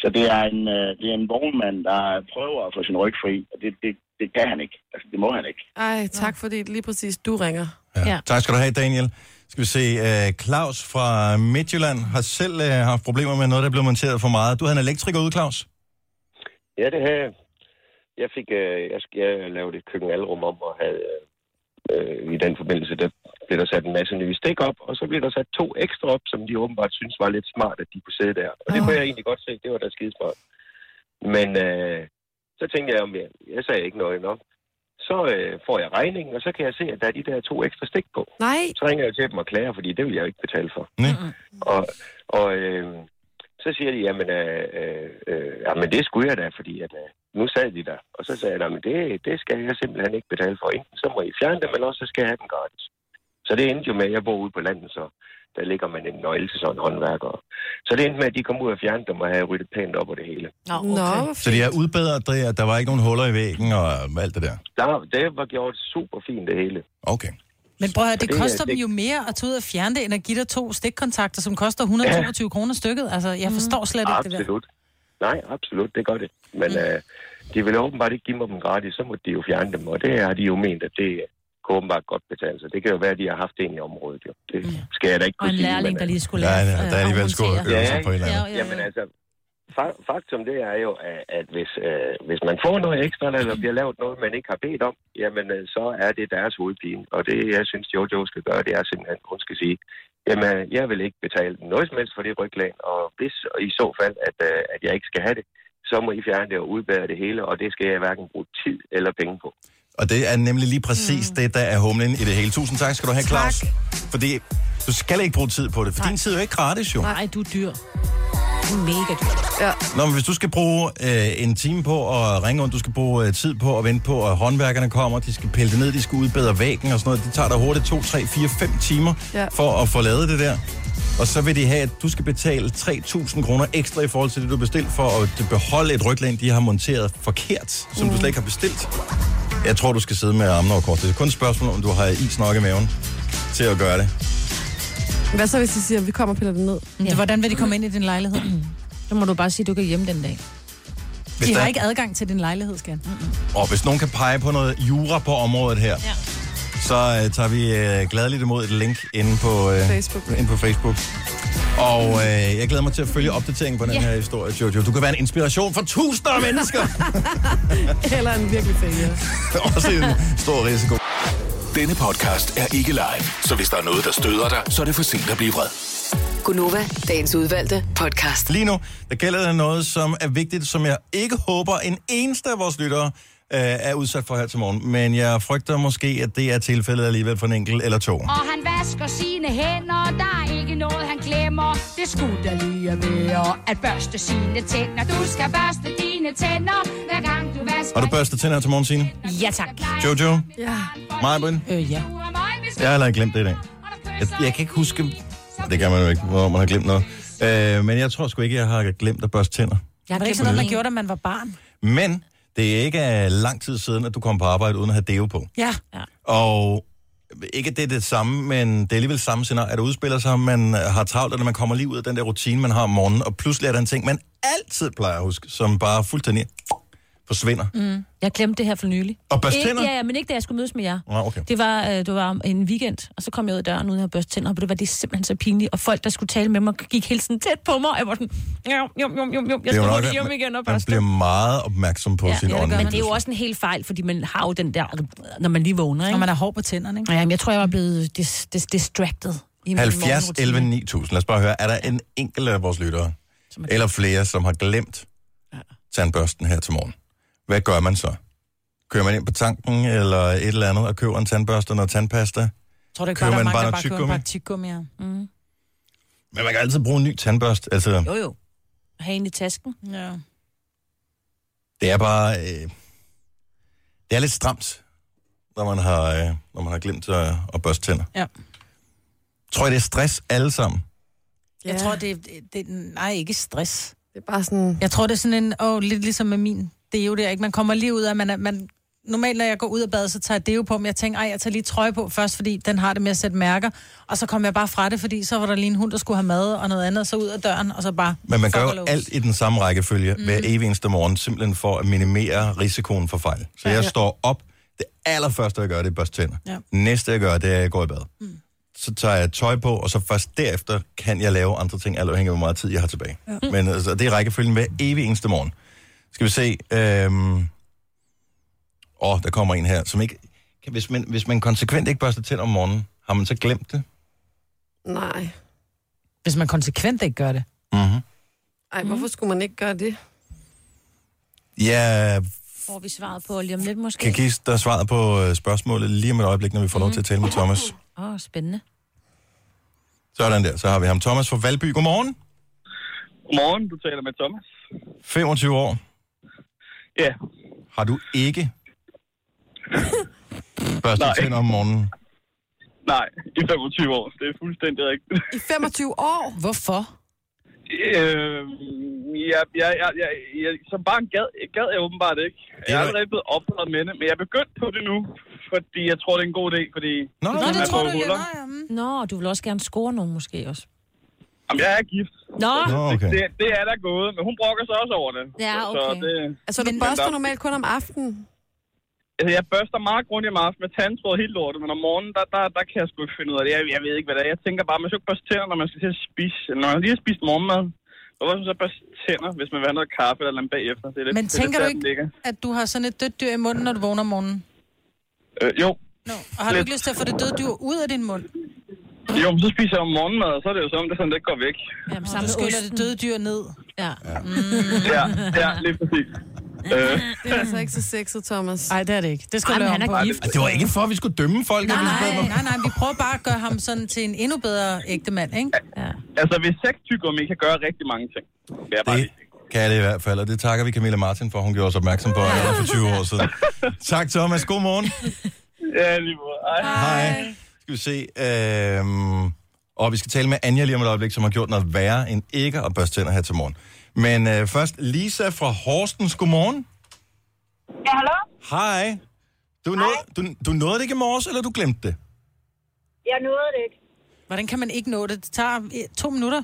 [SPEAKER 10] Så det er en, øh, det er en vognmand, der prøver at få sin ryg fri, og det, det, det kan han ikke. Altså, det må han ikke.
[SPEAKER 2] Ej, tak fordi lige præcis du ringer.
[SPEAKER 1] Ja. Tak skal du have, Daniel. Skal vi se, øh, Claus fra Midtjylland har selv øh, haft problemer med noget, der blev monteret for meget. Du havde en elektriker ude, Claus.
[SPEAKER 11] Ja, det havde jeg. Jeg, fik, øh, jeg, jeg lavede et køkkenalrum om og havde... Øh, øh, I den forbindelse, der blev der sat en masse nye stik op, og så blev der sat to ekstra op, som de åbenbart synes var lidt smart, at de kunne sidde der. Og det kunne jeg egentlig godt se, det var da skidesmart. Men øh, så tænkte jeg, om jeg, jeg sagde ikke noget nok. Så øh, får jeg regningen, og så kan jeg se, at der er de der to ekstra stik på.
[SPEAKER 2] Nej.
[SPEAKER 11] Så ringer jeg til dem og klager, fordi det vil jeg jo ikke betale for.
[SPEAKER 1] Nej.
[SPEAKER 11] Og, og øh, så siger de, jamen, øh, øh, øh, jamen det skulle jeg da, fordi at, øh, nu sad de der. Og så sagde jeg, jamen det, det skal jeg simpelthen ikke betale for. Enten så må I fjerne dem, eller også så skal jeg have dem gratis. Så det endte jo med, at jeg bor ude på landet, så der ligger man en nøgle til sådan en håndværker. Så det endte med, at de kom ud og fjernede dem og havde ryddet pænt op og det hele.
[SPEAKER 4] Nå,
[SPEAKER 2] Nå, hvor
[SPEAKER 1] Så
[SPEAKER 2] fint.
[SPEAKER 1] det er udbedret, det, at der var ikke nogen huller i væggen og alt det der.
[SPEAKER 11] Der, det var gjort super fint det hele.
[SPEAKER 1] Okay.
[SPEAKER 3] Men prøv at høre, det,
[SPEAKER 11] Det er-
[SPEAKER 3] koster dem
[SPEAKER 11] det-
[SPEAKER 3] jo mere at tage ud og fjerne det, end at give dig to stikkontakter, som koster 122 ja. kroner stykket. Altså, jeg forstår slet ikke det der. Mm.
[SPEAKER 11] Absolut. Nej, absolut, det gør det. Men øh, de ville åbenbart ikke give mig dem gratis, så måtte de jo fjerne dem, og det har de jo ment, at det kunne åbenbart godt betale sig. Det kan jo være, at de har haft en i området, jo. Det skal jeg da ikke
[SPEAKER 4] Og en
[SPEAKER 11] kunne sige,
[SPEAKER 4] lærling,
[SPEAKER 11] men,
[SPEAKER 4] der lige skulle
[SPEAKER 1] Ja,
[SPEAKER 4] lære.
[SPEAKER 1] ja,
[SPEAKER 4] øh,
[SPEAKER 1] der er
[SPEAKER 4] at
[SPEAKER 1] alligevel skulle
[SPEAKER 4] håndtere.
[SPEAKER 1] øve
[SPEAKER 11] Ja,
[SPEAKER 1] sig på et eller
[SPEAKER 4] Ja,
[SPEAKER 1] andet.
[SPEAKER 4] ja,
[SPEAKER 11] øh,
[SPEAKER 4] ja.
[SPEAKER 11] Jamen altså, fa- faktum det er jo, at- at hvis, øh, hvis man får noget ekstra, eller bliver lavet noget, man ikke har bedt om, jamen øh, så er det deres hovedpine. Og det, jeg synes, Jojo skal gøre, det er simpelthen, hun skal sige, jamen øh, jeg vil ikke betale noget som helst for det ryglæn, og hvis i så fald, at, øh, at jeg ikke skal have det, så må I fjerne det og udbære det hele, og det skal jeg hverken bruge tid eller penge på.
[SPEAKER 1] Og det er nemlig lige præcis mm. det, der er humlen i det hele. Tusind tak skal du have, Claus. Fordi du skal ikke bruge tid på det, for din tid er jo ikke gratis, jo.
[SPEAKER 4] Nej, du er dyr. Du er mega dyr.
[SPEAKER 1] Nå, men hvis du skal bruge øh, en time på at ringe rundt, du skal bruge øh, tid på at vente på, at håndværkerne kommer, de skal pille det ned, de skal udbedre væggen og sådan noget. Det tager dig hurtigt 2, 3, 4, 5 timer ja.
[SPEAKER 2] Ja.
[SPEAKER 1] for at få lavet det der. Og så vil de have, at du skal betale 3.000 kroner ekstra i forhold til det, du bestilte for at beholde et ryglæn, de har monteret forkert, som mm. du slet ikke har bestilt. Jeg tror, du skal sidde med armene over kors. Det er kun et spørgsmål, om du har is nok i maven til at gøre det.
[SPEAKER 2] Hvad så, hvis de siger, at vi kommer og piller det ned?
[SPEAKER 3] Ja. Hvordan vil de komme ind i din lejlighed?
[SPEAKER 4] Så må du bare sige, at du kan hjem den dag.
[SPEAKER 1] Hvis
[SPEAKER 3] De
[SPEAKER 1] der-
[SPEAKER 3] har ikke adgang til din lejlighed, skal
[SPEAKER 1] Og hvis nogen kan pege på noget jura på området her, ja. så uh, tager vi uh, gladeligt imod et link inde på, uh,
[SPEAKER 2] Facebook.
[SPEAKER 1] Inde på Facebook. Og uh, jeg glæder mig til at følge opdateringen på den her historie, Jojo. Du kan være en inspiration for tusinder af mennesker.
[SPEAKER 2] Eller en virkelig failure.
[SPEAKER 1] Også en stor risiko.
[SPEAKER 6] Denne podcast er ikke live, så hvis der er noget, der støder dig, så er det for sent at blive vred.
[SPEAKER 5] Gunova, dagens udvalgte podcast.
[SPEAKER 1] Lige nu, der gælder der noget, som er vigtigt, som jeg ikke håber, en eneste af vores lyttere øh, er udsat for her til morgen. Men jeg frygter måske, at det er tilfældet alligevel for en enkelt eller to.
[SPEAKER 7] Og han vasker sine hænder, der er ikke noget, han glemmer. Det skulle da lige være at børste sine tænder. Du skal børste dine tænder, hver gang du vasker
[SPEAKER 1] Har du børstet tænder her til morgen, Signe?
[SPEAKER 4] Ja, tak.
[SPEAKER 1] Jojo?
[SPEAKER 2] Ja.
[SPEAKER 1] Mig, Brind?
[SPEAKER 3] Øh, ja.
[SPEAKER 1] Jeg har heller ikke glemt det i dag. Jeg, jeg kan ikke huske... Det kan man jo ikke, hvor man har glemt noget. Øh, men jeg tror sgu ikke, jeg har glemt at børste tænder.
[SPEAKER 4] Jeg
[SPEAKER 3] Var det ikke sådan noget, man gjorde, da man var barn?
[SPEAKER 1] Men det er ikke øh, lang tid siden, at du kom på arbejde uden at have deo på.
[SPEAKER 3] Ja.
[SPEAKER 1] Og ikke at det er det samme, men det er alligevel samme scenarie, at det udspiller sig, man har travlt, eller man kommer lige ud af den der rutine, man har om morgenen, og pludselig er der en ting, man altid plejer at huske, som bare fuldstændig forsvinder. Mm.
[SPEAKER 4] Jeg glemte det her for nylig.
[SPEAKER 1] Og børste
[SPEAKER 4] Ikke,
[SPEAKER 1] tænder?
[SPEAKER 4] ja, ja, men ikke da jeg skulle mødes med jer.
[SPEAKER 1] Nå, okay.
[SPEAKER 4] Det var, øh, det var en weekend, og så kom jeg ud af døren uden at have børstet tænder, og det var det er simpelthen så pinligt. Og folk, der skulle tale med mig, gik helt sådan tæt på mig, og jeg var sådan, jo, jo, jo, jo, jo, jeg
[SPEAKER 1] Det er
[SPEAKER 4] skal
[SPEAKER 1] jo nok,
[SPEAKER 4] hurtigt
[SPEAKER 1] at
[SPEAKER 4] hjem
[SPEAKER 1] man-
[SPEAKER 4] igen og
[SPEAKER 1] Man
[SPEAKER 4] børste.
[SPEAKER 1] bliver meget opmærksom på
[SPEAKER 4] Ja,
[SPEAKER 1] sin
[SPEAKER 4] ja,
[SPEAKER 1] ånd.
[SPEAKER 4] det gør man. men det er jo også en helt fejl, fordi man har jo den der, når man lige vågner, ikke?
[SPEAKER 3] Når man er hård på tænderne, ikke?
[SPEAKER 4] Ja, men jeg tror, jeg var blevet dis- dis- distracted. I min
[SPEAKER 1] 70
[SPEAKER 4] morgenrutine.
[SPEAKER 1] 11 9000. Lad os bare høre, er der en enkelt af vores lyttere, eller flere, som har glemt tandbørsten her til morgen? Hvad gør man så? Kører man ind på tanken eller et eller andet og køber en tandbørste og noget tandpasta?
[SPEAKER 3] Tror du ikke
[SPEAKER 1] Køber
[SPEAKER 3] bare, der er
[SPEAKER 1] man
[SPEAKER 3] mange,
[SPEAKER 1] bare
[SPEAKER 3] der
[SPEAKER 1] noget
[SPEAKER 3] bare køber en
[SPEAKER 1] tyggegummi?
[SPEAKER 3] pakke tyggegummi? Ja.
[SPEAKER 1] Men man kan altid bruge en ny tandbørste. Altså,
[SPEAKER 4] Mm. Jo, jo. Have en i tasken.
[SPEAKER 3] ja.
[SPEAKER 1] det er bare... Øh, det er lidt stramt. når man har, øh, når man har glemt at, at børste tænder.
[SPEAKER 3] Ja.
[SPEAKER 1] Tror I, det er stress alle sammen?
[SPEAKER 3] Ja. Jeg tror, det, er- det, det nej, ikke stress.
[SPEAKER 2] Det er bare sådan...
[SPEAKER 3] Jeg tror, det er sådan en, åh, lidt ligesom med min. Det er jo det, ikke? Man kommer lige ud af, man, er, man normalt, når jeg går ud af badet, så tager jeg det jo på, men jeg tænker, ej, jeg tager lige trøje på først, fordi den har det med at sætte mærker, og så kom jeg bare fra det, fordi så var der lige en hund, der skulle have mad og noget andet, og så ud af døren, og så bare...
[SPEAKER 1] Men man gør
[SPEAKER 3] fuck og
[SPEAKER 1] jo
[SPEAKER 3] lås.
[SPEAKER 1] alt i den samme rækkefølge mm. hver
[SPEAKER 3] Mhm.
[SPEAKER 1] evig eneste morgen, simpelthen for at minimere risikoen for fejl. Så
[SPEAKER 3] Ja.
[SPEAKER 1] jeg
[SPEAKER 3] Ja.
[SPEAKER 1] står op, det allerførste, jeg gør, det er børste tænder.
[SPEAKER 3] Ja.
[SPEAKER 1] Næste, jeg gør, det er, at jeg går i bad. Mm. Så tager jeg tøj på, og så først derefter kan jeg lave andre ting, alt afhængig af, hvor meget tid jeg har tilbage. Ja. Men altså, det er rækkefølgen hver evig eneste morgen. Skal vi se. Øhm... Åh, oh, der kommer en her, som ikke... Kan- Hvis man, hvis man konsekvent ikke børster tænder om morgenen, har man så glemt det?
[SPEAKER 2] Nej.
[SPEAKER 3] Hvis man konsekvent ikke gør det.
[SPEAKER 1] Mm-hmm.
[SPEAKER 2] Ej, hvorfor skulle man ikke gøre det?
[SPEAKER 1] Ja,
[SPEAKER 4] Får vi svaret på lige om lidt måske?
[SPEAKER 1] kan give dig svaret på øh, spørgsmålet lige om et øjeblik, når vi får lov til at tale med Thomas.
[SPEAKER 4] Åh, oh, spændende.
[SPEAKER 1] Sådan der, så har vi ham. Thomas fra Valby, godmorgen.
[SPEAKER 12] Godmorgen, du taler med Thomas.
[SPEAKER 1] 25 år.
[SPEAKER 12] Ja.
[SPEAKER 1] Har du ikke børstet
[SPEAKER 12] Nej.
[SPEAKER 1] tænder om morgenen?
[SPEAKER 12] Nej, i 25 år. Det er fuldstændig rigtigt.
[SPEAKER 2] I 25 år?
[SPEAKER 3] Hvorfor?
[SPEAKER 12] Øh, jeg, jeg, jeg, jeg, jeg, som barn gad, gad jeg åbenbart ikke. Jeg er allerede blevet opdraget med det, men jeg er begyndt på det nu, fordi jeg tror, det er en god idé, fordi...
[SPEAKER 1] Nå,
[SPEAKER 12] man får jo huller.
[SPEAKER 4] Nå, du vil også gerne score nogen måske også.
[SPEAKER 12] Jamen, jeg er gift.
[SPEAKER 4] Nå.
[SPEAKER 2] Nå, okay.
[SPEAKER 12] det, det, er der gået, men hun brokker sig også over det.
[SPEAKER 2] Ja,
[SPEAKER 12] Så- Så
[SPEAKER 2] okay.
[SPEAKER 12] det,
[SPEAKER 2] Altså, du
[SPEAKER 12] Men-
[SPEAKER 2] børster
[SPEAKER 12] Men der-
[SPEAKER 2] normalt kun om aftenen.
[SPEAKER 12] Altså, jeg børster meget grundigt om aftenen med tandtråd helt lortet, men om morgenen, der, der, der kan jeg sgu ikke finde ud af det. Jeg, jeg ved ikke, hvad det er. Jeg tænker bare, man skal ikke børste tænder, når man skal til at spise. Eller Når man lige har spist morgenmad, hvorfor skal man så børste tænder, hvis man vil have noget kaffe eller noget bagefter? Det er lidt,
[SPEAKER 3] Men
[SPEAKER 12] det er
[SPEAKER 3] tænker
[SPEAKER 12] lidt
[SPEAKER 3] du
[SPEAKER 12] der, den ligger.
[SPEAKER 3] ikke, at du har sådan et dødt dyr i munden, når du vågner om morgenen?
[SPEAKER 12] Øh, jo.
[SPEAKER 3] Og har du
[SPEAKER 12] Lidt.
[SPEAKER 3] ikke lyst til at få det døde dyr ud af din mund?
[SPEAKER 12] Jo, men så spiser jeg om morgenmad, og så er det jo som, om, det sådan, det går væk.
[SPEAKER 3] Jamen, sammen du skyller det døde dyr ned.
[SPEAKER 4] Ja.
[SPEAKER 12] Ja, ja lige præcis. Øh,
[SPEAKER 2] Det er altså ikke så sexet, Thomas.
[SPEAKER 3] Nej, det er det ikke. Det skal
[SPEAKER 2] Ej,
[SPEAKER 3] du
[SPEAKER 2] men
[SPEAKER 3] lave
[SPEAKER 2] han
[SPEAKER 3] om
[SPEAKER 2] er
[SPEAKER 3] på.
[SPEAKER 2] gift.
[SPEAKER 1] Ej, Det var ikke for, at vi skulle dømme folk. at
[SPEAKER 3] Nej,
[SPEAKER 1] vi skulle-
[SPEAKER 3] nej, nej, nej, vi prøver bare at gøre ham sådan til en endnu bedre ægte mand, ikke? Ja.
[SPEAKER 12] altså, hvis sextygummi kan gøre rigtig mange ting, vil jeg bare
[SPEAKER 1] Det kan det i hvert fald, og det takker vi Camilla Martin for, hun gjorde os opmærksom på allerede for 20 år siden. Tak Thomas, god morgen.
[SPEAKER 12] Ja, lige måde.
[SPEAKER 1] Hej. Skal vi se. Øhm, og vi skal tale med Anja lige om et øjeblik, som har gjort noget værre end ikke at børste tænder her til morgen. Men øh, først Lisa fra Horstens, godmorgen.
[SPEAKER 13] Ja, hallo?
[SPEAKER 1] Hej. Du, nåede, du, du nåede det ikke i morges, eller du glemte det?
[SPEAKER 13] Jeg nåede det ikke.
[SPEAKER 3] Hvordan kan man ikke nå det? Det tager eh, to minutter.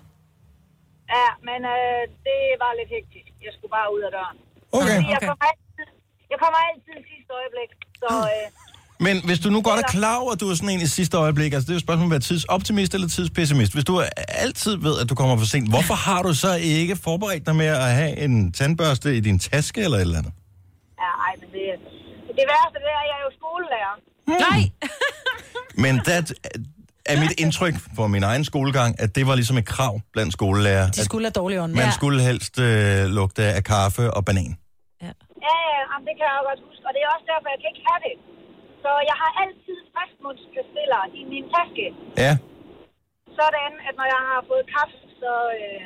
[SPEAKER 13] Ja, men øh, det var lidt hektisk. Jeg skulle bare ud af døren.
[SPEAKER 1] Okay.
[SPEAKER 13] Fordi Jeg, kommer altid, jeg kommer altid i sidste øjeblik, så øh,
[SPEAKER 1] Men hvis du nu godt er klar over, at du er sådan en i sidste øjeblik, altså det er jo et spørgsmål om at være tidsoptimist eller tidspessimist. Hvis du er- altid ved, at du kommer for sent, hvorfor har du så ikke forberedt dig med at have en tandbørste i din taske eller et eller andet?
[SPEAKER 13] ja, ej, men det, det værste det er, at jeg er jo skolelærer.
[SPEAKER 4] Nej!
[SPEAKER 1] Mm. Men det er mit indtryk fra min egen skolegang, at det var ligesom et krav blandt skolelærer.
[SPEAKER 3] De skulle have dårlig ånd.
[SPEAKER 1] Man skulle helst øh, lugte af kaffe og banan.
[SPEAKER 13] Ja, ja, jamen, det kan jeg jo godt huske, og det er også derfor, jeg kan ikke have det. Så jeg har altid fastmundspastiller i min taske,
[SPEAKER 1] Ja.
[SPEAKER 13] sådan at når jeg har fået kaffe, så, øh,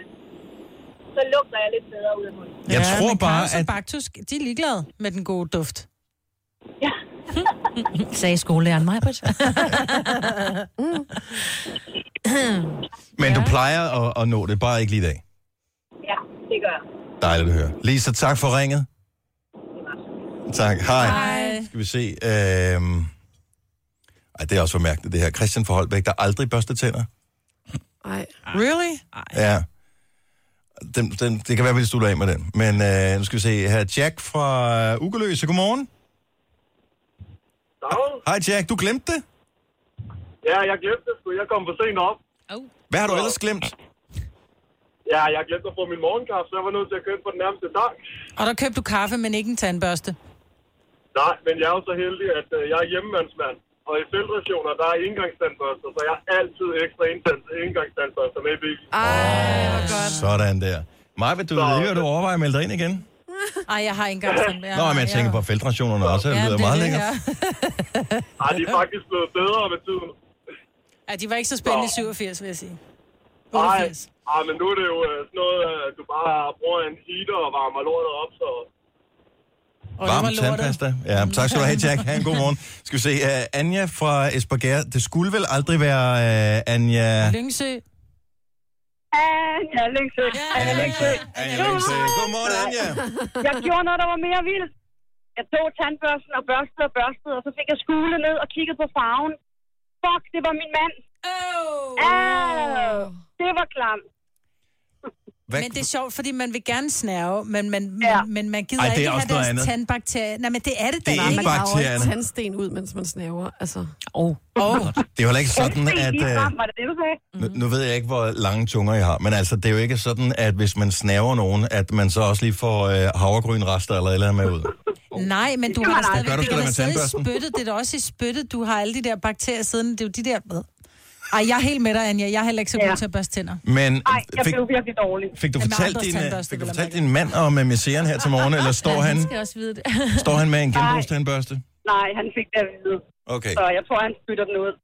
[SPEAKER 13] så lugter jeg lidt bedre ud af munden.
[SPEAKER 1] Jeg tror
[SPEAKER 3] men
[SPEAKER 1] bare,
[SPEAKER 3] Claus og
[SPEAKER 1] at-
[SPEAKER 3] Baktus, de er ligeglade med den gode duft.
[SPEAKER 4] Sagde skolelæreren mig, Britt. Mm.
[SPEAKER 1] Men ja. du plejer at, at nå det, bare ikke lige i dag.
[SPEAKER 13] Ja, det gør jeg.
[SPEAKER 1] Dejligt at høre. Lisa, tak for ringet. Tak. Hej.
[SPEAKER 13] Hej.
[SPEAKER 1] Skal vi se. Øhm... Ej, det er også for mærkeligt, det her. Christian fra Holbæk, der aldrig børster tænder.
[SPEAKER 2] Nej.
[SPEAKER 3] Really?
[SPEAKER 1] Ja. Den, den, det kan være, vi slutter af med den. Men øh, nu skal vi se her. Jack fra Ugeløse, godmorgen. Hej Jack, du glemte det.
[SPEAKER 8] Ja, jeg glemte det sgu. Jeg kom for sent op.
[SPEAKER 4] Oh.
[SPEAKER 1] Hvad har du ellers glemt?
[SPEAKER 8] Ja, jeg glemte at få min morgenkaffe, så jeg var nødt til at købe på den nærmeste tank.
[SPEAKER 3] Og der købte du kaffe, men ikke en tandbørste.
[SPEAKER 8] Nej, men jeg er jo så heldig, at øh, jeg er hjemmemandsmand. Og i feltrationer, der er engangstandbørster, så jeg har altid ekstra indtand- engangstandbørster med i bilen.
[SPEAKER 1] Sådan der. Maja, vil du lige du overvejer at melde dig ind igen?
[SPEAKER 3] Ej, jeg har ikke engang tandbørste.
[SPEAKER 1] Ja, Nå, men jeg tænker på feltrationerne også, det lyder meget længere.
[SPEAKER 8] Ej, de er faktisk blevet bedre med tiden.
[SPEAKER 3] Ja, de var ikke så spændende i 87, vil jeg sige.
[SPEAKER 8] Nej,
[SPEAKER 3] 88.
[SPEAKER 8] ej, men nu er det jo øh, sådan noget, øh, at du bare bruger en heater og varmer lortet op, så...
[SPEAKER 1] Og Varm
[SPEAKER 3] lortet.
[SPEAKER 1] tandpasta. Ja, tak skal du have, Jack. Ha' en god morgen. Skal vi se, uh, Anja fra Esbjerg. Det skulle vel aldrig være uh, Anja...
[SPEAKER 3] Lyngsø.
[SPEAKER 14] Anja Lyngsø. Anja Lyngsø.
[SPEAKER 1] Anja Lyngsø. Godmorgen, Anja.
[SPEAKER 14] Jeg gjorde noget, der var mere vildt. Jeg tog tandbørsten og børstede og børstede, og så fik jeg skule ned og kiggede på farven. Fuck, det var min mand. Oh. Ah, det var klamt.
[SPEAKER 1] Hvad-
[SPEAKER 3] Men det er sjovt, fordi man vil gerne snæve, men man, ja. men man gider
[SPEAKER 1] Ej,
[SPEAKER 3] Ej,
[SPEAKER 1] det er
[SPEAKER 3] ikke
[SPEAKER 1] også
[SPEAKER 3] have
[SPEAKER 1] noget
[SPEAKER 3] deres
[SPEAKER 1] andet.
[SPEAKER 3] tandbakterier. Nej, men det er det da
[SPEAKER 1] Det er ikke
[SPEAKER 2] Man graver
[SPEAKER 1] bakterierne.
[SPEAKER 2] ikke tandsten ud, mens man snæver. Altså.
[SPEAKER 3] Oh. Oh.
[SPEAKER 1] Det er jo heller ikke sådan, at... øh,
[SPEAKER 14] var det det, du sagde?
[SPEAKER 1] Nu, nu ved jeg ikke, hvor lange tunger I har, men altså, det er jo ikke sådan, at hvis man snæver nogen, at man så også lige får øh, havregrynrester eller et eller andet med ud.
[SPEAKER 3] Nej, men du
[SPEAKER 1] Det
[SPEAKER 3] har
[SPEAKER 1] gør du
[SPEAKER 3] stadigvæk... Det
[SPEAKER 1] sgu da
[SPEAKER 3] kan da
[SPEAKER 1] med
[SPEAKER 3] sidde i
[SPEAKER 1] tandbørsten.
[SPEAKER 3] spyttet. Det er da også i spyttet, du har alle de der bakterier siden. Det er jo de der... Hvad? Ej, jeg er helt med dig, Anja. Jeg er heller ikke så god til at børste tænder.
[SPEAKER 1] Men
[SPEAKER 3] Ej,
[SPEAKER 1] jeg fik- blev
[SPEAKER 14] virkelig dårlig.
[SPEAKER 1] Fik du fortalt din, øh, fik du fortalt din mand om uh, messeren her til morgen, eller står han,
[SPEAKER 4] skal også vide det.
[SPEAKER 1] står han med en
[SPEAKER 14] Nej.
[SPEAKER 1] genbrugstandbørste?
[SPEAKER 14] Nej, han fik det at vide.
[SPEAKER 1] Okay.
[SPEAKER 14] Så jeg tror, han spytter den ud.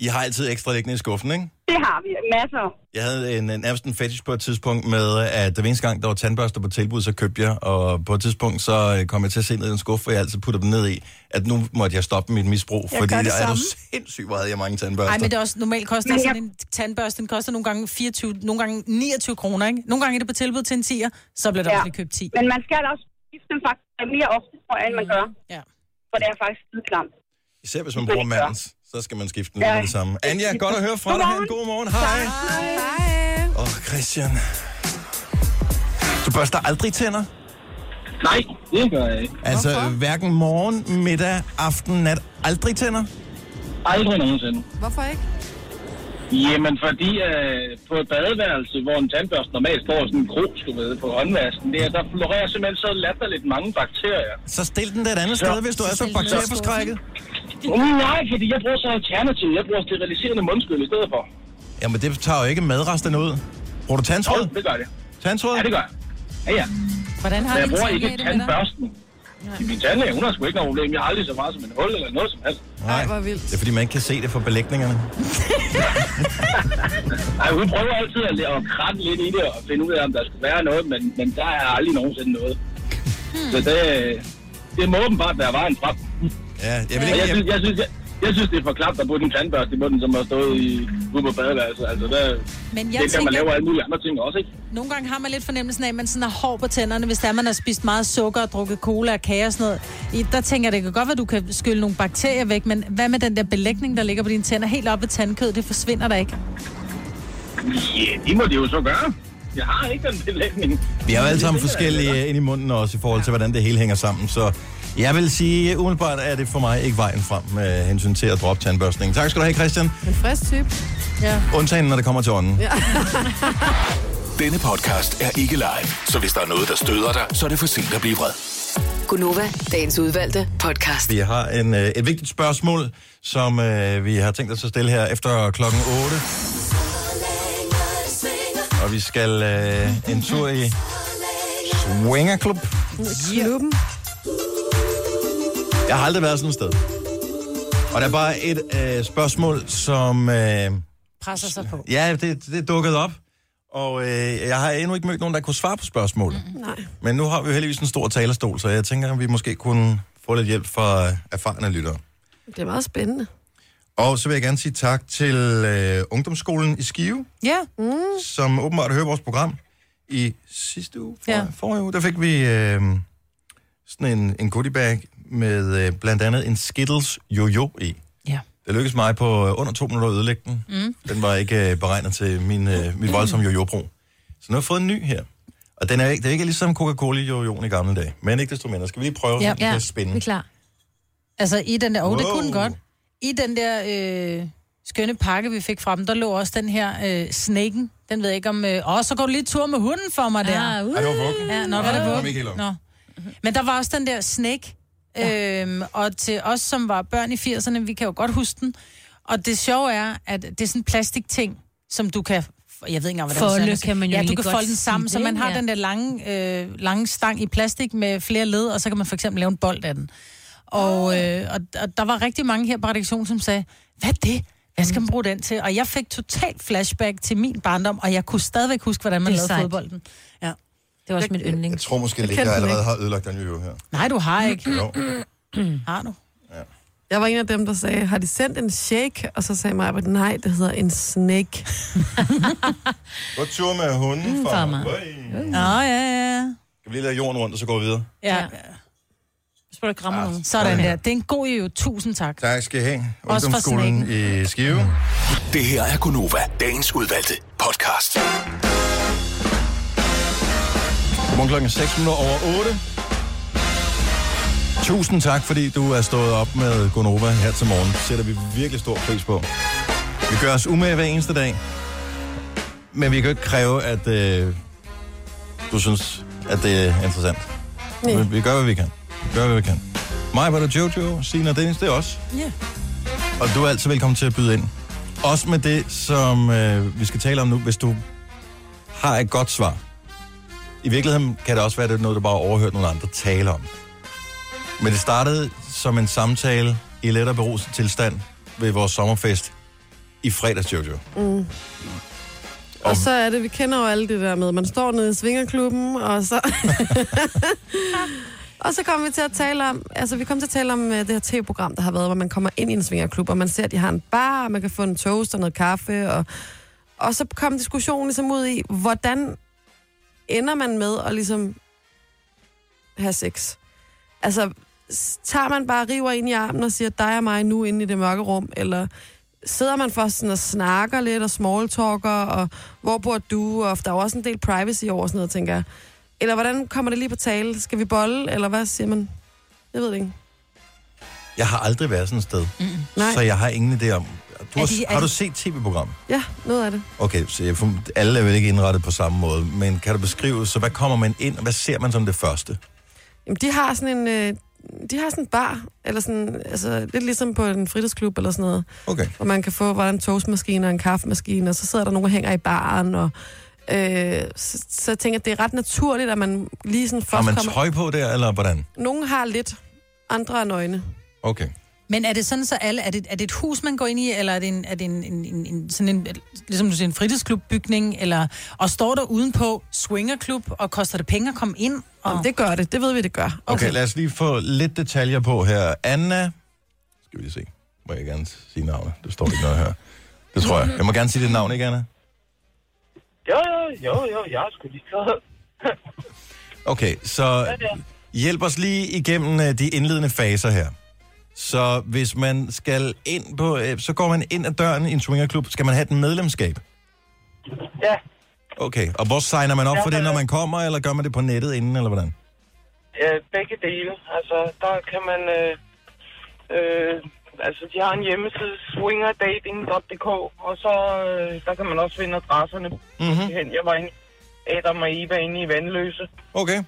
[SPEAKER 1] I har altid ekstra liggende i skuffen, ikke?
[SPEAKER 14] Det har vi. Masser.
[SPEAKER 1] Jeg havde en, en, nærmest en fetish på et tidspunkt med, at hver eneste gang, der var tandbørster på tilbud, så købte jeg, og på et tidspunkt, så øh, kom jeg til at se ned i en skuffe, og jeg altid puttede dem ned i, at nu måtte jeg stoppe mit misbrug,
[SPEAKER 3] Jeg
[SPEAKER 1] fordi
[SPEAKER 3] gør det
[SPEAKER 1] er du
[SPEAKER 3] samme.
[SPEAKER 1] sindssygt, hvor havde jeg mange tandbørster.
[SPEAKER 3] Nej, men det er også normalt koster
[SPEAKER 1] Men
[SPEAKER 3] jeg...
[SPEAKER 1] jeg-
[SPEAKER 3] sådan en tandbørste. Den koster nogle gange 24, nogle gange 29 kroner, ikke? Nogle gange er det på tilbud til en 10'er, så bliver der ja. også lige købt 10.
[SPEAKER 14] Men man skal da også skifte dem faktisk mere ofte, tror jeg, end man gør.
[SPEAKER 3] Ja.
[SPEAKER 14] For det er faktisk skide klamt.
[SPEAKER 1] Især hvis man bruger mandens, så skal man skifte den lige
[SPEAKER 14] Ja.
[SPEAKER 1] med det samme. Anja, godt at høre fra dig. Ha' en god morgen. Hej.
[SPEAKER 2] Hej.
[SPEAKER 1] Åh, oh, Christian. Du børster aldrig tænder?
[SPEAKER 15] Nej, det gør jeg ikke.
[SPEAKER 1] Altså, hverken morgen, middag, aften, nat. Aldrig tænder?
[SPEAKER 15] Aldrig nogensinde.
[SPEAKER 2] Mm. Hvorfor ikke?
[SPEAKER 15] Jamen, fordi øh, på et badeværelse, hvor en tandbørste normalt står i sådan en grus, du ved, på håndvasken, der, der florerer simpelthen så latterligt mange bakterier.
[SPEAKER 1] Så stil den det et andet sted, hvis du er så bakterieforskrækket.
[SPEAKER 15] Uh, nej, fordi jeg bruger så alternativ. Jeg bruger steriliserende mundskyld i stedet for.
[SPEAKER 1] Jamen, det tager jo ikke madresterne ud. Bruger du tandsråd?
[SPEAKER 15] Jo, det gør det.
[SPEAKER 1] Tandsråd?
[SPEAKER 15] Ja, det gør jeg. Ja, ja.
[SPEAKER 3] Hvordan har
[SPEAKER 15] Men jeg
[SPEAKER 3] din
[SPEAKER 15] bruger
[SPEAKER 3] tandlæge
[SPEAKER 15] ikke
[SPEAKER 3] det med dig?
[SPEAKER 15] tandbørsten. Min tandlæge, hun har sgu ikke noget problem. Jeg har aldrig så meget som en hul eller noget som helst.
[SPEAKER 1] Nej,
[SPEAKER 2] hvor vildt.
[SPEAKER 1] Det er, fordi man ikke kan se det fra belægningerne.
[SPEAKER 15] Ej, hun prøver altid at, at kratte lidt i det og finde ud af, om der skulle være noget, men, men der er aldrig nogensinde noget.
[SPEAKER 3] Hmm.
[SPEAKER 15] Så det, det må åbenbart være vejen frem.
[SPEAKER 1] Ja, jeg,
[SPEAKER 15] vil ikke, jeg, synes, jeg, synes, jeg, jeg synes, det er for klamt at putte en tandbørste i munden, som har stået i, ude på badeværelset. Altså, der,
[SPEAKER 3] Men jeg
[SPEAKER 15] det er der, man
[SPEAKER 3] tænker-
[SPEAKER 15] laver alle mulige andre ting også, ikke?
[SPEAKER 3] Nogle gange har man lidt fornemmelsen af, at man sådan er hård på tænderne, hvis der man har spist meget sukker og drukket cola og kage og sådan noget. I, der tænker jeg, det kan godt være, at du kan skylle nogle bakterier væk, men hvad med den der belægning, der ligger på dine tænder helt oppe ved tandkød, det forsvinder da ikke.
[SPEAKER 15] Ja, det må det jo så gøre. Jeg har ikke den belægning.
[SPEAKER 1] Vi har jo alle sammen
[SPEAKER 15] Det er det, der er
[SPEAKER 1] forskellige øh, ind i munden også, i forhold til, hvordan det hele hænger sammen. Så jeg vil sige, øh, umiddelbart er det for mig ikke vejen frem med hensyn til at droppe tandbørstningen. Tak skal du have, Christian.
[SPEAKER 2] En frisk type. Ja.
[SPEAKER 1] Undtagen, når det kommer til ånden.
[SPEAKER 2] ja.
[SPEAKER 6] Denne podcast er ikke live, så hvis der er noget, der støder dig, så er det for sent at blive vred.
[SPEAKER 5] Gunova, dagens udvalgte podcast.
[SPEAKER 1] Vi har en, øh, et vigtigt spørgsmål, som øh, vi har tænkt os at stille her efter klokken 8. Og vi skal øh, en tur i Swingerklub.
[SPEAKER 2] Klubben.
[SPEAKER 1] Jeg har aldrig været sådan et sted. Og der er bare et øh, spørgsmål, som... Øh,
[SPEAKER 3] Presser sig på.
[SPEAKER 1] ja, det, det dukkede op. Og øh, jeg har endnu ikke mødt nogen, der kunne svare på spørgsmålet.
[SPEAKER 2] Nej.
[SPEAKER 1] Men nu har vi jo heldigvis en stor talerstol, så jeg tænker, at vi måske kunne få lidt hjælp fra øh, erfarne lyttere.
[SPEAKER 2] Det er meget spændende.
[SPEAKER 1] Og så vil jeg gerne sige tak til øh, Ungdomsskolen i Skive,
[SPEAKER 3] Ja.
[SPEAKER 2] Mm.
[SPEAKER 1] som åbenbart hører vores program i sidste uge. For, ja. Forrige uge, der fik vi øh, sådan en, en goodie bag med øh, blandt andet en Skittles jojo i.
[SPEAKER 3] Ja.
[SPEAKER 1] Det lykkedes mig på øh, under to minutter at ødelægge den. Mm. Den var ikke øh, beregnet til min, øh, min voldsomme jojo-brug. Så nu har jeg fået en ny her. Og den er ikke, det er ikke ligesom Coca-Cola jojoen i gamle dage. Men ikke desto mindre. Skal vi lige prøve, ja. så den kan spænde?
[SPEAKER 3] vi er klar. Altså i den der, oh, det
[SPEAKER 1] Wow.
[SPEAKER 3] kunne den godt. I den der øh, skønne pakke, vi fik fra dem, der lå også den her øh, snaken. Den ved jeg ikke om... Øh, åh, så går du lige tur med hunden for mig der.
[SPEAKER 4] Ah, uh.
[SPEAKER 1] Ej, det var vuggen.
[SPEAKER 3] Ja, nå,
[SPEAKER 1] Nå,
[SPEAKER 3] var
[SPEAKER 1] den
[SPEAKER 3] det
[SPEAKER 1] kom ikke helt om.
[SPEAKER 3] vuggen. Nå. Men der var også den der snake. Øhm, og til os, som var børn i 80'erne, vi kan jo godt huske den. Og det sjove er, at det er sådan en plastikting, som du kan... Jeg ved ikke engang, hvordan
[SPEAKER 4] Folde
[SPEAKER 3] det altså-
[SPEAKER 4] kan man jo
[SPEAKER 3] Ja, du
[SPEAKER 4] egentlig
[SPEAKER 3] kan
[SPEAKER 4] godt
[SPEAKER 3] folde
[SPEAKER 4] sige
[SPEAKER 3] den sammen, så
[SPEAKER 4] det,
[SPEAKER 3] man har
[SPEAKER 4] ja.
[SPEAKER 3] den der lange, øh, lange stang i plastik med flere led, og så kan man for eksempel lave en bold af den. Og, øh, og, og der var rigtig mange her på redaktionen, som sagde, hvad er det? Hvad
[SPEAKER 4] Mm.
[SPEAKER 3] skal man bruge den til? Og jeg fik totalt flashback til min barndom, og jeg kunne stadigvæk huske, hvordan man
[SPEAKER 4] Det er
[SPEAKER 3] lavede
[SPEAKER 4] sejt.
[SPEAKER 3] fodbolden. Ja.
[SPEAKER 4] Det var også mit yndling.
[SPEAKER 1] Jeg tror måske,
[SPEAKER 4] Jeg
[SPEAKER 1] at jeg
[SPEAKER 4] kendte den
[SPEAKER 1] allerede
[SPEAKER 4] ikke.
[SPEAKER 1] har ødelagt den review her.
[SPEAKER 3] Nej, du har ikke.
[SPEAKER 1] Jo.
[SPEAKER 3] har du?
[SPEAKER 2] Jeg var en af dem, der sagde, har de sendt en shake? Og så sagde mig, at nej, det hedder en snake.
[SPEAKER 1] Gå tur med hunden, far.
[SPEAKER 2] farmor.
[SPEAKER 3] Nå, ja, ja, ja.
[SPEAKER 1] Kan vi lige lade jorden rundt, og så går vi videre?
[SPEAKER 3] ja.
[SPEAKER 4] Hvis du ikke rammer
[SPEAKER 1] Ah,
[SPEAKER 4] nogen.
[SPEAKER 3] Sådan der. Det er en god jo. Tusind tak.
[SPEAKER 1] Tak skal I have.
[SPEAKER 3] Også for
[SPEAKER 1] Ungdomsskolen i Skive.
[SPEAKER 6] Det her er Gunova, dagens udvalgte podcast.
[SPEAKER 1] Godmorgen klokken er 6 minutter over 8. Tusind tak, fordi du er stået op med Gonova her til morgen. Det sætter vi virkelig stor pris på. Vi gør os umage hver eneste dag. Men vi kan jo ikke kræve, at øh, du synes, at det er interessant.
[SPEAKER 7] Nej.
[SPEAKER 1] Vi, vi gør, hvad vi kan. Vi gør, hvad vi kan. Mig var det Jojo, Sina og Dennis, det er os.
[SPEAKER 3] Ja.
[SPEAKER 1] Og du er altid velkommen til at byde ind. Også med det, som øh, vi skal tale om nu, hvis du har et godt svar. I virkeligheden kan det også være, at det er noget, du bare har overhørt nogle andre tale om. Men det startede som en samtale i let og beruset tilstand ved vores sommerfest i fredags, Jojo.
[SPEAKER 2] Mm. Og så er det, vi kender jo alle det der med, man står nede i svingerklubben, og så... og så kom vi til at tale om, altså vi kom til at tale om øh, det her tv-program, der har været, hvor man kommer ind i en svingerklub, og man ser, at de har en bar, og man kan få en toast og noget kaffe, og, og så kom diskussionen ligesom ud i, hvordan ender man med at ligesom have sex? Altså, s- tager man bare river ind i armen og siger, dig og mig nu inde i det mørke rum, eller sidder man først sådan og snakker lidt og smalltalker, og hvor bor du, og der er jo også en del privacy over sådan noget, tænker jeg. Eller hvordan kommer det lige på tale? Skal vi bolle, eller hvad siger man? Jeg ved det ikke.
[SPEAKER 1] Jeg har aldrig været sådan et sted,
[SPEAKER 2] Mm. Nej.
[SPEAKER 1] så jeg har ingen idé om... Du har,
[SPEAKER 2] Er de- er
[SPEAKER 1] har du
[SPEAKER 2] de-
[SPEAKER 1] set tv-programmet?
[SPEAKER 2] Ja, noget af det.
[SPEAKER 1] Okay, så jeg, for- alle er vel ikke indrettet på samme måde, men kan du beskrive, så hvad kommer man ind, og hvad ser man som det første?
[SPEAKER 2] Jamen, de har sådan en... Øh, de har sådan en bar, eller sådan, altså lidt ligesom på en fritidsklub eller sådan noget.
[SPEAKER 1] Okay.
[SPEAKER 2] Hvor man kan få bare en toastmaskine og en kaffemaskine, og så sidder der nogen og hænger i baren, og øh, så, så jeg tænker jeg, det er ret naturligt, at man lige sådan først
[SPEAKER 1] Har man
[SPEAKER 2] kommer...
[SPEAKER 1] tøj på der, eller hvordan?
[SPEAKER 2] Nogen har lidt, andre er nøgne.
[SPEAKER 1] Okay.
[SPEAKER 3] Men er det sådan så alle, er det, er det et hus, man går ind i, eller er det en, er det en, en, en, en sådan en, ligesom du siger, en fritidsklubbygning, eller, og står der udenpå swingerklub, og koster det penge at komme ind? Og...
[SPEAKER 2] Jamen, det gør det, det ved vi, det gør.
[SPEAKER 1] Okay, lad os lige få lidt detaljer på her. Anna, skal vi lige se, må jeg gerne sige navnet? Det står ikke noget her. Det tror jeg. Jeg må gerne sige dit navn, ikke Anna?
[SPEAKER 16] Jo, jo, jo, jo, jeg er sgu lige øh, så.
[SPEAKER 1] Okay, så hjælp os lige igennem øh, de indledende faser her. Så hvis man skal ind på, øh, så går man ind ad døren i en swingerklub. Skal man have et medlemskab?
[SPEAKER 16] Ja,
[SPEAKER 1] Okay, og hvor signer man op for det, når man kommer, eller gør man det på nettet inden, eller hvordan?
[SPEAKER 16] øh, begge dele. Altså, der kan man... Øh, øh, altså, de har en hjemmeside, swingerdating.dk, og så øh, der kan man også finde adresserne.
[SPEAKER 1] Mm-hmm.
[SPEAKER 16] Jeg var inde, Adam og Eva inde i Vandløse.
[SPEAKER 1] Okay.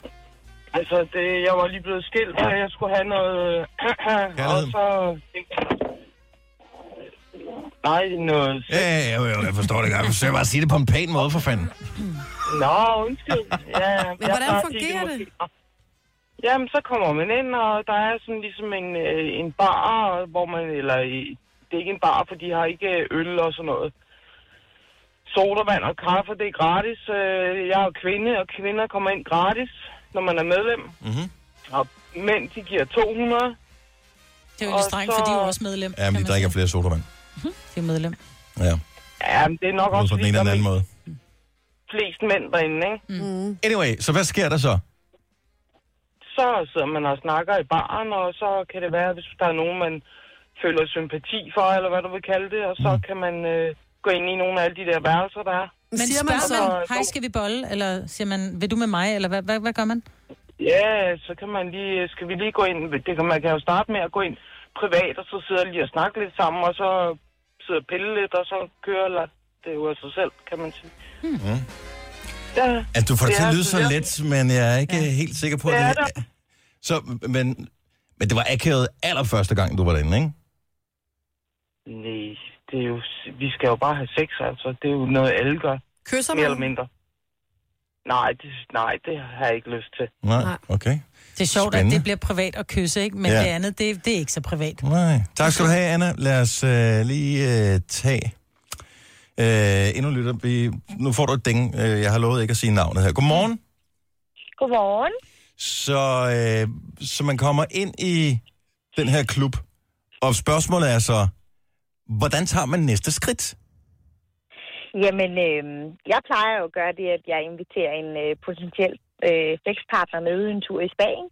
[SPEAKER 16] Altså, det, jeg var lige blevet skilt, så jeg skulle have noget... og så... øh, Nej, noget...
[SPEAKER 1] Ja, ja, ja, ja, jeg forstår det godt. Jeg forsøger bare at sige det på en pæn måde, for fanden.
[SPEAKER 16] Nå, undskyld. Ja,
[SPEAKER 2] Men
[SPEAKER 16] jeg
[SPEAKER 2] hvordan
[SPEAKER 16] bare
[SPEAKER 2] fungerer
[SPEAKER 16] tænkte, måske- Jamen, så kommer man ind, og der er sådan ligesom en, øh, en bar, hvor man, eller i- det er ikke en bar, for de har ikke øh, øl og sådan noget. Sodavand og kaffe, det er gratis. Øh, Jeg er jo kvinde, og kvinder kommer ind gratis, når man er medlem.
[SPEAKER 1] Mm-hmm.
[SPEAKER 16] Og mænd, de giver 200.
[SPEAKER 3] Det er jo lidt strengt, for de er jo også medlem.
[SPEAKER 1] Ja, men de drikker flere sodavand.
[SPEAKER 3] Det er medlem.
[SPEAKER 1] Ja,
[SPEAKER 16] Ja, men det er nok
[SPEAKER 1] både
[SPEAKER 16] også
[SPEAKER 1] på den
[SPEAKER 16] fordi,
[SPEAKER 1] ene
[SPEAKER 16] der
[SPEAKER 1] og den anden
[SPEAKER 16] er
[SPEAKER 1] måde.
[SPEAKER 16] flest mænd derinde, ikke? Mm.
[SPEAKER 1] Anyway, så hvad sker der så?
[SPEAKER 16] så sidder man og snakker i baren, og så kan det være, hvis der er nogen, man føler sympati for, eller hvad du vil kalde det, og så kan man øh, gå ind i nogle af alle de der værelser, der er.
[SPEAKER 3] Mm. Men siger man så, hej, skal vi bolle, eller siger man, vil du med mig, eller hvad, hvad, hvad gør man?
[SPEAKER 16] Ja, så kan man lige, skal vi lige gå ind, det kan man kan jo starte med at gå ind privat, og så sidder lige og snakke lidt sammen, og så sidder og pille lidt, og så kører la- det ud af sig selv, kan man sige.
[SPEAKER 1] Mm.
[SPEAKER 16] Ja,
[SPEAKER 1] Altså, du får det til at
[SPEAKER 16] er
[SPEAKER 1] lyde så
[SPEAKER 16] sådan,
[SPEAKER 1] let, men jeg er ikke ja. helt sikker på, at
[SPEAKER 16] Det er
[SPEAKER 1] det er... Så, men, men det var akavet allerførste gang, du var derinde, ikke?
[SPEAKER 16] Nej, det er jo, vi skal jo bare have sex, altså. Det er jo noget, alle gør.
[SPEAKER 2] Kysser
[SPEAKER 16] Mere
[SPEAKER 2] man?
[SPEAKER 16] eller mindre. Nej det, nej, det har jeg ikke lyst til.
[SPEAKER 1] Nej, okay.
[SPEAKER 3] Det er sjovt,
[SPEAKER 1] Spændende.
[SPEAKER 3] at det bliver privat at kysse, ikke? men
[SPEAKER 1] Ja.
[SPEAKER 3] ja. det andet, det, det er ikke så privat.
[SPEAKER 1] Nej. Tak skal du have, Anna. Lad os øh, lige øh, tage... Øh, endnu lytter vi... Nu får du et ding. Øh, jeg har lovet ikke at sige navnet her. Godmorgen.
[SPEAKER 14] Godmorgen.
[SPEAKER 1] Så, øh, så man kommer ind i den her klub, og spørgsmålet er så, hvordan tager man næste skridt?
[SPEAKER 17] Jamen, øh, jeg plejer jo at gøre det, at jeg inviterer en øh, potentiel øh, sexpartner med en tur i Spanien.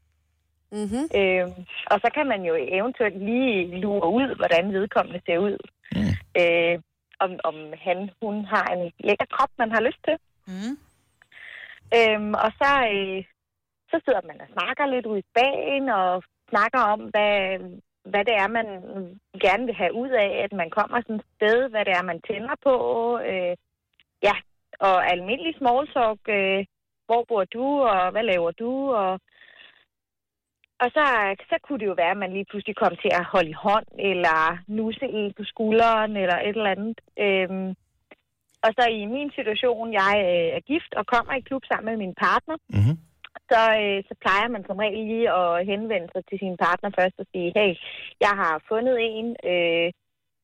[SPEAKER 17] Mm-hmm. Øh, og så kan man jo eventuelt lige lure ud, hvordan vedkommende ser ud. Mm. Øh, om, om han, hun har en lækker krop, man har lyst til. Mm. Øhm, og så, øh, så sidder man og snakker lidt ud i Spanien og snakker om, hvad, hvad det er, man gerne vil have ud af, at man kommer sådan et sted, hvad det er, man tænder på. Øh, ja, og almindelig small talk, øh, hvor bor du, og hvad laver du, og og så, så kunne det jo være, at man lige pludselig kom til at holde i hånd, eller nusse en på skulderen, eller et eller andet. Øhm, og så i min situation, jeg øh, er gift og kommer i klub sammen med min partner, mm-hmm. så, øh, så plejer man som regel lige at henvende sig til sin partner først og sige, hey, jeg har fundet en, øh,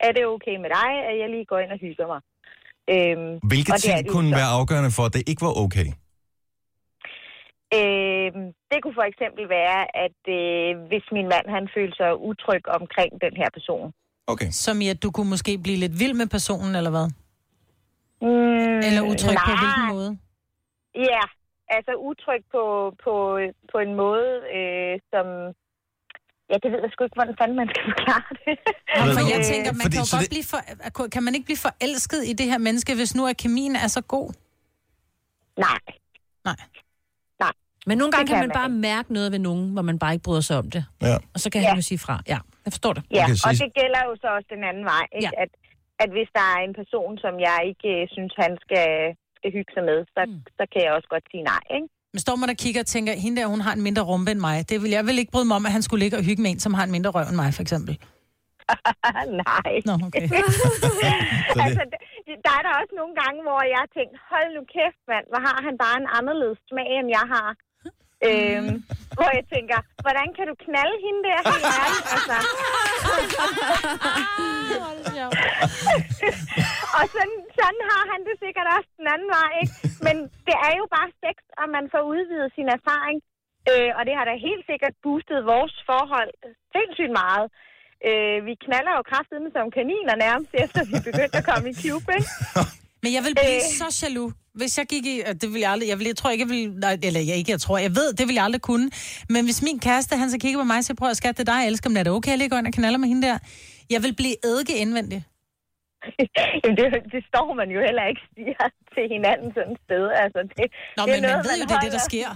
[SPEAKER 17] er det okay med dig, at jeg lige går ind og hygger mig? Øhm,
[SPEAKER 1] Hvilke
[SPEAKER 17] og det er
[SPEAKER 1] ting
[SPEAKER 17] det jo
[SPEAKER 1] kunne
[SPEAKER 17] så.
[SPEAKER 1] være afgørende for, at det ikke var okay?
[SPEAKER 17] Øh, det kunne for eksempel være, at øh, hvis min mand han følte sig utryg omkring den her person.
[SPEAKER 1] Okay.
[SPEAKER 3] Som i, at du kunne måske blive lidt vild med personen, eller hvad?
[SPEAKER 17] Mm,
[SPEAKER 3] Eller utryg på
[SPEAKER 17] nej.
[SPEAKER 3] hvilken måde?
[SPEAKER 17] Ja, altså utryg på, på, på en måde, øh, som... Ja, det ved jeg sgu ikke, hvordan fanden man skal forklare det.
[SPEAKER 3] Nå, for jeg tænker, man kan jo godt blive for, kan man ikke blive forelsket i det her menneske, hvis nu er kemien er så god?
[SPEAKER 17] Nej.
[SPEAKER 3] Nej.
[SPEAKER 17] Nej.
[SPEAKER 4] Men nogle
[SPEAKER 3] Det
[SPEAKER 4] gange kan,
[SPEAKER 3] kan
[SPEAKER 4] man
[SPEAKER 3] man
[SPEAKER 4] bare mærke noget ved nogen, hvor man bare ikke bryder sig om det.
[SPEAKER 1] Ja.
[SPEAKER 4] Og så kan ja. han jo sige fra. Ja, jeg forstår det.
[SPEAKER 17] Ja, og det gælder jo så også den anden vej, ikke? Ja. At, at hvis der er en person, som jeg ikke øh, synes, han skal, skal hygge sig med, så, mm. så kan jeg også godt sige nej, ikke?
[SPEAKER 3] Men står man og kigger og tænker, hende der, hun har en mindre rumpe end mig. Det vil jeg vel ikke bryde mig om, at han skulle ligge og hygge med en, som har en mindre røv end mig, for eksempel.
[SPEAKER 17] nej.
[SPEAKER 3] Nå, okay.
[SPEAKER 17] altså, det- der er der også nogle gange, hvor jeg har tænkt, hold nu kæft, mand, hvor har han bare en anderledes smag, end jeg har. Øhm, hvor jeg tænker, hvordan kan du knalde hende der helt ærligt? Altså. og sådan, sådan har han det sikkert også den anden vej, ikke? Men det er jo bare sex, og man får udvidet sin erfaring. Øh, og det har da helt sikkert boostet vores forhold sindssygt meget. Øh, vi knaller jo kraftedeme som kaniner nærmest, efter vi begyndte at komme i klub, ikke?
[SPEAKER 3] Men jeg vil blive
[SPEAKER 17] Øh.
[SPEAKER 3] så jaloux, hvis jeg gik i... og Det vil jeg aldrig... Jeg, vil, jeg tror ikke, jeg vil... Nej, eller jeg ikke, jeg tror. Jeg ved, det vil jeg aldrig kunne. Men hvis min kæreste, han så kigger på mig og siger, prøv at skat, det er dig, jeg elsker, men er det okay, jeg ligger ind og knaller med hende der? Jeg vil blive eddike indvendigt.
[SPEAKER 17] Jamen, det, det står man jo heller ikke siger til hinanden sådan et sted. Altså, det,
[SPEAKER 3] Nå,
[SPEAKER 17] det
[SPEAKER 3] men man ved jo, det er det, der sker.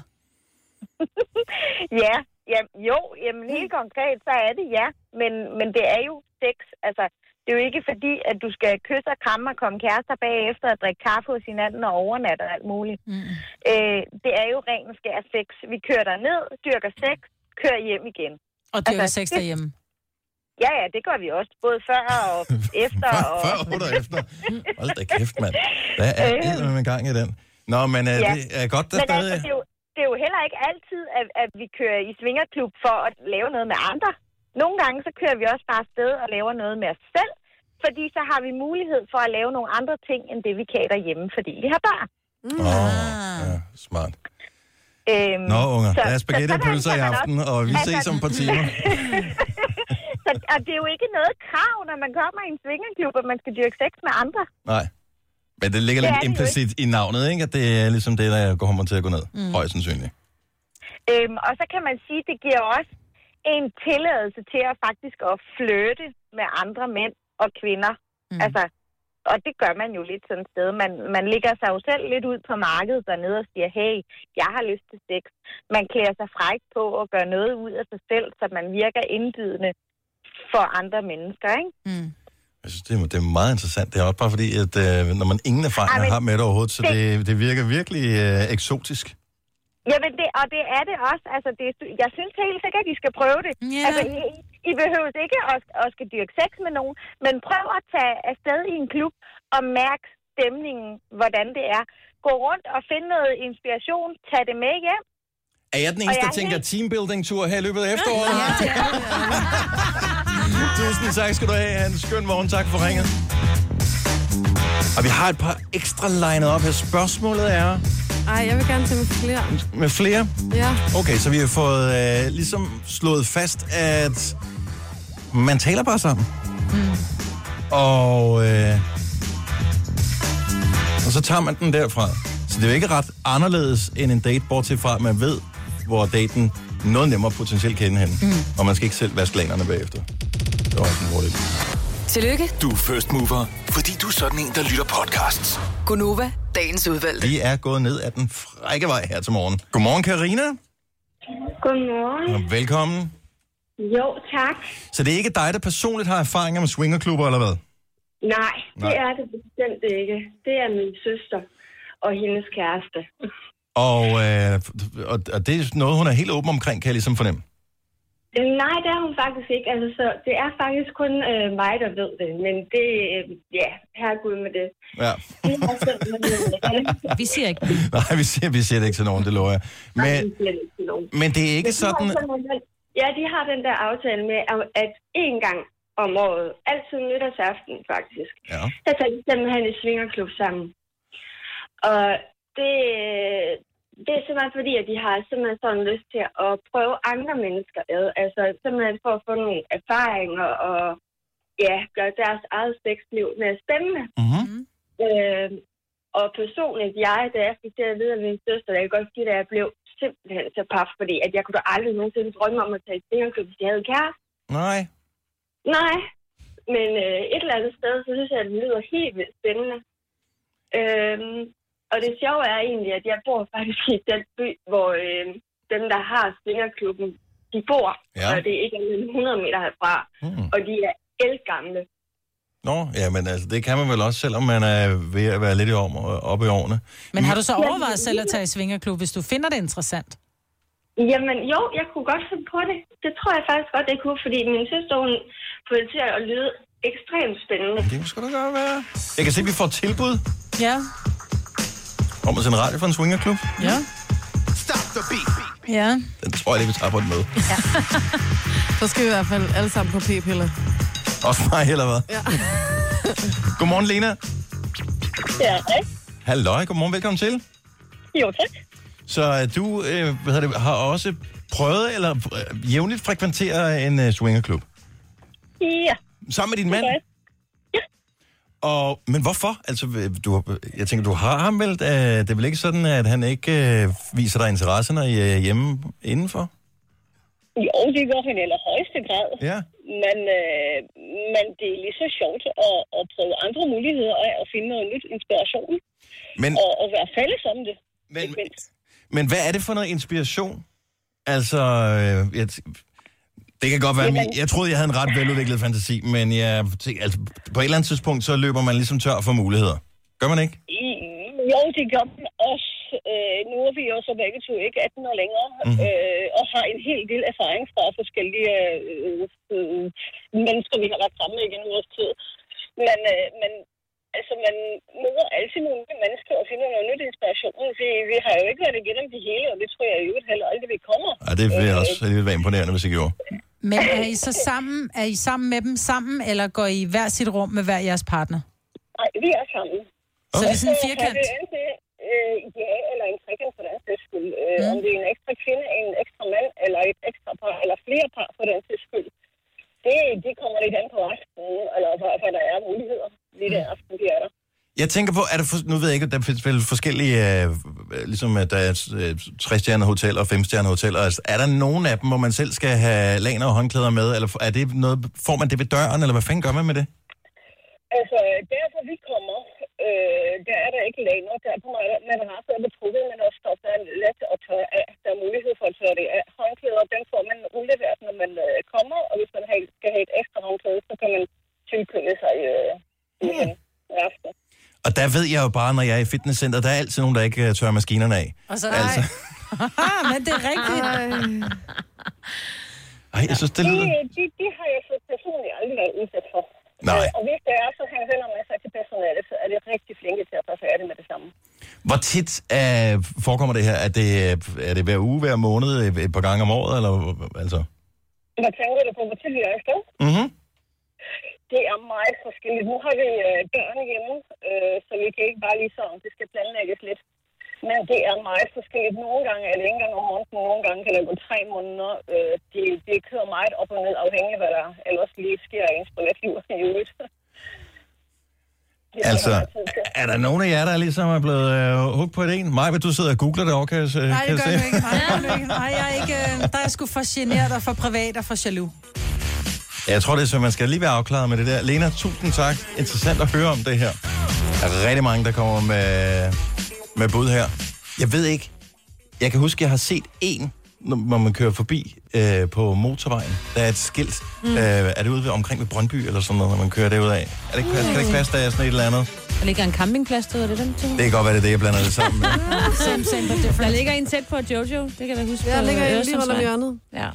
[SPEAKER 17] ja, ja, jo, jamen helt konkret, så er det ja. Men, men det er jo sex. Altså, det er jo ikke fordi, at du skal kysse og kramme og komme kærester bagefter og drikke kaffe hos hinanden og overnatte og alt muligt.
[SPEAKER 3] Mm.
[SPEAKER 17] Øh, det er jo ren og skær sex. Vi kører der ned, dyrker sex, kører hjem igen.
[SPEAKER 3] Og dyrker
[SPEAKER 17] Altså,
[SPEAKER 3] sex
[SPEAKER 17] det-
[SPEAKER 3] derhjemme.
[SPEAKER 17] Ja, ja, det gør vi også. Både før og efter. og... Øh,
[SPEAKER 1] Før, under og efter. Hold da kæft, mand. Der er en gang i den. Nå, men øh,
[SPEAKER 17] Ja.
[SPEAKER 1] det er godt, der
[SPEAKER 17] Men
[SPEAKER 1] stadig...
[SPEAKER 17] altså, det, er jo, det er jo heller ikke altid, at, at vi kører i svingerklub for at lave noget med andre. Nogle gange så kører vi også bare afsted og laver noget med os selv, fordi så har vi mulighed for at lave nogle andre ting, end det vi kan derhjemme, fordi vi har børn. Mm.
[SPEAKER 1] Åh, oh, ja, smart.
[SPEAKER 17] Øhm,
[SPEAKER 1] Nå, unger,
[SPEAKER 17] så-
[SPEAKER 1] der er spaghetti
[SPEAKER 17] så
[SPEAKER 1] og
[SPEAKER 17] sådan
[SPEAKER 1] pølser i
[SPEAKER 17] kan man
[SPEAKER 1] aften,
[SPEAKER 17] også-
[SPEAKER 1] og vi
[SPEAKER 17] altså-
[SPEAKER 1] ses om et par timer.
[SPEAKER 17] så, og det er jo ikke noget krav, når man kommer i en svingerklub, at man skal dyrke sex med andre.
[SPEAKER 1] Nej. Men det ligger
[SPEAKER 17] Det er
[SPEAKER 1] lidt
[SPEAKER 17] det jo
[SPEAKER 1] implicit i navnet, ikke? At det er ligesom det, der kommer til at gå ned.
[SPEAKER 17] Mm.
[SPEAKER 1] Mm. Højst sandsynligt.
[SPEAKER 17] Øhm, og så kan man sige, at det giver også en tilladelse til at faktisk at flytte med andre mænd og kvinder. Mm. Altså, og det gør man jo lidt sådan et sted. Man, man ligger sig jo selv lidt ud på markedet dernede og siger, hey, jeg har lyst til sex. Man klæder sig frækt på og gør noget ud af sig selv, så man virker indbydende for andre mennesker, ikke?
[SPEAKER 1] Jeg synes, det er, det er meget interessant. Det er også bare fordi, at øh, når man ingen erfaringer
[SPEAKER 17] Ej, men
[SPEAKER 1] har med det overhovedet, så
[SPEAKER 17] det-
[SPEAKER 1] det, det virker virkelig øh, eksotisk.
[SPEAKER 17] Jamen, det, og det er det også. Altså, det, jeg synes helt sikkert, at I skal prøve det.
[SPEAKER 3] Yeah.
[SPEAKER 17] Altså, I, I behøver ikke at, at skal dyrke sex med nogen, men prøv at tage afsted i en klub og mærk stemningen, hvordan det er. Gå rundt og find noget inspiration, tag det med hjem.
[SPEAKER 1] Er jeg den
[SPEAKER 17] Og
[SPEAKER 1] eneste,
[SPEAKER 17] jeg
[SPEAKER 1] der
[SPEAKER 17] er
[SPEAKER 1] tænker teambuilding-tur her i løbet af efteråret? Tusind tak skal du have, Hans. Skøn morgen. Tak for ringet. Og vi har et par ekstra lined op her. Spørgsmålet er,
[SPEAKER 2] Ej, jeg vil gerne til med flere.
[SPEAKER 1] Med flere?
[SPEAKER 2] Ja.
[SPEAKER 1] Okay, så vi har fået øh, ligesom slået fast, at man taler bare sammen. Og, øh, og så tager man den derfra. Så det er jo ikke ret anderledes end en date, bortset fra, at man ved, hvor daten noget nemmere potentielt kan ende henne. Mm. Og man skal ikke selv vaske lanerne bagefter. Det var også en fordel.
[SPEAKER 5] Tillykke,
[SPEAKER 6] Du er first mover, fordi du er sådan en, der lytter podcasts.
[SPEAKER 5] Gunova, dagens udvalgte.
[SPEAKER 1] Vi er gået ned ad den frække vej her til morgen. Godmorgen, Karina.
[SPEAKER 18] Godmorgen.
[SPEAKER 1] Og velkommen.
[SPEAKER 18] Jo, tak.
[SPEAKER 1] Så det er ikke dig, der personligt har erfaringer med swingerklubber, eller hvad?
[SPEAKER 18] Nej, det
[SPEAKER 1] Nej.
[SPEAKER 18] er det bestemt ikke. Det er min søster og hendes kæreste.
[SPEAKER 1] Og, øh, og, og det er noget, hun er helt åben omkring, kan jeg ligesom fornemme.
[SPEAKER 18] Øh, Nej, det er hun faktisk ikke. Altså, så det er faktisk kun øh, mig, der ved det. Men det, øh, ja, herregud med det.
[SPEAKER 1] Ja.
[SPEAKER 18] Det er simpelthen, øh,
[SPEAKER 4] Vi siger ikke.
[SPEAKER 1] Nej, vi siger, vi siger det ikke til nogen, det lover jeg. Men, men det er ikke
[SPEAKER 18] Men de har
[SPEAKER 1] sådan...
[SPEAKER 18] simpelthen- Ja, de har den der aftale med, at- at én gang om året, altid nytårsaften faktisk,
[SPEAKER 1] ja.
[SPEAKER 18] der tager de simpelthen i svingerklub sammen. Og det, det er simpelthen fordi, at de har simpelthen sådan lyst til at prøve andre mennesker ad. Altså simpelthen for at få nogle erfaringer og ja, gøre deres eget sexliv mere spændende.
[SPEAKER 1] Mm-hmm.
[SPEAKER 18] Øh, og personligt, jeg, da jeg fik det at vide af min søster, jeg kan godt sige, at jeg blev simpelthen så paf, fordi at jeg kunne da aldrig nogensinde drømme om at tage i svingerklub, hvis jeg havde en kæreste.
[SPEAKER 1] Nej.
[SPEAKER 18] Nej, men øh, et eller andet sted, så synes jeg, at det lyder helt vildt spændende. Øhm, og det sjove er egentlig, at jeg bor faktisk i den by, hvor øh, dem, der har svingerklubben, de bor,
[SPEAKER 1] Ja.
[SPEAKER 18] og det er ikke andet end 100 meter herfra, mm. og de er elgamle.
[SPEAKER 1] Nå, ja, men altså, det kan man vel også, selvom man er ved at være lidt i om, oppe i årene.
[SPEAKER 3] Men har du så
[SPEAKER 18] Ja, det er
[SPEAKER 3] overvejet selv at
[SPEAKER 18] lige-
[SPEAKER 3] tage i svingerklub, hvis du finder det interessant?
[SPEAKER 18] Jamen jo, jeg kunne godt finde på det. Det tror jeg faktisk godt, jeg kunne, fordi min søster, hun får det til at lyde ekstremt spændende.
[SPEAKER 1] Det kunne sgu da godt være. Jeg kan se, at vi får et tilbud
[SPEAKER 3] Ja.
[SPEAKER 1] om at sende radio for en swingerklub.
[SPEAKER 3] Ja.
[SPEAKER 6] Stop the beat.
[SPEAKER 2] Ja.
[SPEAKER 1] Den tror jeg lige, vi tager på den med.
[SPEAKER 2] Så skal vi i hvert fald alle sammen på p-piller.
[SPEAKER 1] Også mig, eller hvad?
[SPEAKER 2] Ja.
[SPEAKER 1] Godmorgen, Lena.
[SPEAKER 13] Ja, hej.
[SPEAKER 1] Halløj, godmorgen, velkommen til.
[SPEAKER 13] Jo, tak.
[SPEAKER 1] Så øh, du øh, hvad hedder det, har også prøvet eller øh, jævnligt frekventeret en øh, swingerklub?
[SPEAKER 13] Ja.
[SPEAKER 1] Sammen med din mand? Ja. Og, men hvorfor? Altså, øh, du, har- jeg tænker, du har ham vel? Øh, det er vel ikke sådan, at han ikke øh, viser dig interesse, når I er hjemme indenfor?
[SPEAKER 13] Jo, det gør han i allerhøjeste grad.
[SPEAKER 1] Ja.
[SPEAKER 13] Men, øh, men det er lige så sjovt at, at prøve andre muligheder og at finde noget nyt inspiration.
[SPEAKER 1] Men,
[SPEAKER 13] Og, og være fælles om det.
[SPEAKER 1] Men,
[SPEAKER 13] ikke mindst.
[SPEAKER 1] men hvad er det for noget inspiration? Altså, øh, jeg, t- det kan godt være,
[SPEAKER 13] Jamen-
[SPEAKER 1] men jeg troede, jeg havde en ret veludviklet fantasi, men jeg, tænker, altså, på et eller andet tidspunkt, så løber man ligesom tør for muligheder. Gør man ikke?
[SPEAKER 13] I- Jo, det gør man også. Øh, nu er vi jo så begge to ikke 18 år længere,
[SPEAKER 1] Mhm.
[SPEAKER 13] øh, og har en hel del erfaring fra forskellige øh, øh, mennesker, vi har været sammen med igennem vores tid. Men, øh, men altså, man møder altid nogle nye mennesker og finder noget nyt inspiration. Vi, vi har jo ikke været igennem det hele, og det tror jeg jo heller aldrig, vi kommer.
[SPEAKER 1] Ja, det vil jeg også alligevel være imponerende, hvis jeg gjorde.
[SPEAKER 3] Men er I så sammen, er I sammen med dem sammen, eller går I i hver sit rum med hver jeres partner?
[SPEAKER 13] Nej, vi er sammen.
[SPEAKER 3] Så det er sådan en firkant?
[SPEAKER 13] Har det enten, øh, ja, eller en trekant for den sags skyld. Øh, mm. Om det er en ekstra kvinde, en ekstra mand, eller et ekstra par, eller flere par for den sags skyld. Det, det kommer lidt an på aftenen, eller for, for der er muligheder lige den aften, de er der.
[SPEAKER 1] Jeg tænker på, er der for, nu ved jeg ikke, der findes vel forskellige, øh, ligesom at der er øh, 3-stjernede hoteller og 5-stjernede hoteller. Altså, er der nogen af dem, hvor man selv skal have laner og håndklæder med, eller er det noget, får man det ved døren, eller hvad fanden gør man med det?
[SPEAKER 13] Altså, der hvor vi kommer, øh, der er der ikke laner. Der er på meget, man har fået det trukket, men også der er let at tørre af. Der er mulighed for at tørre det af. Håndklæder, den får man udleveret, når man øh, kommer, og hvis man har, skal have et ekstra håndklæde, så kan man tilkøbe sig øh, i den aften.
[SPEAKER 1] Og der ved jeg jo bare, når jeg er i fitnesscenter, der er altid nogen, der ikke øh, tørrer maskinerne af.
[SPEAKER 3] Og så, altså. men det er rigtigt.
[SPEAKER 1] Ej, jeg synes, det
[SPEAKER 13] Det,
[SPEAKER 1] lyder...
[SPEAKER 13] det, det har jeg så personligt aldrig været udsat for.
[SPEAKER 1] Nej.
[SPEAKER 13] Øh, Og hvis det er, så han vender med sig til personalet, så er det rigtig flinke til at tage sig af det med det samme.
[SPEAKER 1] Hvor tit øh, forekommer det her? Er det, øh, er det hver uge, hver måned, øh, et par gange om året, eller øh, altså?
[SPEAKER 13] Hvad tænker du på, hvor tidligt jeg er afsted?
[SPEAKER 1] Mhm.
[SPEAKER 13] Det er meget forskelligt. Nu har vi øh, børn hjemme, øh, så vi kan ikke bare lige sådan, det skal planlægges lidt. Men det er meget forskelligt. Nogle gange er det ikke engang om måneden, nogle gange kan det gå tre måneder. Øh, det, det kører meget op og ned, afhængig af, hvad der ellers lige sker i ens privatliv i øvrigt. Det er
[SPEAKER 1] Altså,
[SPEAKER 13] der meget tid til.
[SPEAKER 1] er der nogen af jer, der ligesom er blevet øh, hugt på et en? Maja, vil du sidder og googler det over, kan jeg, se-
[SPEAKER 3] Nej, det
[SPEAKER 1] kan jeg
[SPEAKER 3] gør
[SPEAKER 1] se?
[SPEAKER 3] du ikke. Nej, det gør du ikke. Nej, jeg er ikke... øh, Der er jeg sgu for generet og for privat og for jaloux.
[SPEAKER 1] Ja, Jeg tror, det er så, man skal lige være afklaret med det der. Lena, tusind tak. Interessant at høre om det her. Der er rigtig mange, der kommer med, med bud her. Jeg ved ikke. Jeg kan huske, jeg har set en, når når man kører forbi øh, på motorvejen. Der er et skilt. Mm. Øh, er det ude ved, omkring ved Brøndby eller sådan noget, når man kører derudad? Er det ikke, mm. Kan det ikke passe, der er sådan et eller andet?
[SPEAKER 4] Der ligger en campingplads derude, er det den ting?
[SPEAKER 1] Det kan godt være, det er det, jeg blander det sammen med.
[SPEAKER 4] Same, same, but different. Der ligger en tæt på Jojo, det kan jeg da huske.
[SPEAKER 2] Ja,
[SPEAKER 4] på
[SPEAKER 2] ligger en lige rundt om
[SPEAKER 4] Øresundsvej.
[SPEAKER 2] hjørnet.
[SPEAKER 4] Ja.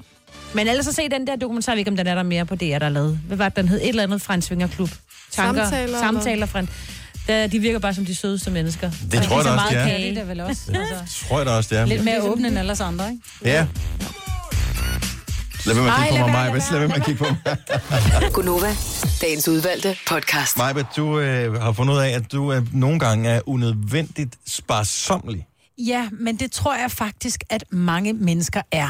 [SPEAKER 4] Men ellers så se den der dokumentar, jeg ved ikke om den er der mere på DR, der er lavet. Hvad var det, den hed? Et eller andet fra en svingerklub.
[SPEAKER 2] Samtaler, eller-
[SPEAKER 4] Samtaler fra en... Der, de virker bare som de sødeste mennesker.
[SPEAKER 1] tror jeg da også, de er.
[SPEAKER 4] meget kage, det er vel også. Altså,
[SPEAKER 1] Tror jeg da også, det er.
[SPEAKER 4] lidt mere åbne end alle os andre, ikke?
[SPEAKER 1] Ja. Lad være med at
[SPEAKER 5] Ej,
[SPEAKER 1] kigge på
[SPEAKER 5] lad
[SPEAKER 1] mig,
[SPEAKER 5] være,
[SPEAKER 1] Maja. Lad være med at kigge på mig.
[SPEAKER 5] Gunova, dagens udvalgte podcast.
[SPEAKER 1] Maja, du øh, har fundet ud af, at du øh, nogle gange er unødvendigt sparsomlig.
[SPEAKER 3] Ja, men det tror jeg faktisk, at mange mennesker er.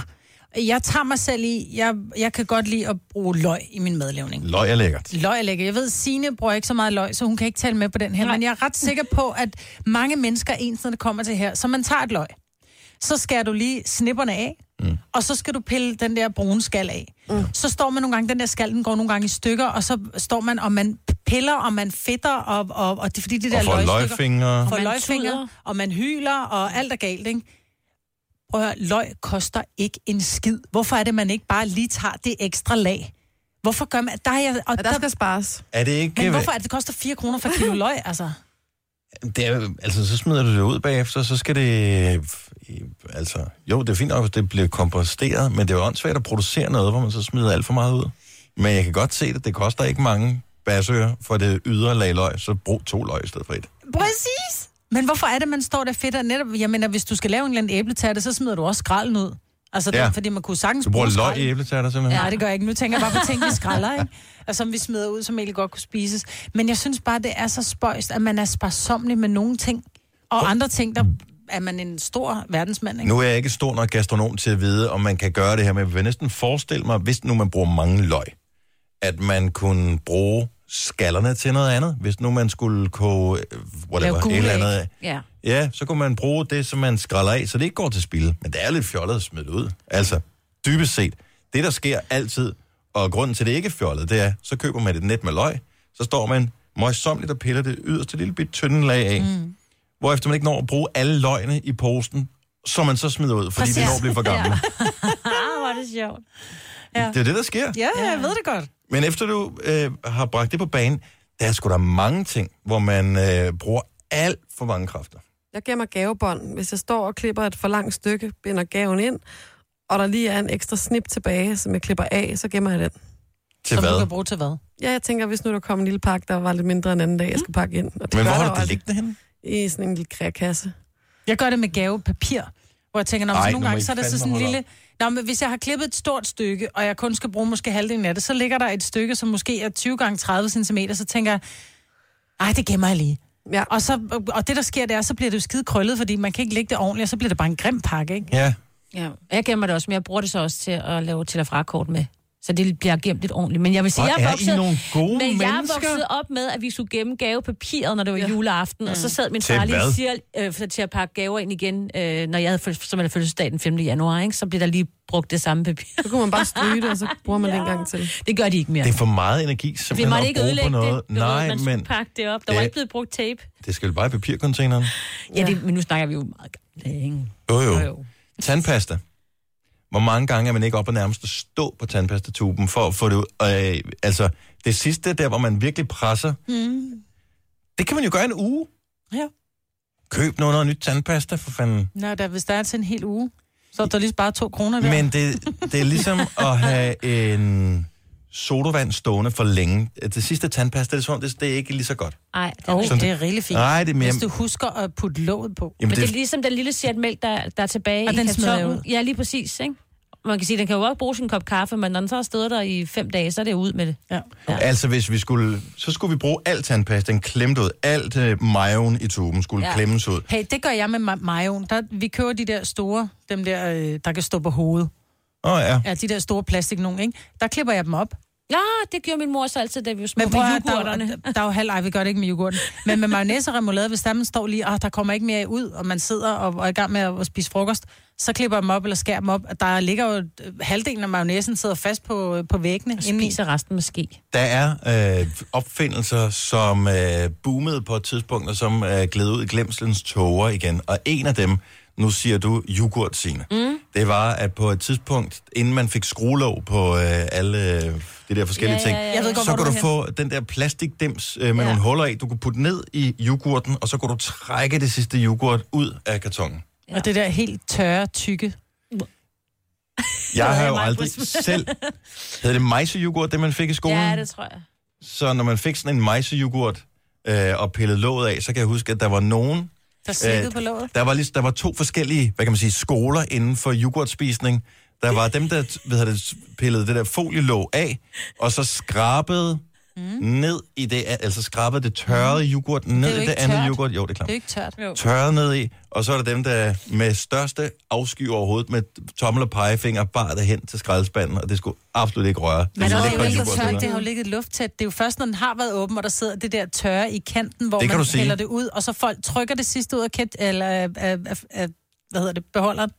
[SPEAKER 3] Jeg tager mig selv i, jeg, jeg kan godt lide at bruge løg i min madlavning.
[SPEAKER 1] Løg er lækkert.
[SPEAKER 3] Løg er lækker. Jeg ved, Signe bruger ikke så meget løg, så hun kan ikke tale med på den her. Nej. Men jeg er ret sikker på, at mange mennesker er ens, når det kommer til her. Så man tager et løg. Så skærer du lige snipperne af, mm. og så skal du pille den der brune skal af. Mm. Så står man nogle gange, den der skal, den går nogle gange i stykker, og så står man, og man piller, og man fedter, og, og, og det er fordi det der
[SPEAKER 1] Og får
[SPEAKER 3] løgstykker-
[SPEAKER 1] løgfingre. Og
[SPEAKER 3] Får
[SPEAKER 1] man
[SPEAKER 3] løgfingre, og man hyler, og alt er galt, ikke? Prøv at høre, løg koster ikke en skid. Hvorfor er det, man ikke bare lige tager det ekstra lag? Hvorfor gør man... Der, er jeg, og ja, der, skal
[SPEAKER 2] spares.
[SPEAKER 1] Er det ikke... øh,
[SPEAKER 3] Men hvorfor er det, det koster 4 kroner for et kilo løg, altså?
[SPEAKER 1] Det er, jo- altså, så smider du det ud bagefter, så skal det... øh, i- Altså, jo, det er fint nok, hvis det bliver komposteret, men det er jo åndssvagt at producere noget, hvor man så smider alt for meget ud. Men jeg kan godt se det, det koster ikke mange basører for det ydre lag løg, så brug to løg i stedet for et.
[SPEAKER 3] Præcis! Men hvorfor er det, man står der fedt og netop... Jeg mener, hvis du skal lave en eller anden æbletærte, så smider du også skralden ud. Altså, ja.
[SPEAKER 1] Ja.
[SPEAKER 3] der, fordi man kunne sagtens
[SPEAKER 1] Så bruger
[SPEAKER 3] bruge
[SPEAKER 1] løg
[SPEAKER 3] skralden.
[SPEAKER 1] i æbletærter simpelthen.
[SPEAKER 3] Nej, det gør jeg ikke. Nu tænker jeg bare på ting, vi skralder, ikke? Og som vi smider ud, som egentlig godt kunne spises. Men jeg synes bare, det er så spøjst, at man er sparsomlig med nogle ting. Og andre ting, der er man en stor verdensmand, ikke?
[SPEAKER 1] Nu er jeg ikke stor nok gastronom til at vide, om man kan gøre det her, men jeg vil næsten forestille mig, hvis nu man bruger mange løg, at man kunne bruge skallerne til noget andet, hvis nu man skulle koge øh,
[SPEAKER 4] Lave
[SPEAKER 1] whatever, et
[SPEAKER 4] gule
[SPEAKER 1] eller
[SPEAKER 4] æg.
[SPEAKER 1] andet. øh,
[SPEAKER 4] Ja.
[SPEAKER 1] Ja, så kunne man bruge det, som man skræller af, så det ikke går til spil. Men det er lidt fjollet at smide det ud. Altså, dybest set, det der sker altid, og grunden til det ikke er fjollet, det er, så køber man et net med løg, så står man møjsomligt og piller det yderste lille bit tynde lag af, mm. hvorefter man ikke når at bruge alle løgene i posen, som man så smider ud, fordi Præcis. det når at blive for gammel.
[SPEAKER 4] ah, hvor er det sjovt.
[SPEAKER 1] Ja. Det er det, der sker.
[SPEAKER 3] Ja, jeg ved det godt.
[SPEAKER 1] Men efter du øh, har bragt det på banen, der er sgu da mange ting, hvor man øh, bruger alt for mange kræfter.
[SPEAKER 2] Jeg gemmer gavebånd. Hvis jeg står og klipper et for langt stykke, binder gaven ind, og der lige er en ekstra snip tilbage, som jeg klipper af, så gemmer jeg den.
[SPEAKER 1] Til
[SPEAKER 3] som
[SPEAKER 1] hvad?
[SPEAKER 3] du kan bruge til hvad?
[SPEAKER 2] Ja, jeg tænker, hvis nu der kom en lille pakke, der var lidt mindre en anden dag, jeg skal pakke ind. Og
[SPEAKER 1] Men hvor
[SPEAKER 2] gør
[SPEAKER 1] har
[SPEAKER 2] der
[SPEAKER 1] du
[SPEAKER 2] jo
[SPEAKER 1] det
[SPEAKER 2] aldrig.
[SPEAKER 1] liggende henne?
[SPEAKER 2] I sådan en lille krækasse.
[SPEAKER 3] Jeg gør det med gavepapir, hvor jeg tænker, når
[SPEAKER 2] Ej,
[SPEAKER 3] Ej,
[SPEAKER 2] nu
[SPEAKER 3] nogle
[SPEAKER 2] må
[SPEAKER 3] gange,
[SPEAKER 2] I
[SPEAKER 3] så er der så
[SPEAKER 2] fandme
[SPEAKER 3] sådan en
[SPEAKER 2] holde
[SPEAKER 3] lille... Nå, men hvis jeg har klippet et stort stykke, og jeg kun skal bruge måske halvdelen af det, så ligger der et stykke, som måske er 20 gange 30 cm, så tænker jeg, ej, det gemmer jeg lige.
[SPEAKER 2] Ja.
[SPEAKER 3] Og, så, og det, der sker, det er, så bliver det jo skide krøllet, fordi man kan ikke lægge det ordentligt, og så bliver det bare en grim pakke, ikke?
[SPEAKER 1] Ja.
[SPEAKER 4] Ja, jeg gemmer det også, men jeg bruger det så også til at lave til og frakort med. Så det bliver gemt lidt ordentligt. Men jeg vil sige,
[SPEAKER 3] Hvor
[SPEAKER 4] jeg
[SPEAKER 3] er
[SPEAKER 4] er
[SPEAKER 3] I
[SPEAKER 4] vokset,
[SPEAKER 3] nogle gode
[SPEAKER 4] men jeg er
[SPEAKER 3] mennesker.
[SPEAKER 4] vokset op med, at vi skulle gemme gavepapiret, når det var ja. juleaften. Mm. Og så sad min
[SPEAKER 3] Til
[SPEAKER 4] far lige
[SPEAKER 3] hvad?
[SPEAKER 4] og siger, øh, for- til at pakke gaver ind igen, øh, når jeg havde, fø- som jeg havde fødselsdag den 5. januar. Ikke? Så blev der lige brugt det samme papir.
[SPEAKER 2] Så kunne man bare stryge det, og så bruger man ja. det en gang til.
[SPEAKER 4] Det gør de ikke mere.
[SPEAKER 1] Det er for meget energi,
[SPEAKER 4] Vi
[SPEAKER 1] simpelthen
[SPEAKER 4] måtte
[SPEAKER 1] at
[SPEAKER 4] ikke
[SPEAKER 1] bruge på
[SPEAKER 4] ødelægge
[SPEAKER 1] noget.
[SPEAKER 4] det. Du ved,
[SPEAKER 1] Nej,
[SPEAKER 4] man skulle
[SPEAKER 1] men
[SPEAKER 4] pakke det op. Der
[SPEAKER 1] det-
[SPEAKER 4] var ikke blevet brugt tape.
[SPEAKER 1] det skal jo bare i papircontaineren.
[SPEAKER 4] Ja, det, men nu snakker vi jo meget gamle, ikke?
[SPEAKER 1] Jo, jo. jo. Tandpasta. Hvor mange gange er man ikke op og nærmest at stå på tandpastatuben for at få det ud? Øh, altså, det sidste der, hvor man virkelig presser,
[SPEAKER 3] Mm.
[SPEAKER 1] det kan man jo gøre en uge.
[SPEAKER 3] Ja.
[SPEAKER 1] Køb noget, noget nyt tandpasta, for fanden.
[SPEAKER 3] Nå, der, hvis der er til en hel uge, så er der lige bare to kroner der.
[SPEAKER 1] Men det, det er ligesom at have en sodavand stående for længe. Det sidste tandpasta, det er, som om, det, det er ikke lige så godt.
[SPEAKER 4] Ej, det,
[SPEAKER 1] Åh,
[SPEAKER 4] oh,
[SPEAKER 1] Sådan-
[SPEAKER 4] det
[SPEAKER 1] det
[SPEAKER 4] er
[SPEAKER 1] er
[SPEAKER 4] rigtig
[SPEAKER 1] rigtig
[SPEAKER 4] fint.
[SPEAKER 1] fint. Nej, det er mere-
[SPEAKER 3] Hvis du husker at putte låget på.
[SPEAKER 4] Jamen, men det...
[SPEAKER 1] det-
[SPEAKER 4] er ligesom den lille sjat mælk, der, der er tilbage
[SPEAKER 3] Og
[SPEAKER 4] i
[SPEAKER 3] den smider jeg
[SPEAKER 4] kartongen. Ja, lige præcis, ikke? Man kan sige, den kan jo også bruge sin kop kaffe, men når den så har stået der i fem dage, så er det jo ud med det.
[SPEAKER 3] Ja.
[SPEAKER 1] Ja. Altså, hvis vi skulle, så skulle vi bruge alt tandpasta, den klemte ud. Alt øh, majoen i tuben skulle ja. klemmes ud.
[SPEAKER 3] Hey, det gør jeg med ma- majoen. Der, vi køber de der store, dem der, øh, der kan stå på hovedet.
[SPEAKER 1] Åh oh, ja.
[SPEAKER 3] Ja, de der store plastik nogen, ikke? Der klipper jeg dem op.
[SPEAKER 4] Ja, det gjorde min mor så altid, da vi var små
[SPEAKER 3] Men prøv at høre, der, der, der er jo halv, ej, vi gør det ikke med yoghurten. Men med mayonnaise og remoulade, hvis der man står lige, ah, der kommer ikke mere ud, og man sidder og, og er i gang med at spise frokost, så klipper jeg dem op eller skærer dem op. Der ligger jo øh, halvdelen af mayonnaisen sidder fast på, på væggene. Og spiser
[SPEAKER 4] resten måske.
[SPEAKER 1] Der er øh, opfindelser, som øh, boomede på et tidspunkt, og som er øh, gled ud i glemselens tåger igen. Og en af dem, nu siger du yoghurt, Signe. Mm. Det var, at på et tidspunkt, inden man fik skruelåg på øh, alle øh, de der forskellige
[SPEAKER 6] Ja,
[SPEAKER 1] ting,
[SPEAKER 6] ja, ja, ja. Jeg ved godt,
[SPEAKER 1] så
[SPEAKER 6] hvor
[SPEAKER 1] kunne
[SPEAKER 6] du
[SPEAKER 1] du
[SPEAKER 6] er
[SPEAKER 1] få den der plastikdims øh, med ja. nogle huller i, du kunne putte ned i yoghurten, og så kunne du trække det sidste yoghurt ud af kartongen.
[SPEAKER 3] Ja. Og det der helt tørre, tykke.
[SPEAKER 1] Jeg har jo
[SPEAKER 3] Meget
[SPEAKER 1] aldrig
[SPEAKER 3] prisme.
[SPEAKER 1] selv... Hed det mejsejoghurt, det man fik i skolen?
[SPEAKER 4] Ja, det tror jeg.
[SPEAKER 1] Så når man fik sådan en mejsejoghurt øh, og pillede låget af, så kan jeg huske, at der var nogen...
[SPEAKER 3] Der slikkede på låget?
[SPEAKER 1] Der var, ligesom, der var to forskellige, hvad kan man sige, skoler inden for yoghurtspisning. Der var dem, der hvad hedder det, pillede det der folielåg af, og så skrabede mm. ned i det, altså skrabede det tørrede yoghurt ned
[SPEAKER 3] Mm. jo
[SPEAKER 1] i det
[SPEAKER 3] ikke
[SPEAKER 1] andet
[SPEAKER 3] tørt.
[SPEAKER 1] yoghurt. Jo, det er
[SPEAKER 3] Det
[SPEAKER 1] klart.
[SPEAKER 3] er jo ikke tørt. Jo.
[SPEAKER 1] Tørrede ned i, og så er der dem, der med største afsky overhovedet, med tommel og pegefinger, bar det hen til skraldespanden, og det skulle absolut ikke røre.
[SPEAKER 3] Men det,
[SPEAKER 1] er
[SPEAKER 3] er jo
[SPEAKER 1] lækre
[SPEAKER 3] ikke
[SPEAKER 1] yoghurt,
[SPEAKER 3] tørt,
[SPEAKER 1] der.
[SPEAKER 3] det har jo ligget lufttæt. Det er jo først, når den har været åben, og der sidder det der tørre i kanten, hvor
[SPEAKER 1] Det kan
[SPEAKER 3] man
[SPEAKER 1] du sige.
[SPEAKER 3] hælder det ud, og så folk trykker det sidste ud af kæt, eller af, af, af, af, hvad hedder det, beholderen.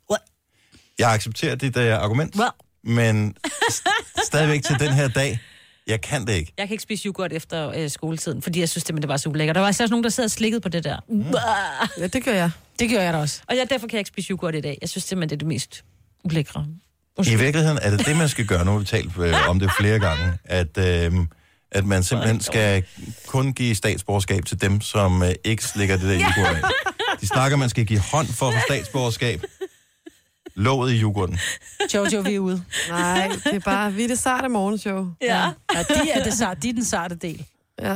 [SPEAKER 1] Jeg accepterer dit uh, argument,
[SPEAKER 4] Well.
[SPEAKER 1] men st- stadigvæk til den her dag, jeg kan det ikke.
[SPEAKER 4] Jeg kan ikke spise yoghurt efter øh, skoletiden, fordi jeg synes simpelthen, det var så ulækkert. Der var altså også nogen, der sad og slikkede på det der. Mm.
[SPEAKER 2] Ja, det gør jeg.
[SPEAKER 3] Det gør jeg da også.
[SPEAKER 4] Og jeg, derfor kan jeg ikke spise yoghurt i dag. Jeg synes simpelthen, det er det mest ulækre.
[SPEAKER 1] I virkeligheden er det det, man skal gøre. Nu har vi talt øh, om det flere gange, at, øh, at man simpelthen skal kun give statsborgerskab til dem, som øh, ikke slikker det der yoghurt af. De snakker, man skal give hånd for at få statsborgerskab. Låget i yoghurten.
[SPEAKER 3] Jojo, vi er ude.
[SPEAKER 2] Nej, det er bare, vi er det sarte morgenshow.
[SPEAKER 4] Ja.
[SPEAKER 3] ja de, er det sart, de er den sarte del.
[SPEAKER 2] Ja.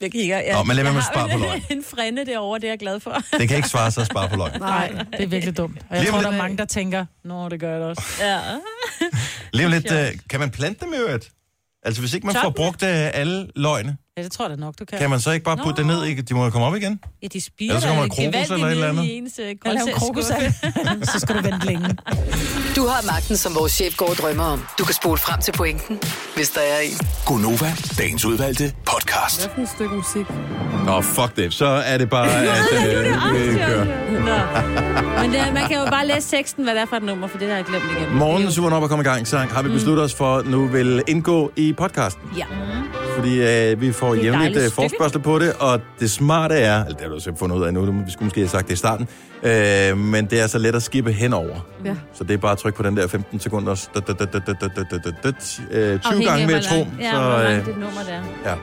[SPEAKER 4] Jeg kigger. Jeg,
[SPEAKER 1] Nå, men lad være med at
[SPEAKER 4] jeg
[SPEAKER 1] spare
[SPEAKER 4] har
[SPEAKER 1] på
[SPEAKER 4] jo
[SPEAKER 1] løgn.
[SPEAKER 4] en, en frænde derovre, det er jeg glad for.
[SPEAKER 1] Det kan ikke svare sig at spare på løgn.
[SPEAKER 3] Nej, det er virkelig dumt. Og jeg
[SPEAKER 1] Lige om
[SPEAKER 3] tror,
[SPEAKER 1] lidt-
[SPEAKER 3] der er mange, der tænker, nå, det gør jeg da også.
[SPEAKER 4] Ja.
[SPEAKER 1] Lige om lidt, øh, kan man plante dem i øvrigt? Altså, hvis ikke man får brugt øh, alle løgne,
[SPEAKER 3] Ja, det tror jeg da nok, du kan.
[SPEAKER 1] kan man så ikke bare putte det ned? i- De må jo komme op igen.
[SPEAKER 4] Ja, de spiger
[SPEAKER 1] Ellers så kommer
[SPEAKER 4] da
[SPEAKER 1] der krokus
[SPEAKER 4] gevaldigt
[SPEAKER 1] eller et eller
[SPEAKER 4] ned
[SPEAKER 1] andet.
[SPEAKER 4] I ens, øh,
[SPEAKER 3] Eller en krokus Så skal du vente længe.
[SPEAKER 5] Du har magten, som vores chef går og drømmer om. Du kan spole frem til pointen, hvis der er en.
[SPEAKER 6] Gonova, dagens udvalgte podcast.
[SPEAKER 2] Hvad for et stykke musik?
[SPEAKER 1] Nå, fuck det. Så er det bare, at øh, vi kører.
[SPEAKER 4] Nå. Men det, man kan jo bare læse teksten, hvad det er for et nummer, for det har jeg glemt igen.
[SPEAKER 1] Morgen, super op og komme i gang, sang har vi besluttet os for, nu vil indgå i podcasten.
[SPEAKER 4] Ja.
[SPEAKER 1] Fordi øh, vi får
[SPEAKER 4] et
[SPEAKER 1] jævnligt
[SPEAKER 4] dejligt
[SPEAKER 1] øh,
[SPEAKER 4] stykke.
[SPEAKER 1] forspørgsel på det, og det smarte er, eller det har du selv fundet ud af nu, det- vi skulle måske have sagt det i starten, øh, men det er så let at skippe henover.
[SPEAKER 2] Ja.
[SPEAKER 1] Så det er bare at trykke på den der 15 sekunder, dut, dut, dut, dut, dut, dut, dut, dut, dut, øh, 20
[SPEAKER 4] Afhængig af,
[SPEAKER 1] gange
[SPEAKER 4] hvor
[SPEAKER 1] med tro.
[SPEAKER 4] langt- Ja, hvor
[SPEAKER 1] Så,
[SPEAKER 4] langt
[SPEAKER 1] øh,
[SPEAKER 4] det nummer der.
[SPEAKER 1] ja.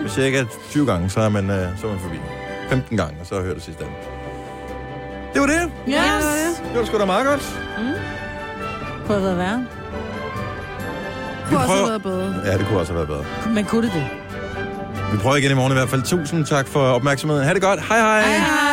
[SPEAKER 1] Hvis cirka 20 gange, så er man, øh, så er man forbi. 15 gange, og så hører du sidste af. Det var det.
[SPEAKER 3] Yes.
[SPEAKER 1] Det var sgu da meget godt.
[SPEAKER 3] Kunne have været værre.
[SPEAKER 1] Vi
[SPEAKER 3] også
[SPEAKER 1] prøver-
[SPEAKER 3] have været bedre.
[SPEAKER 1] Ja, det kunne også have været bedre.
[SPEAKER 3] Men kunne det det?
[SPEAKER 1] Vi prøver igen i morgen i hvert fald. Tusind tak for opmærksomheden. Ha' det godt. Hej hej. hej, hej.